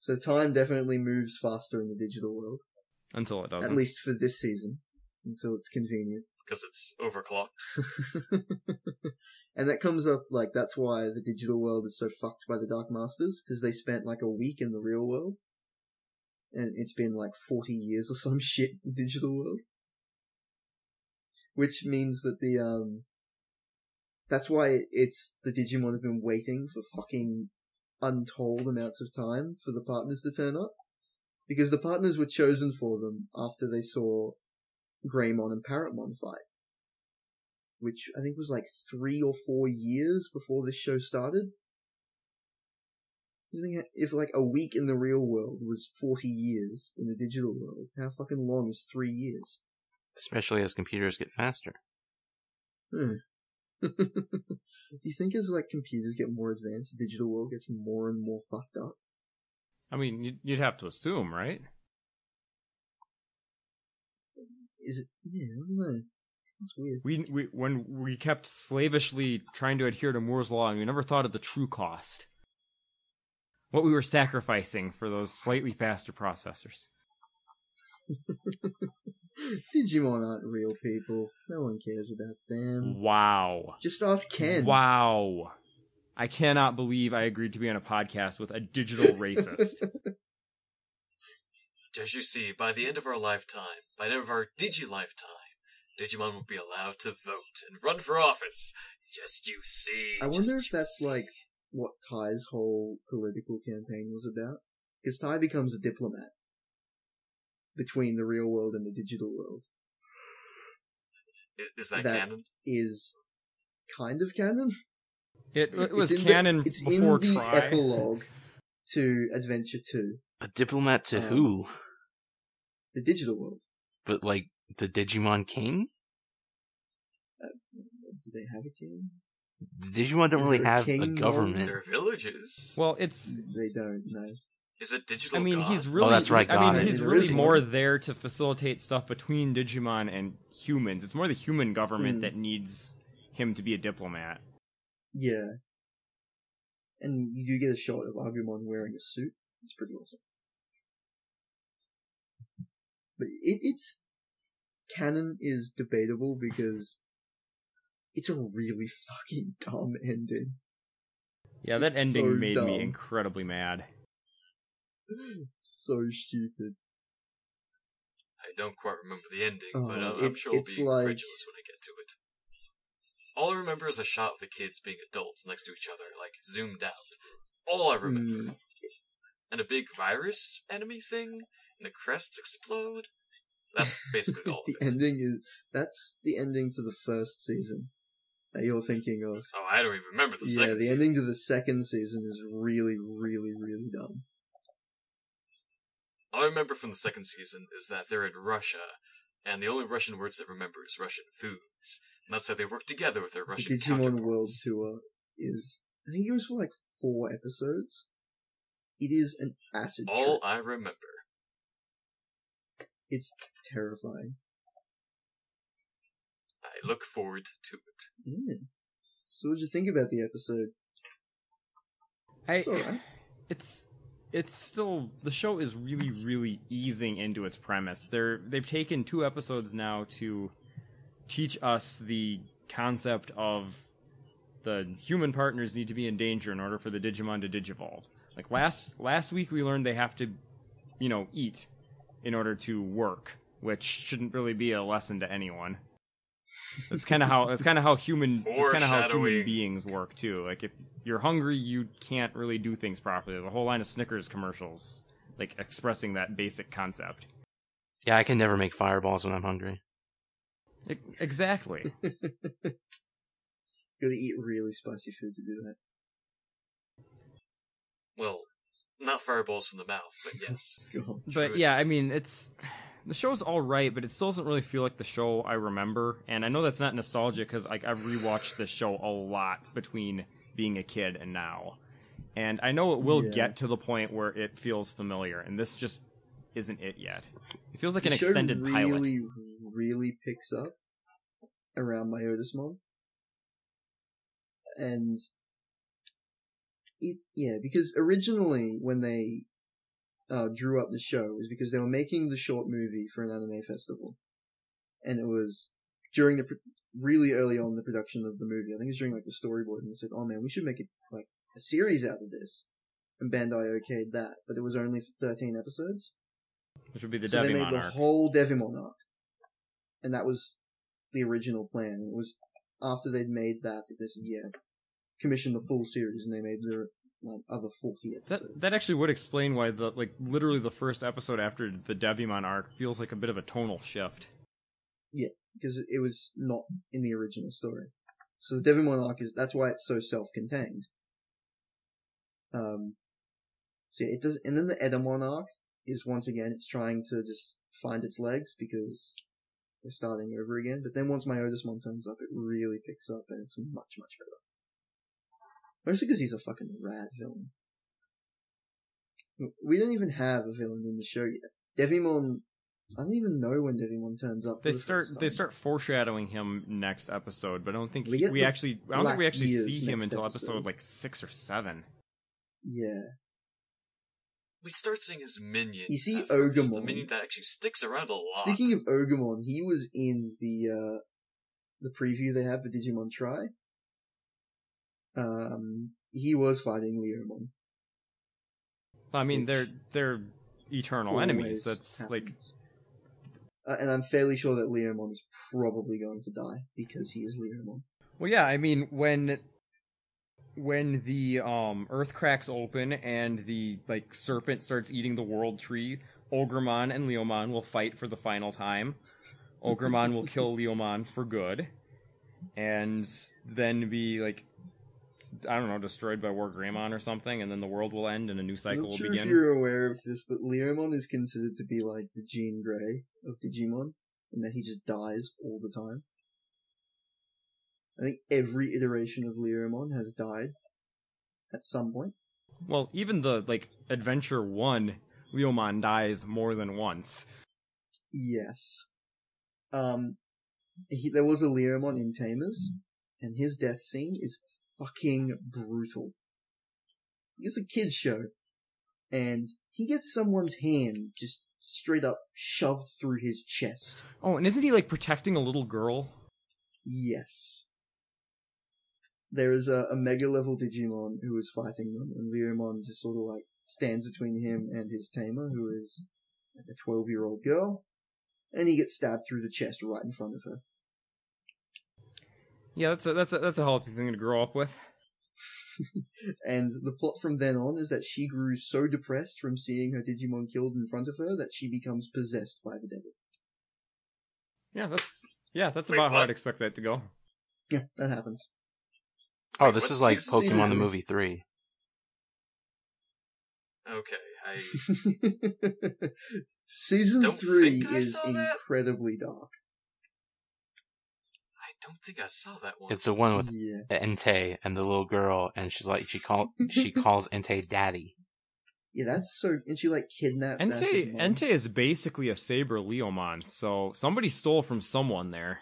Speaker 1: So time definitely moves faster in the digital world,
Speaker 2: Until it doesn't.
Speaker 1: at least for this season, until it's convenient.
Speaker 4: because it's overclocked.
Speaker 1: and that comes up like that's why the digital world is so fucked by the Dark Masters because they spent like a week in the real world, and it's been like forty years or some shit in the digital world, which means that the um, that's why it's the Digimon have been waiting for fucking untold amounts of time for the partners to turn up, because the partners were chosen for them after they saw Greymon and Parrotmon fight which I think was like three or four years before this show started. You think if like a week in the real world was 40 years in the digital world, how fucking long is three years?
Speaker 3: especially as computers get faster.
Speaker 1: Do you think as like computers get more advanced, the digital world gets more and more fucked up?
Speaker 2: I mean, you'd, you'd have to assume, right?
Speaker 1: Is it? Yeah, I don't know. That's weird.
Speaker 2: We we when we kept slavishly trying to adhere to Moore's law, and we never thought of the true cost, what we were sacrificing for those slightly faster processors.
Speaker 1: Digimon aren't real people. No one cares about
Speaker 2: Mm-hmm.
Speaker 1: them.
Speaker 2: Wow.
Speaker 1: Just ask Ken.
Speaker 2: Wow. I cannot believe I agreed to be on a podcast with a digital racist.
Speaker 4: As you see, by the end of our lifetime, by the end of our digi lifetime, Digimon will be allowed to vote and run for office. Just you see.
Speaker 1: I
Speaker 4: just
Speaker 1: wonder if
Speaker 4: you
Speaker 1: that's
Speaker 4: see.
Speaker 1: like what Ty's whole political campaign was about. Because Ty becomes a diplomat between the real world and the digital world.
Speaker 4: I- Is that,
Speaker 1: that-
Speaker 4: canon?
Speaker 1: Is kind of canon.
Speaker 2: It, it was
Speaker 1: in the-
Speaker 2: canon
Speaker 1: it's
Speaker 2: before
Speaker 1: in the
Speaker 2: try.
Speaker 1: epilogue to Adventure 2,
Speaker 3: A diplomat to
Speaker 1: Um,
Speaker 3: who?
Speaker 1: the digital world.
Speaker 3: But like the Digimon King?
Speaker 1: Do they have a king?
Speaker 3: The Digimon don't
Speaker 1: Is
Speaker 3: really
Speaker 1: there a
Speaker 3: have a
Speaker 1: king
Speaker 3: government.
Speaker 1: mode?
Speaker 4: There are villages.
Speaker 2: Well, it's
Speaker 1: They don't, no.
Speaker 4: Is it digital?
Speaker 2: I mean,
Speaker 4: god?
Speaker 2: he's really.
Speaker 3: that's right,
Speaker 2: I
Speaker 3: Oh, God.
Speaker 2: mean, he's
Speaker 1: There
Speaker 2: really
Speaker 1: is
Speaker 2: more
Speaker 1: one.
Speaker 2: there to facilitate stuff between Digimon and humans. It's more the human government
Speaker 1: Hmm.
Speaker 2: that needs him to be a diplomat.
Speaker 1: Yeah. And you do get a shot of Agumon wearing a suit. It's pretty awesome. But it, it's canon is debatable because it's a really fucking dumb ending.
Speaker 2: Yeah, that
Speaker 1: It's
Speaker 2: ending
Speaker 1: so
Speaker 2: made
Speaker 1: dumb.
Speaker 2: me incredibly mad.
Speaker 1: so stupid.
Speaker 4: I don't quite remember the ending,
Speaker 1: Oh,
Speaker 4: but uh, I'm, I'm
Speaker 1: it-
Speaker 4: sure I'll
Speaker 1: it's
Speaker 4: be
Speaker 1: like-
Speaker 4: incredulous when I get to it. All I remember is a shot of the kids being adults next to each other, like zoomed out. All I remember.
Speaker 1: Hmm.
Speaker 4: And a big virus enemy thing, and the crests explode. That's basically all of
Speaker 1: the
Speaker 4: it.
Speaker 1: ending is that's the ending to the first season that you're thinking of.
Speaker 4: Oh, I don't even remember the
Speaker 1: yeah,
Speaker 4: second.
Speaker 1: the
Speaker 4: season.
Speaker 1: ending to the second season is really, really, really dumb.
Speaker 4: All I remember from the second season is that they're in Russia, and the only Russian words that remember is Russian foods. And that's how they work together with their Russian
Speaker 1: the Digimon World
Speaker 4: counterparts.
Speaker 1: Tour is I think it was for like four episodes. It is an acid
Speaker 4: All
Speaker 1: trip.
Speaker 4: Oh, I remember.
Speaker 1: It's terrifying.
Speaker 4: I look forward to it.
Speaker 1: Yeah. So what'd you think about the episode?
Speaker 2: I,
Speaker 1: It's alright.
Speaker 2: it's it's still the show is really really easing into its premise. They're they've taken two episodes now to teach us the concept of the human partners need to be in danger in order for the Digimon to digivolve. Like last last week we learned they have to you know eat in order to work, which shouldn't really be a lesson to anyone. That's kind of how that's kind of how human that's kind of how human
Speaker 4: Foreshadowing.
Speaker 2: beings work too. Like if you're hungry, you can't really do things properly. There's a whole line of Snickers commercials like expressing that basic concept.
Speaker 3: Yeah, I can never make fireballs when I'm hungry.
Speaker 2: E- exactly.
Speaker 1: Gotta eat really spicy food to do that.
Speaker 4: Well, not fireballs from the mouth, but yes.
Speaker 1: God.
Speaker 2: but
Speaker 4: True
Speaker 2: yeah, I mean, it's the show's all right, but it still doesn't really feel like the show I remember. And I know that's not nostalgic because like I've rewatched this show a lot between being a kid and now, and I know it will
Speaker 1: Yeah.
Speaker 2: get to the point where it feels familiar, and this just isn't it yet. It feels like an
Speaker 1: The show
Speaker 2: extended pilot.
Speaker 1: really, really picks up around my Otismon. And it, yeah, because originally when they uh, drew up the show it was because they were making the short movie for an anime festival. And it was during the, pr- really early on in the production of the movie. I think it was during like the storyboard and they said, oh man, we should make it like a series out of this. And Bandai okayed that, but it was only for 13 episodes
Speaker 2: Which would be the
Speaker 1: so they made
Speaker 2: Devimon
Speaker 1: the
Speaker 2: arc.
Speaker 1: whole Devimon arc, and that was the original plan. It was after they'd made that that they said, "Yeah, commission the full series," and they made the like other forty
Speaker 2: That
Speaker 1: episodes.
Speaker 2: that actually would explain why the like literally the first episode after the Devimon arc feels like a bit of a tonal shift.
Speaker 1: because it was not in the original story. So the Devimon arc is that's why it's so self-contained. Um, so yeah, it does, and then the Edamon arc is once again it's trying to just find its legs because they're starting over again. But then once my Otismon turns up, it really picks up and it's much much better. Mostly because he's a fucking rad villain. We don't even have a villain in the show yet. Devimon, I don't even know when Devimon turns up. for
Speaker 2: They
Speaker 1: the
Speaker 2: start
Speaker 1: first
Speaker 2: they
Speaker 1: time.
Speaker 2: start foreshadowing him next episode, but I don't think
Speaker 1: We
Speaker 2: we,
Speaker 1: get
Speaker 2: we
Speaker 1: the
Speaker 2: actually I don't
Speaker 1: black
Speaker 2: think we actually
Speaker 1: ears
Speaker 2: see him
Speaker 1: next
Speaker 2: until
Speaker 1: episode.
Speaker 2: episode like six or seven.
Speaker 1: Yeah.
Speaker 4: We start seeing his minion.
Speaker 1: You see
Speaker 4: at first, The
Speaker 1: Ogamon.
Speaker 4: minion that actually sticks around a lot.
Speaker 1: Speaking of Ogamon, he was in the uh the preview they had for Digimon Try. Um he was fighting Leomon.
Speaker 2: Well, I mean
Speaker 1: Which
Speaker 2: they're they're eternal
Speaker 1: Always
Speaker 2: enemies. That's like
Speaker 1: happens. uh, and I'm fairly sure that Leomon is probably going to die because he is Leomon.
Speaker 2: Well yeah, I mean when when the um earth cracks open and the like serpent starts eating the world tree, Ogremon and Leomon will fight for the final time. Ogremon will kill Leomon for good, and then be like, I don't know, destroyed by Wargreymon or something, and then the world will end and a new
Speaker 1: I'm
Speaker 2: cycle
Speaker 1: not
Speaker 2: will
Speaker 1: sure if
Speaker 2: begin.
Speaker 1: you're aware of this, but Leomon is considered to be like the Jean Grey of Digimon, and that he just dies all the time. I think every iteration of Leomon has died at some point.
Speaker 2: Well, even the like adventure one, Leomon dies more than once.
Speaker 1: Yes. Um, he, there was a Leomon in Tamers, and his death scene is fucking brutal. It's a kid's show, and he gets someone's hand just straight up shoved through his chest.
Speaker 2: Oh, and isn't he like protecting a little girl?
Speaker 1: Yes. There is a, a mega level Digimon who is fighting them, and Leomon just sort of like stands between him and his tamer, who is a 12 year old girl, and he gets stabbed through the chest right in front of her.
Speaker 2: Yeah, that's a that's a that's a healthy thing to grow up with.
Speaker 1: And the plot from then on is that she grew so depressed from seeing her Digimon killed in front of her that she becomes possessed by the devil.
Speaker 2: Yeah, that's yeah, that's
Speaker 4: Wait,
Speaker 2: about how
Speaker 4: what?
Speaker 2: I'd expect that to go.
Speaker 1: Yeah, that happens.
Speaker 3: Oh,
Speaker 4: Wait,
Speaker 3: this
Speaker 4: what
Speaker 3: is like
Speaker 4: season
Speaker 1: is
Speaker 3: Pokemon
Speaker 1: it?
Speaker 3: the Movie 3.
Speaker 4: Okay, I
Speaker 1: Season
Speaker 4: Don't
Speaker 1: three
Speaker 4: think I
Speaker 1: is
Speaker 4: saw that.
Speaker 1: incredibly dark.
Speaker 4: I don't think I saw that one.
Speaker 3: It's the one with
Speaker 1: Yeah.
Speaker 3: Entei and the little girl, and she's like, she call she calls Entei daddy.
Speaker 1: Yeah, that's so and she like kidnaps
Speaker 2: Entei
Speaker 1: Ash's mom.
Speaker 2: Entei is basically a saber Leomon, so somebody stole from someone there.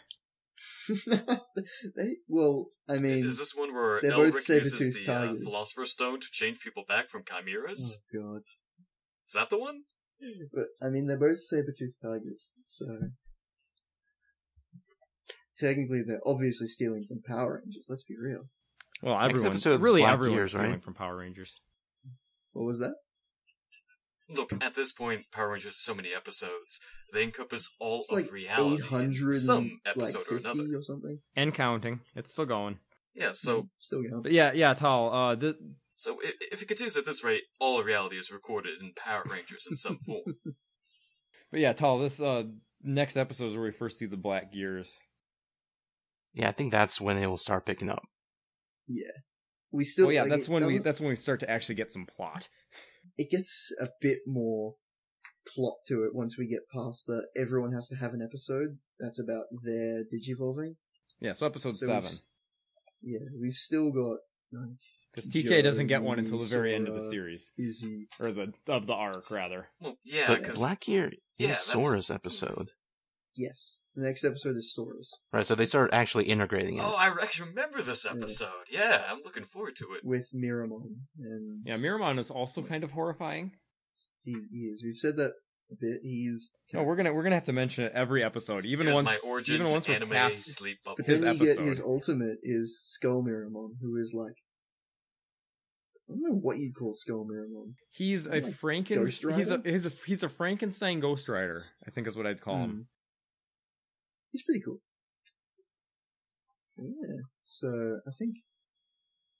Speaker 1: they well, I mean
Speaker 4: is this one where
Speaker 1: they're both
Speaker 4: Elric uses
Speaker 1: saber-toothed
Speaker 4: the uh,
Speaker 1: tigers.
Speaker 4: Philosopher's Stone to change people back from chimeras?
Speaker 1: Oh god.
Speaker 4: Is that the one?
Speaker 1: But I mean they're both saber-toothed tigers, so technically they're obviously stealing from Power Rangers, let's be real.
Speaker 2: Well,
Speaker 3: Next
Speaker 2: everyone
Speaker 3: episode's
Speaker 2: really
Speaker 3: Black
Speaker 2: everyone's
Speaker 3: Gears,
Speaker 2: stealing
Speaker 3: right?
Speaker 2: from Power Rangers.
Speaker 1: What was that?
Speaker 4: Look, at this point, Power Rangers has so many episodes. They encompass all
Speaker 1: It's
Speaker 4: of
Speaker 1: like
Speaker 4: reality. in
Speaker 1: 800
Speaker 4: some
Speaker 1: and,
Speaker 4: episode
Speaker 1: like
Speaker 4: or
Speaker 1: 50
Speaker 4: another.
Speaker 1: or something. Mm,
Speaker 2: And counting. It's still going.
Speaker 4: Yeah, so
Speaker 1: still going.
Speaker 2: But yeah, yeah, Tal, uh the
Speaker 4: so i- if it continues at this rate, all of reality is recorded in Power Rangers in some form.
Speaker 2: but yeah, Tal, this uh next episode is where we first see the black gears.
Speaker 3: Yeah, I think that's when it will start picking up.
Speaker 1: We still
Speaker 2: oh yeah,
Speaker 1: like,
Speaker 2: that's
Speaker 1: it
Speaker 2: when we
Speaker 1: doesn't-
Speaker 2: that's when we start to actually get some plot.
Speaker 1: it gets a bit more plot to it once we get past the everyone has to have an episode that's about their digivolving.
Speaker 2: Yeah, so episode
Speaker 1: So we've
Speaker 2: seven.
Speaker 1: s- Yeah, we've still got like,
Speaker 2: Because TK doesn't get
Speaker 1: Joey,
Speaker 2: one until the very end of the
Speaker 1: Sora.
Speaker 2: series.
Speaker 1: Izzy.
Speaker 2: Or the of the arc rather.
Speaker 4: Well, yeah,
Speaker 3: But
Speaker 4: because
Speaker 3: Black Gear
Speaker 4: yeah, that's-
Speaker 3: is Sora's episode.
Speaker 1: Yes, the next episode is Sora's,
Speaker 3: Right, so they start actually integrating it.
Speaker 4: oh, I actually remember this
Speaker 1: Yeah.
Speaker 4: episode. Yeah, I'm looking forward to it.
Speaker 1: with Miramon, and
Speaker 2: Yeah, Miramon is also kind of horrifying.
Speaker 1: he, he is. We've said that a bit. He is.
Speaker 2: No, Oh, we're gonna we're gonna have to mention it every episode, even
Speaker 4: Here's
Speaker 2: once
Speaker 4: my origin
Speaker 2: even
Speaker 4: to
Speaker 2: once we're
Speaker 4: anime
Speaker 2: past.
Speaker 4: sleep bubble.
Speaker 1: But
Speaker 2: his
Speaker 1: then
Speaker 4: It's-
Speaker 1: you get
Speaker 2: episode.
Speaker 1: his ultimate is Skull Miramon, who is like. I don't know what you'd call Skull Miramon.
Speaker 2: He's a
Speaker 1: Oh,
Speaker 2: Franken.
Speaker 1: Ghost
Speaker 2: He's a
Speaker 1: Rider?
Speaker 2: he's a he's a Frankenstein Ghost Rider. I think is what I'd call him.
Speaker 1: Hmm. He's pretty cool. Yeah. So I think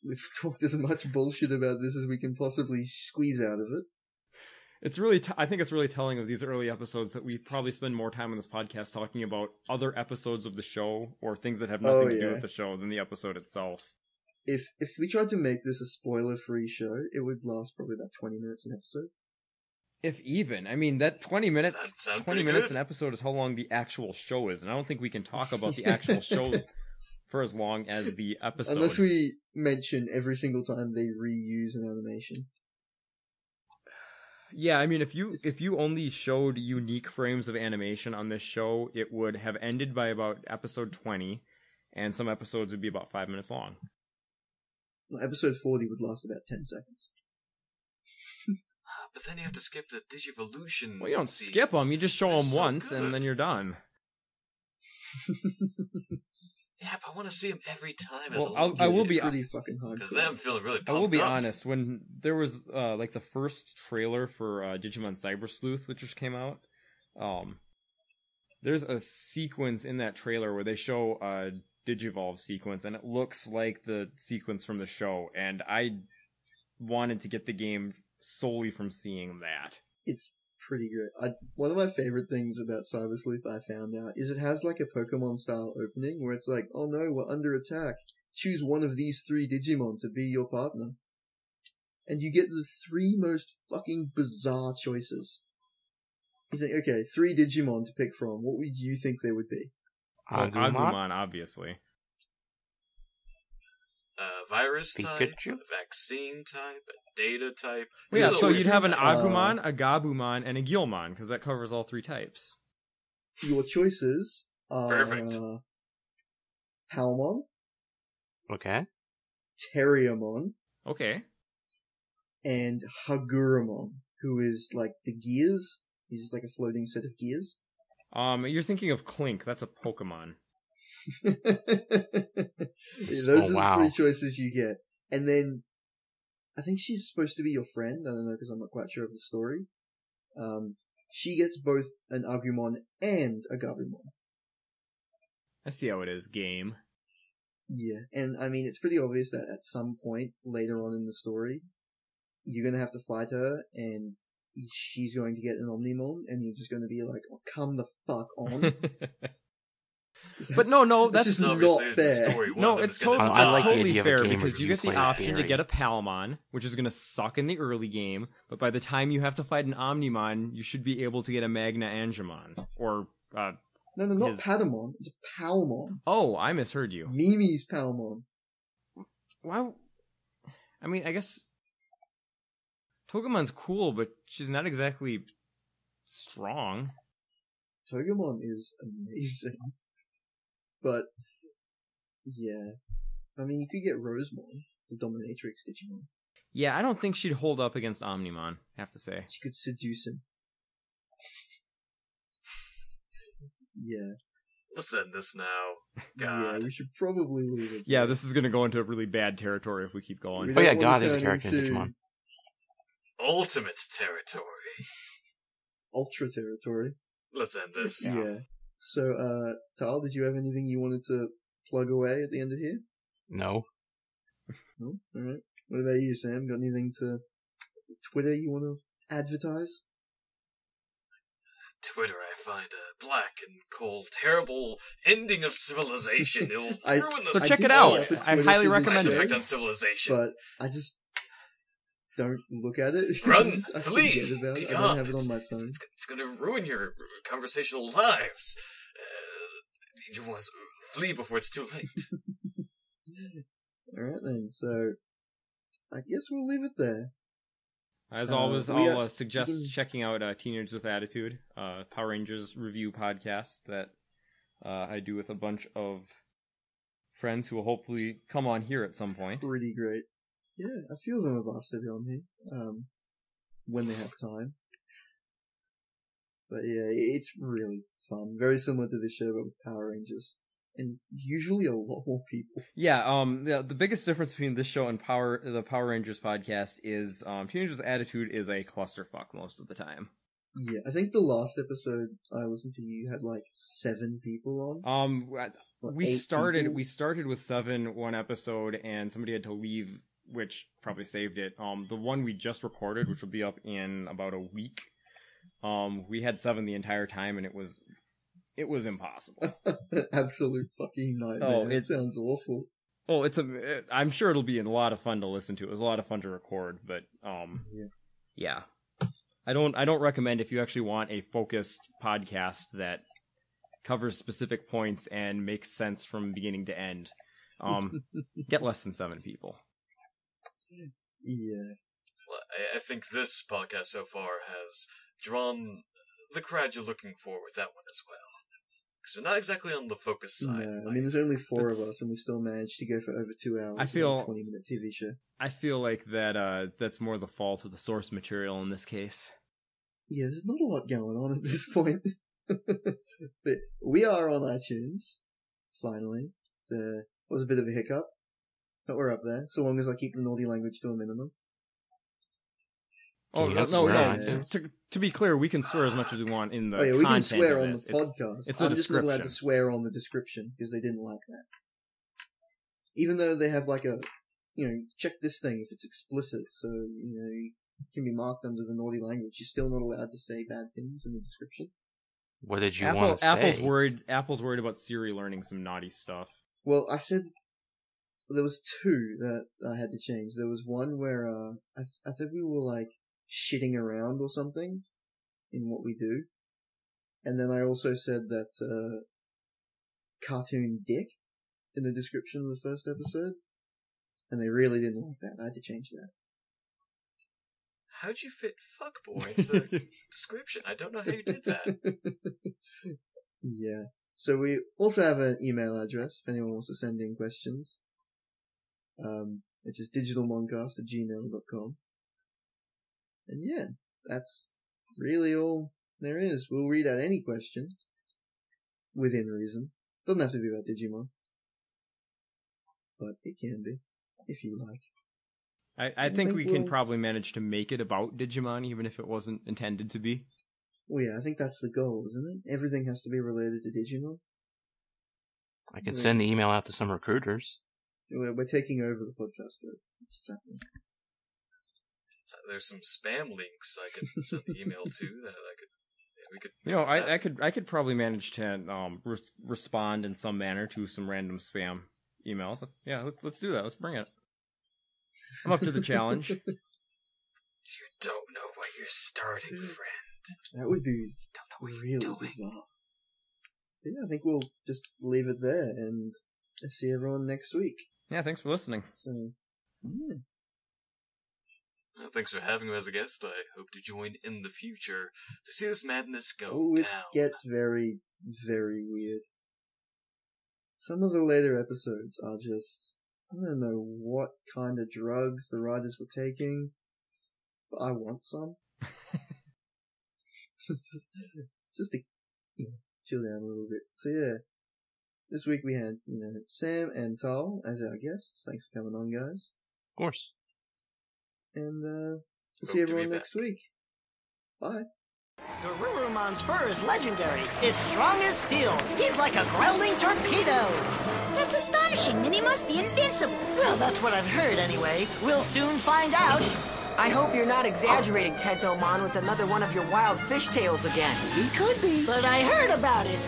Speaker 1: we've talked as much bullshit about this as we can possibly squeeze out of it.
Speaker 2: It's really t- I think it's really telling of these early episodes that we probably spend more time on this podcast talking about other episodes of the show or things that have nothing
Speaker 1: Oh,
Speaker 2: to
Speaker 1: yeah.
Speaker 2: do with the show than the episode itself.
Speaker 1: If if we tried to make this a spoiler free show, it would last probably about twenty minutes an episode.
Speaker 2: If even, I mean that twenty minutes,
Speaker 4: That sounds
Speaker 2: twenty
Speaker 4: pretty
Speaker 2: minutes
Speaker 4: good.
Speaker 2: an episode is how long the actual show is, and I don't think we can talk about the actual show for as long as the episode.
Speaker 1: Unless we mention every single time they reuse an animation.
Speaker 2: Yeah, I mean, if you if you only showed unique frames of animation on this show, it would have ended by about episode twenty, and some episodes would be about five minutes long.
Speaker 1: Well, episode forty would last about ten seconds.
Speaker 4: Ah, But then you have to skip the Digivolution.
Speaker 2: Well, you don't
Speaker 4: scenes.
Speaker 2: skip them; you just show
Speaker 4: They're
Speaker 2: them
Speaker 4: so
Speaker 2: once,
Speaker 4: good.
Speaker 2: and then you're done.
Speaker 4: Yeah, but I want to see them every time. As
Speaker 2: Well,
Speaker 4: a
Speaker 2: I'll-
Speaker 4: little
Speaker 2: I will
Speaker 4: kid.
Speaker 2: be-
Speaker 1: pretty fucking hard.
Speaker 4: Because then I'm feeling really pumped
Speaker 2: I will be
Speaker 4: up.
Speaker 2: honest. When there was uh, like the first trailer for uh, Digimon Cyber Sleuth, which just came out, um, there's a sequence in that trailer where they show a Digivolve sequence, and it looks like the sequence from the show. And I wanted to get the game solely from seeing that.
Speaker 1: it's pretty good. I, one of my favorite things about Cyber Sleuth I found out is it has like a Pokemon style opening where it's like, oh no, we're under attack. Choose one of these three Digimon to be your partner. And you get the three most fucking bizarre choices. You think, okay, three Digimon to pick from. What would you
Speaker 3: oh,
Speaker 1: think they would be?
Speaker 2: Well,
Speaker 3: Agumon?
Speaker 2: Agumon, obviously.
Speaker 4: a virus type,
Speaker 3: Pikachu?
Speaker 4: a vaccine type, a data type.
Speaker 1: Well,
Speaker 4: These
Speaker 2: yeah,
Speaker 4: are the
Speaker 2: so you'd
Speaker 4: weird
Speaker 2: have an
Speaker 4: types.
Speaker 1: Uh,
Speaker 2: Agumon, a Gabumon, and a Gilmon, because that covers all three types.
Speaker 1: Your choices are
Speaker 4: Perfect.
Speaker 1: Palmon,
Speaker 3: Okay.
Speaker 1: Terriamon,
Speaker 2: Okay.
Speaker 1: and Haguramon, who is like the gears. He's just like a floating set of gears.
Speaker 2: Um, you're thinking of Clink. That's a Pokemon.
Speaker 1: Yeah, Those
Speaker 3: Oh,
Speaker 1: are the
Speaker 3: wow.
Speaker 1: three choices you get. And then I think she's supposed to be your friend. I don't know because I'm not quite sure of the story. Um, she gets both an Agumon and a Gabumon.
Speaker 2: I see how it is. Game.
Speaker 1: Yeah, and I mean it's pretty obvious that at some point later on in the story, you're gonna have to fight her, and she's going to get an Omnimon, and you're just gonna be like, oh, "Come the fuck on!"
Speaker 2: but no, no,
Speaker 1: that's
Speaker 2: that's
Speaker 1: just
Speaker 4: Obviously,
Speaker 1: not
Speaker 4: in the
Speaker 1: fair.
Speaker 4: story, one of
Speaker 2: no,
Speaker 4: them
Speaker 2: it's
Speaker 4: is gonna
Speaker 2: totally,
Speaker 3: I- I
Speaker 2: it's
Speaker 3: like the
Speaker 4: die.
Speaker 2: totally
Speaker 3: idea of a
Speaker 2: fair
Speaker 3: game where
Speaker 2: because you
Speaker 3: you
Speaker 2: get the
Speaker 3: play as
Speaker 2: option to
Speaker 3: Gary.
Speaker 2: get a Palmon, which is going to suck in the early game, but by the time you have to fight an Omnimon, you should be able to get a Magna Angemon. Or, uh,
Speaker 1: No, no, not
Speaker 2: His-
Speaker 1: Patamon. It's Palmon.
Speaker 2: oh, I misheard you.
Speaker 1: Mimi's Palmon.
Speaker 2: Why? I mean, I guess Togemon's cool, but she's not exactly strong.
Speaker 1: Togemon is amazing. But, yeah. I mean, you could get Rosemon, the dominatrix Digimon.
Speaker 2: Yeah, I don't think she'd hold up against Omnimon, I have to say.
Speaker 1: She could seduce him. Yeah.
Speaker 4: Let's end this now.
Speaker 1: Yeah,
Speaker 4: God.
Speaker 1: we should probably leave it.
Speaker 2: Yeah, this is going to go into a really bad territory if we keep going.
Speaker 1: We
Speaker 3: Oh, yeah,
Speaker 1: don't wanna
Speaker 3: God is a
Speaker 1: turn
Speaker 3: character in
Speaker 1: into
Speaker 3: Digimon.
Speaker 4: Ultimate territory.
Speaker 1: Ultra territory.
Speaker 4: Let's end this.
Speaker 1: Yeah. So, uh, Tal, did you have anything you wanted to plug away at the end of here?
Speaker 3: No.
Speaker 1: No? Alright. What about you, Sam? Got anything to Twitter you want to advertise?
Speaker 4: Twitter, I find a black and cold, terrible ending of civilization. It'll ruin
Speaker 1: I-
Speaker 4: the
Speaker 2: So
Speaker 1: I
Speaker 2: check
Speaker 1: did
Speaker 2: it
Speaker 1: follow
Speaker 2: out.
Speaker 1: up with
Speaker 2: I
Speaker 1: Twitter
Speaker 2: highly
Speaker 1: through this
Speaker 2: recommend
Speaker 4: Mind
Speaker 2: it.
Speaker 1: day,
Speaker 4: effect on civilization.
Speaker 1: But I just don't look at it.
Speaker 4: Run,
Speaker 1: I
Speaker 4: flee,
Speaker 1: forget about
Speaker 4: be
Speaker 1: it. I don't
Speaker 4: gone.
Speaker 1: have it
Speaker 4: It's,
Speaker 1: on my
Speaker 4: it's-
Speaker 2: um,
Speaker 1: phone.
Speaker 4: it's, it's going to ruin your conversational lives. Uh, you must flee before it's too late.
Speaker 1: Alright then, so I guess we'll leave it there.
Speaker 2: As
Speaker 1: Uh,
Speaker 2: always,
Speaker 1: we
Speaker 2: I'll
Speaker 1: are-
Speaker 2: uh, suggest
Speaker 1: we can-
Speaker 2: checking out uh, Teenagers with Attitude, uh, Power Rangers review podcast that uh, I do with a bunch of friends who will hopefully come on here at some point.
Speaker 1: Pretty great. Yeah, a few of them have asked to be on here. Um when they have time. But yeah, i- it's really fun. Very similar to this show but with Power Rangers. And usually a lot more people.
Speaker 2: Yeah, um, the, the biggest difference between this show and Power the Power Rangers podcast is um, Teenagers with Attitude is a clusterfuck most of the time.
Speaker 1: Yeah, I think the last episode I listened to you had like seven people on.
Speaker 2: Um,
Speaker 1: or
Speaker 2: we
Speaker 1: eight
Speaker 2: started
Speaker 1: people.
Speaker 2: we started with seven one episode and somebody had to leave which probably saved it um the one we just recorded which will be up in about a week um we had seven the entire time and it was it was impossible
Speaker 1: Absolute fucking nightmare.
Speaker 2: Oh,
Speaker 1: it
Speaker 2: it-
Speaker 1: sounds awful.
Speaker 2: oh it's a i'm sure it'll be a lot of fun to listen to it was a lot of fun to record but um
Speaker 1: Yeah.
Speaker 2: yeah i don't i don't recommend if you actually want a focused podcast that covers specific points and makes sense from beginning to end um get less than seven people
Speaker 1: Yeah.
Speaker 4: Well, I, I think this podcast so far has drawn the crowd you're looking for with that one as well. Because we're not exactly on the focus side.
Speaker 1: No, I
Speaker 4: like,
Speaker 1: mean, there's only four of
Speaker 2: That's-
Speaker 1: us, and we still managed to go for over two hours.
Speaker 2: I
Speaker 1: with a
Speaker 2: feel-
Speaker 1: 20 minute TV show.
Speaker 2: I feel like that uh that's more the fault of the source material in this case.
Speaker 1: Yeah, there's not a lot going on at this point. but we are on iTunes, finally. There was a bit of a hiccup, but we're up there, so long as I keep the naughty language to a minimum.
Speaker 3: Can
Speaker 2: Oh
Speaker 3: you
Speaker 2: no,
Speaker 3: not
Speaker 2: no,
Speaker 3: swear
Speaker 1: on
Speaker 2: no.
Speaker 1: iTunes?
Speaker 2: To, to be clear, we can swear as much as we want in the
Speaker 1: oh, yeah, we can
Speaker 2: content
Speaker 1: swear
Speaker 2: of
Speaker 1: on the
Speaker 2: this. It's-
Speaker 1: podcast.
Speaker 2: it's the
Speaker 1: I'm just not allowed to
Speaker 2: description.
Speaker 1: swear on the description because they didn't like that. Even though they have like a, you know, check this thing if it's explicit, so you know it can be marked under the naughty language. You're still not allowed to say bad things in the description.
Speaker 3: What did you
Speaker 2: Apple,
Speaker 3: want to say?
Speaker 2: Apple's worried. Apple's worried about Siri learning some naughty stuff.
Speaker 1: Well, I said there was two that I had to change. There was one where uh, I, th- I think we were like shitting around or something in what we do, and then I also said that uh, cartoon dick in the description of the first episode, and they really didn't like that. I had to change that.
Speaker 4: How'd you fit fuckboy into the description? I don't know how you did that.
Speaker 1: yeah. So we also have an email address if anyone wants to send in questions. Um, it's just digitalmoncast at gmail.com. And yeah, that's really all there is. We'll read out any question within reason. Doesn't have to be about Digimon, but it can be if you like.
Speaker 2: I, I,
Speaker 1: I
Speaker 2: think,
Speaker 1: think
Speaker 2: we can
Speaker 1: we'll-
Speaker 2: probably manage to make it about Digimon, even if it wasn't intended to be.
Speaker 1: Well, yeah, I think that's the goal, isn't it? Everything has to be related to Digimon.
Speaker 3: I can
Speaker 1: Right.
Speaker 3: send the email out to some recruiters.
Speaker 1: We're, we're taking over the podcast, though. That's what's happening.
Speaker 4: Uh, There's some spam links I could send the email to that I could. We could
Speaker 2: You know, I, I could I could probably manage to um res- respond in some manner to some random spam emails. Let's yeah, let's let's do that. Let's bring it. I'm up to the challenge.
Speaker 4: You don't know what you're starting, friend.
Speaker 1: That would be
Speaker 4: You don't know what
Speaker 1: really
Speaker 4: you're doing.
Speaker 1: bizarre. But yeah, I think we'll just leave it there and see everyone next week.
Speaker 2: Yeah, thanks for listening.
Speaker 1: So, yeah.
Speaker 4: Well, thanks for having me as a guest. I hope to join in the future to see this madness go
Speaker 1: oh, it
Speaker 4: down.
Speaker 1: gets very, very weird. Some of the later episodes are just, I don't know what kind of drugs the writers were taking, but I want some. just, just to you know, chill down a little bit. So yeah, this week we had, you know, Sam and Tal as our guests. Thanks for coming on, guys.
Speaker 3: Of course.
Speaker 1: And, uh,
Speaker 4: Hope
Speaker 1: we'll see
Speaker 4: to be
Speaker 1: everyone
Speaker 4: back.
Speaker 1: next week. Bye.
Speaker 5: Dorurumon's fur is legendary. It's strong as steel. He's like a growling torpedo.
Speaker 6: That's astonishing. Then he must be invincible.
Speaker 5: Well, that's what I've heard anyway. We'll soon find out.
Speaker 7: I hope you're not exaggerating, Tentomon, with another one of your wild fish tales again.
Speaker 5: He could be. But I heard about it.